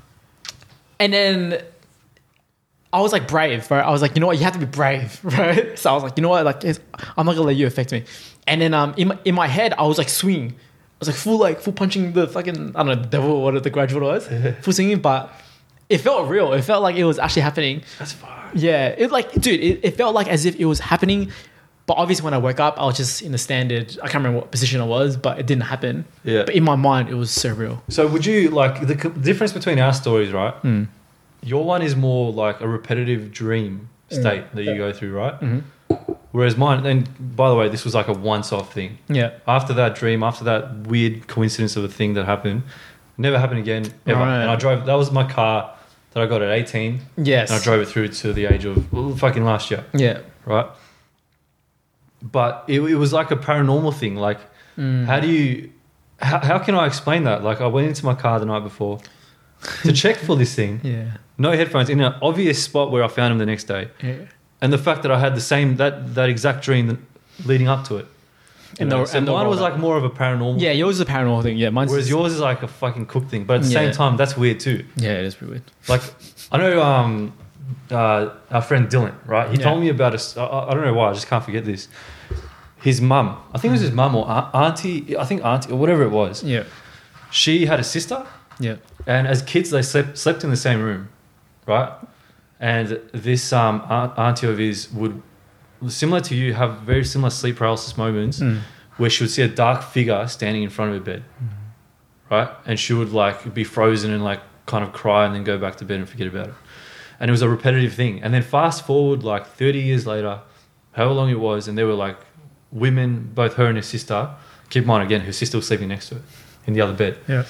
Speaker 1: and then I was like brave, right? I was like, you know what, you have to be brave, right? So I was like, you know what, like it's, I'm not gonna let you affect me. And then um, in my, in my head, I was like swinging. I was like full like full punching the fucking I don't know the devil or what the graduate was full swinging, but it felt real. It felt like it was actually happening.
Speaker 2: That's fucked.
Speaker 1: Yeah, it like dude, it, it felt like as if it was happening. But obviously, when I woke up, I was just in the standard. I can't remember what position I was, but it didn't happen.
Speaker 2: Yeah.
Speaker 1: But in my mind, it was so real.
Speaker 2: So would you like the c- difference between our stories, right? Your one is more like a repetitive dream state that you go through, right? Whereas mine, and by the way, this was like a once-off thing.
Speaker 1: Yeah.
Speaker 2: After that dream, after that weird coincidence of a thing that happened, never happened again ever.
Speaker 1: Right.
Speaker 2: And I drove. That was my car that I got at eighteen,
Speaker 1: Yes.
Speaker 2: and I drove it through to the age of well, fucking last year,
Speaker 1: Yeah.
Speaker 2: right? But it, it was like a paranormal thing. Like,
Speaker 1: Mm.
Speaker 2: how do
Speaker 1: Mm-hmm.
Speaker 2: you? How, how can I explain that? Like, I went into my car the night before to check for this thing.
Speaker 1: Yeah.
Speaker 2: No headphones in an obvious spot where I found them the next day,
Speaker 1: Yeah.
Speaker 2: and the fact that I had the same that that exact dream that- leading up to it. You
Speaker 1: And
Speaker 2: know,
Speaker 1: the-
Speaker 2: so
Speaker 1: and the
Speaker 2: mine was
Speaker 1: roller.
Speaker 2: like more of a paranormal.
Speaker 1: Yeah, yours is a paranormal thing. Yeah, mine's
Speaker 2: Whereas yours Oh, is like a fucking cook thing, but at the
Speaker 1: Yeah.
Speaker 2: same time, that's weird too.
Speaker 1: Yeah, it is pretty weird.
Speaker 2: Like, I know um, uh, our friend Dylan, right? He
Speaker 1: Yeah.
Speaker 2: told me about us. I I- I don't know why. I just can't forget this. His mum, I think it was his mum or a- auntie, I think auntie or whatever it was.
Speaker 1: Yeah.
Speaker 2: She had a sister,
Speaker 1: Yeah.
Speaker 2: and as kids, they slept slept in the same room, right? And this um, aunt, auntie of his would, similar to you, have very similar sleep paralysis moments where she would see a dark figure standing in front of her bed, right? And she would like be frozen and like kind of cry and then go back to bed and forget about it. And it was a repetitive thing. And then fast forward like 30 years later, however long it was, and there were like women, both her and her sister. Keep in mind again, her sister was sleeping next to her in the other bed
Speaker 1: Yeah.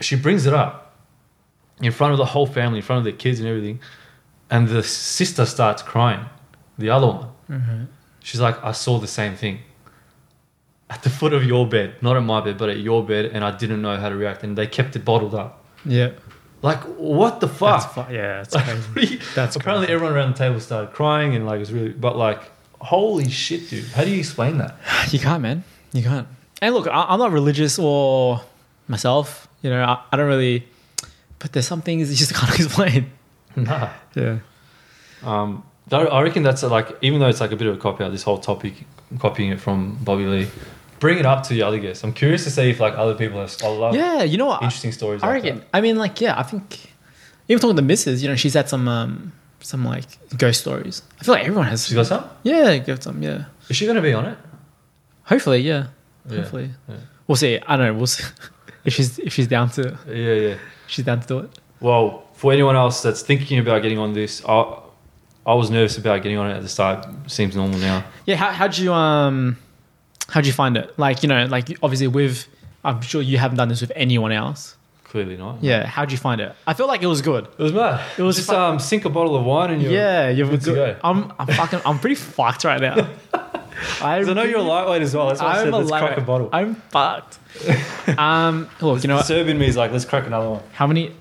Speaker 2: she brings it up in front of the whole family, in front of the kids and everything, and the sister starts crying. The other one, she's like, "I saw the same thing at the foot of your bed, not at my bed, but at your bed, and I didn't know how to react." And they kept it bottled up.
Speaker 1: Yeah.
Speaker 2: Like, what the fuck?
Speaker 1: yeah, it's
Speaker 2: Like, what do you-
Speaker 1: That's
Speaker 2: apparently
Speaker 1: crazy.
Speaker 2: everyone around the table started crying, and like, it was really, but like, holy shit, dude, how do you explain that?
Speaker 1: You can't, man. You can't. And look, I, I'm not religious or myself. You know, I, I don't really. But there's some things you just can't explain.
Speaker 2: Nah.
Speaker 1: Yeah.
Speaker 2: Um, though I reckon that's a, like, even though it's like a bit of a copy out, this whole topic, copying it from Bobby Lee, bring it up to the other guests. I'm curious to see if like other people have, I love
Speaker 1: Yeah, you know what? I-
Speaker 2: interesting stories.
Speaker 1: I
Speaker 2: like
Speaker 1: reckon. I mean, like, yeah, I think even talking to missus, you know, she's had some um some like ghost stories. I feel like everyone has.
Speaker 2: That. She got some?
Speaker 1: yeah, give some. Yeah,
Speaker 2: Is she going to be on it?
Speaker 1: hopefully, yeah,
Speaker 2: Yeah,
Speaker 1: hopefully.
Speaker 2: yeah.
Speaker 1: We'll see. I don't know. We'll see if she's if she's down to
Speaker 2: Yeah, yeah.
Speaker 1: she's down to do it.
Speaker 2: Well, for anyone else that's thinking about getting on this, I, I was nervous about getting on it at the start. Seems normal now.
Speaker 1: Yeah. How how'd you um how'd you find it? Like you know, like obviously with I'm sure you haven't done this with anyone else.
Speaker 2: Clearly not.
Speaker 1: Yeah, how'd you find it? I feel like it was good.
Speaker 2: It was mad. It was just
Speaker 1: fun.
Speaker 2: um, sink a bottle of wine and you're
Speaker 1: yeah, you're
Speaker 2: good to go.
Speaker 1: I'm, I'm fucking. I'm pretty fucked right now. I,
Speaker 2: 'Cause I know you're a lightweight as well. That's why i said let's
Speaker 1: lightweight.
Speaker 2: crack a bottle.
Speaker 1: I'm fucked. um, look, you know what?
Speaker 2: Serbian me is like, let's crack another one.
Speaker 1: How many?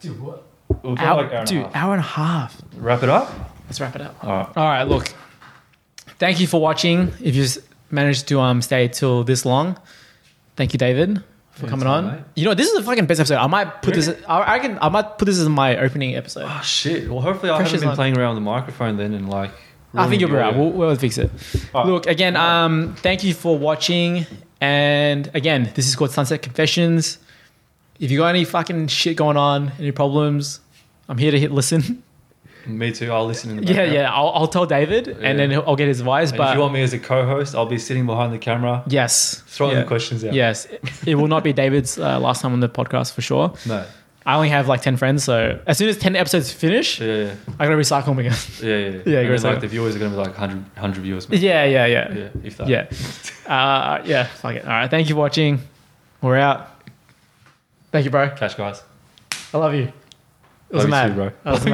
Speaker 2: Dude, what? We'll
Speaker 1: Hour,
Speaker 2: like hour and a
Speaker 1: dude,
Speaker 2: half.
Speaker 1: hour and a half.
Speaker 2: Wrap it up.
Speaker 1: Let's wrap it up.
Speaker 2: All right.
Speaker 1: All right, look. Thank you for watching. If you s- managed to um stay till this long, thank you, David, for coming on.
Speaker 2: Anytime, mate.
Speaker 1: You know, this is the fucking best episode. I might put this.
Speaker 2: Really?
Speaker 1: I, I can. I might put this as my opening episode.
Speaker 2: Oh shit. Well, hopefully I
Speaker 1: Pressure's
Speaker 2: haven't been
Speaker 1: on.
Speaker 2: playing around with the microphone then and like.
Speaker 1: I think you'll be right.
Speaker 2: ruining the
Speaker 1: We'll,
Speaker 2: audio.
Speaker 1: we'll fix it.
Speaker 2: All right.
Speaker 1: Look, again, um, thank you for watching. And again, this is called Sunset Confessions. If you got any fucking shit going on, any problems, I'm here to hit listen.
Speaker 2: Me too. I'll listen in the
Speaker 1: yeah,
Speaker 2: background.
Speaker 1: yeah. I'll, I'll tell David,
Speaker 2: Yeah.
Speaker 1: and then he'll- I'll get his advice.
Speaker 2: And if
Speaker 1: but
Speaker 2: you want me as a co-host, I'll be sitting behind the camera,
Speaker 1: yes,
Speaker 2: throwing
Speaker 1: Yeah.
Speaker 2: the questions out.
Speaker 1: Yes, it, it will not be David's uh, last time on the podcast for sure.
Speaker 2: No.
Speaker 1: I only have like ten friends, so as soon as ten episodes finish,
Speaker 2: Yeah, yeah,
Speaker 1: I gotta recycle them again.
Speaker 2: yeah. yeah, yeah.
Speaker 1: Yeah,
Speaker 2: And
Speaker 1: great
Speaker 2: then, like
Speaker 1: idea.
Speaker 2: the viewers are gonna be like 100, 100 viewers. man.
Speaker 1: yeah, yeah, yeah,
Speaker 2: Yeah, if that.
Speaker 1: yeah. Uh, yeah, fuck it. All right. Thank you for watching. We're out. Thank you, bro.
Speaker 2: Catch guys.
Speaker 1: I love you. It was
Speaker 2: Love you
Speaker 1: mad.
Speaker 2: too, bro.
Speaker 1: I was mad.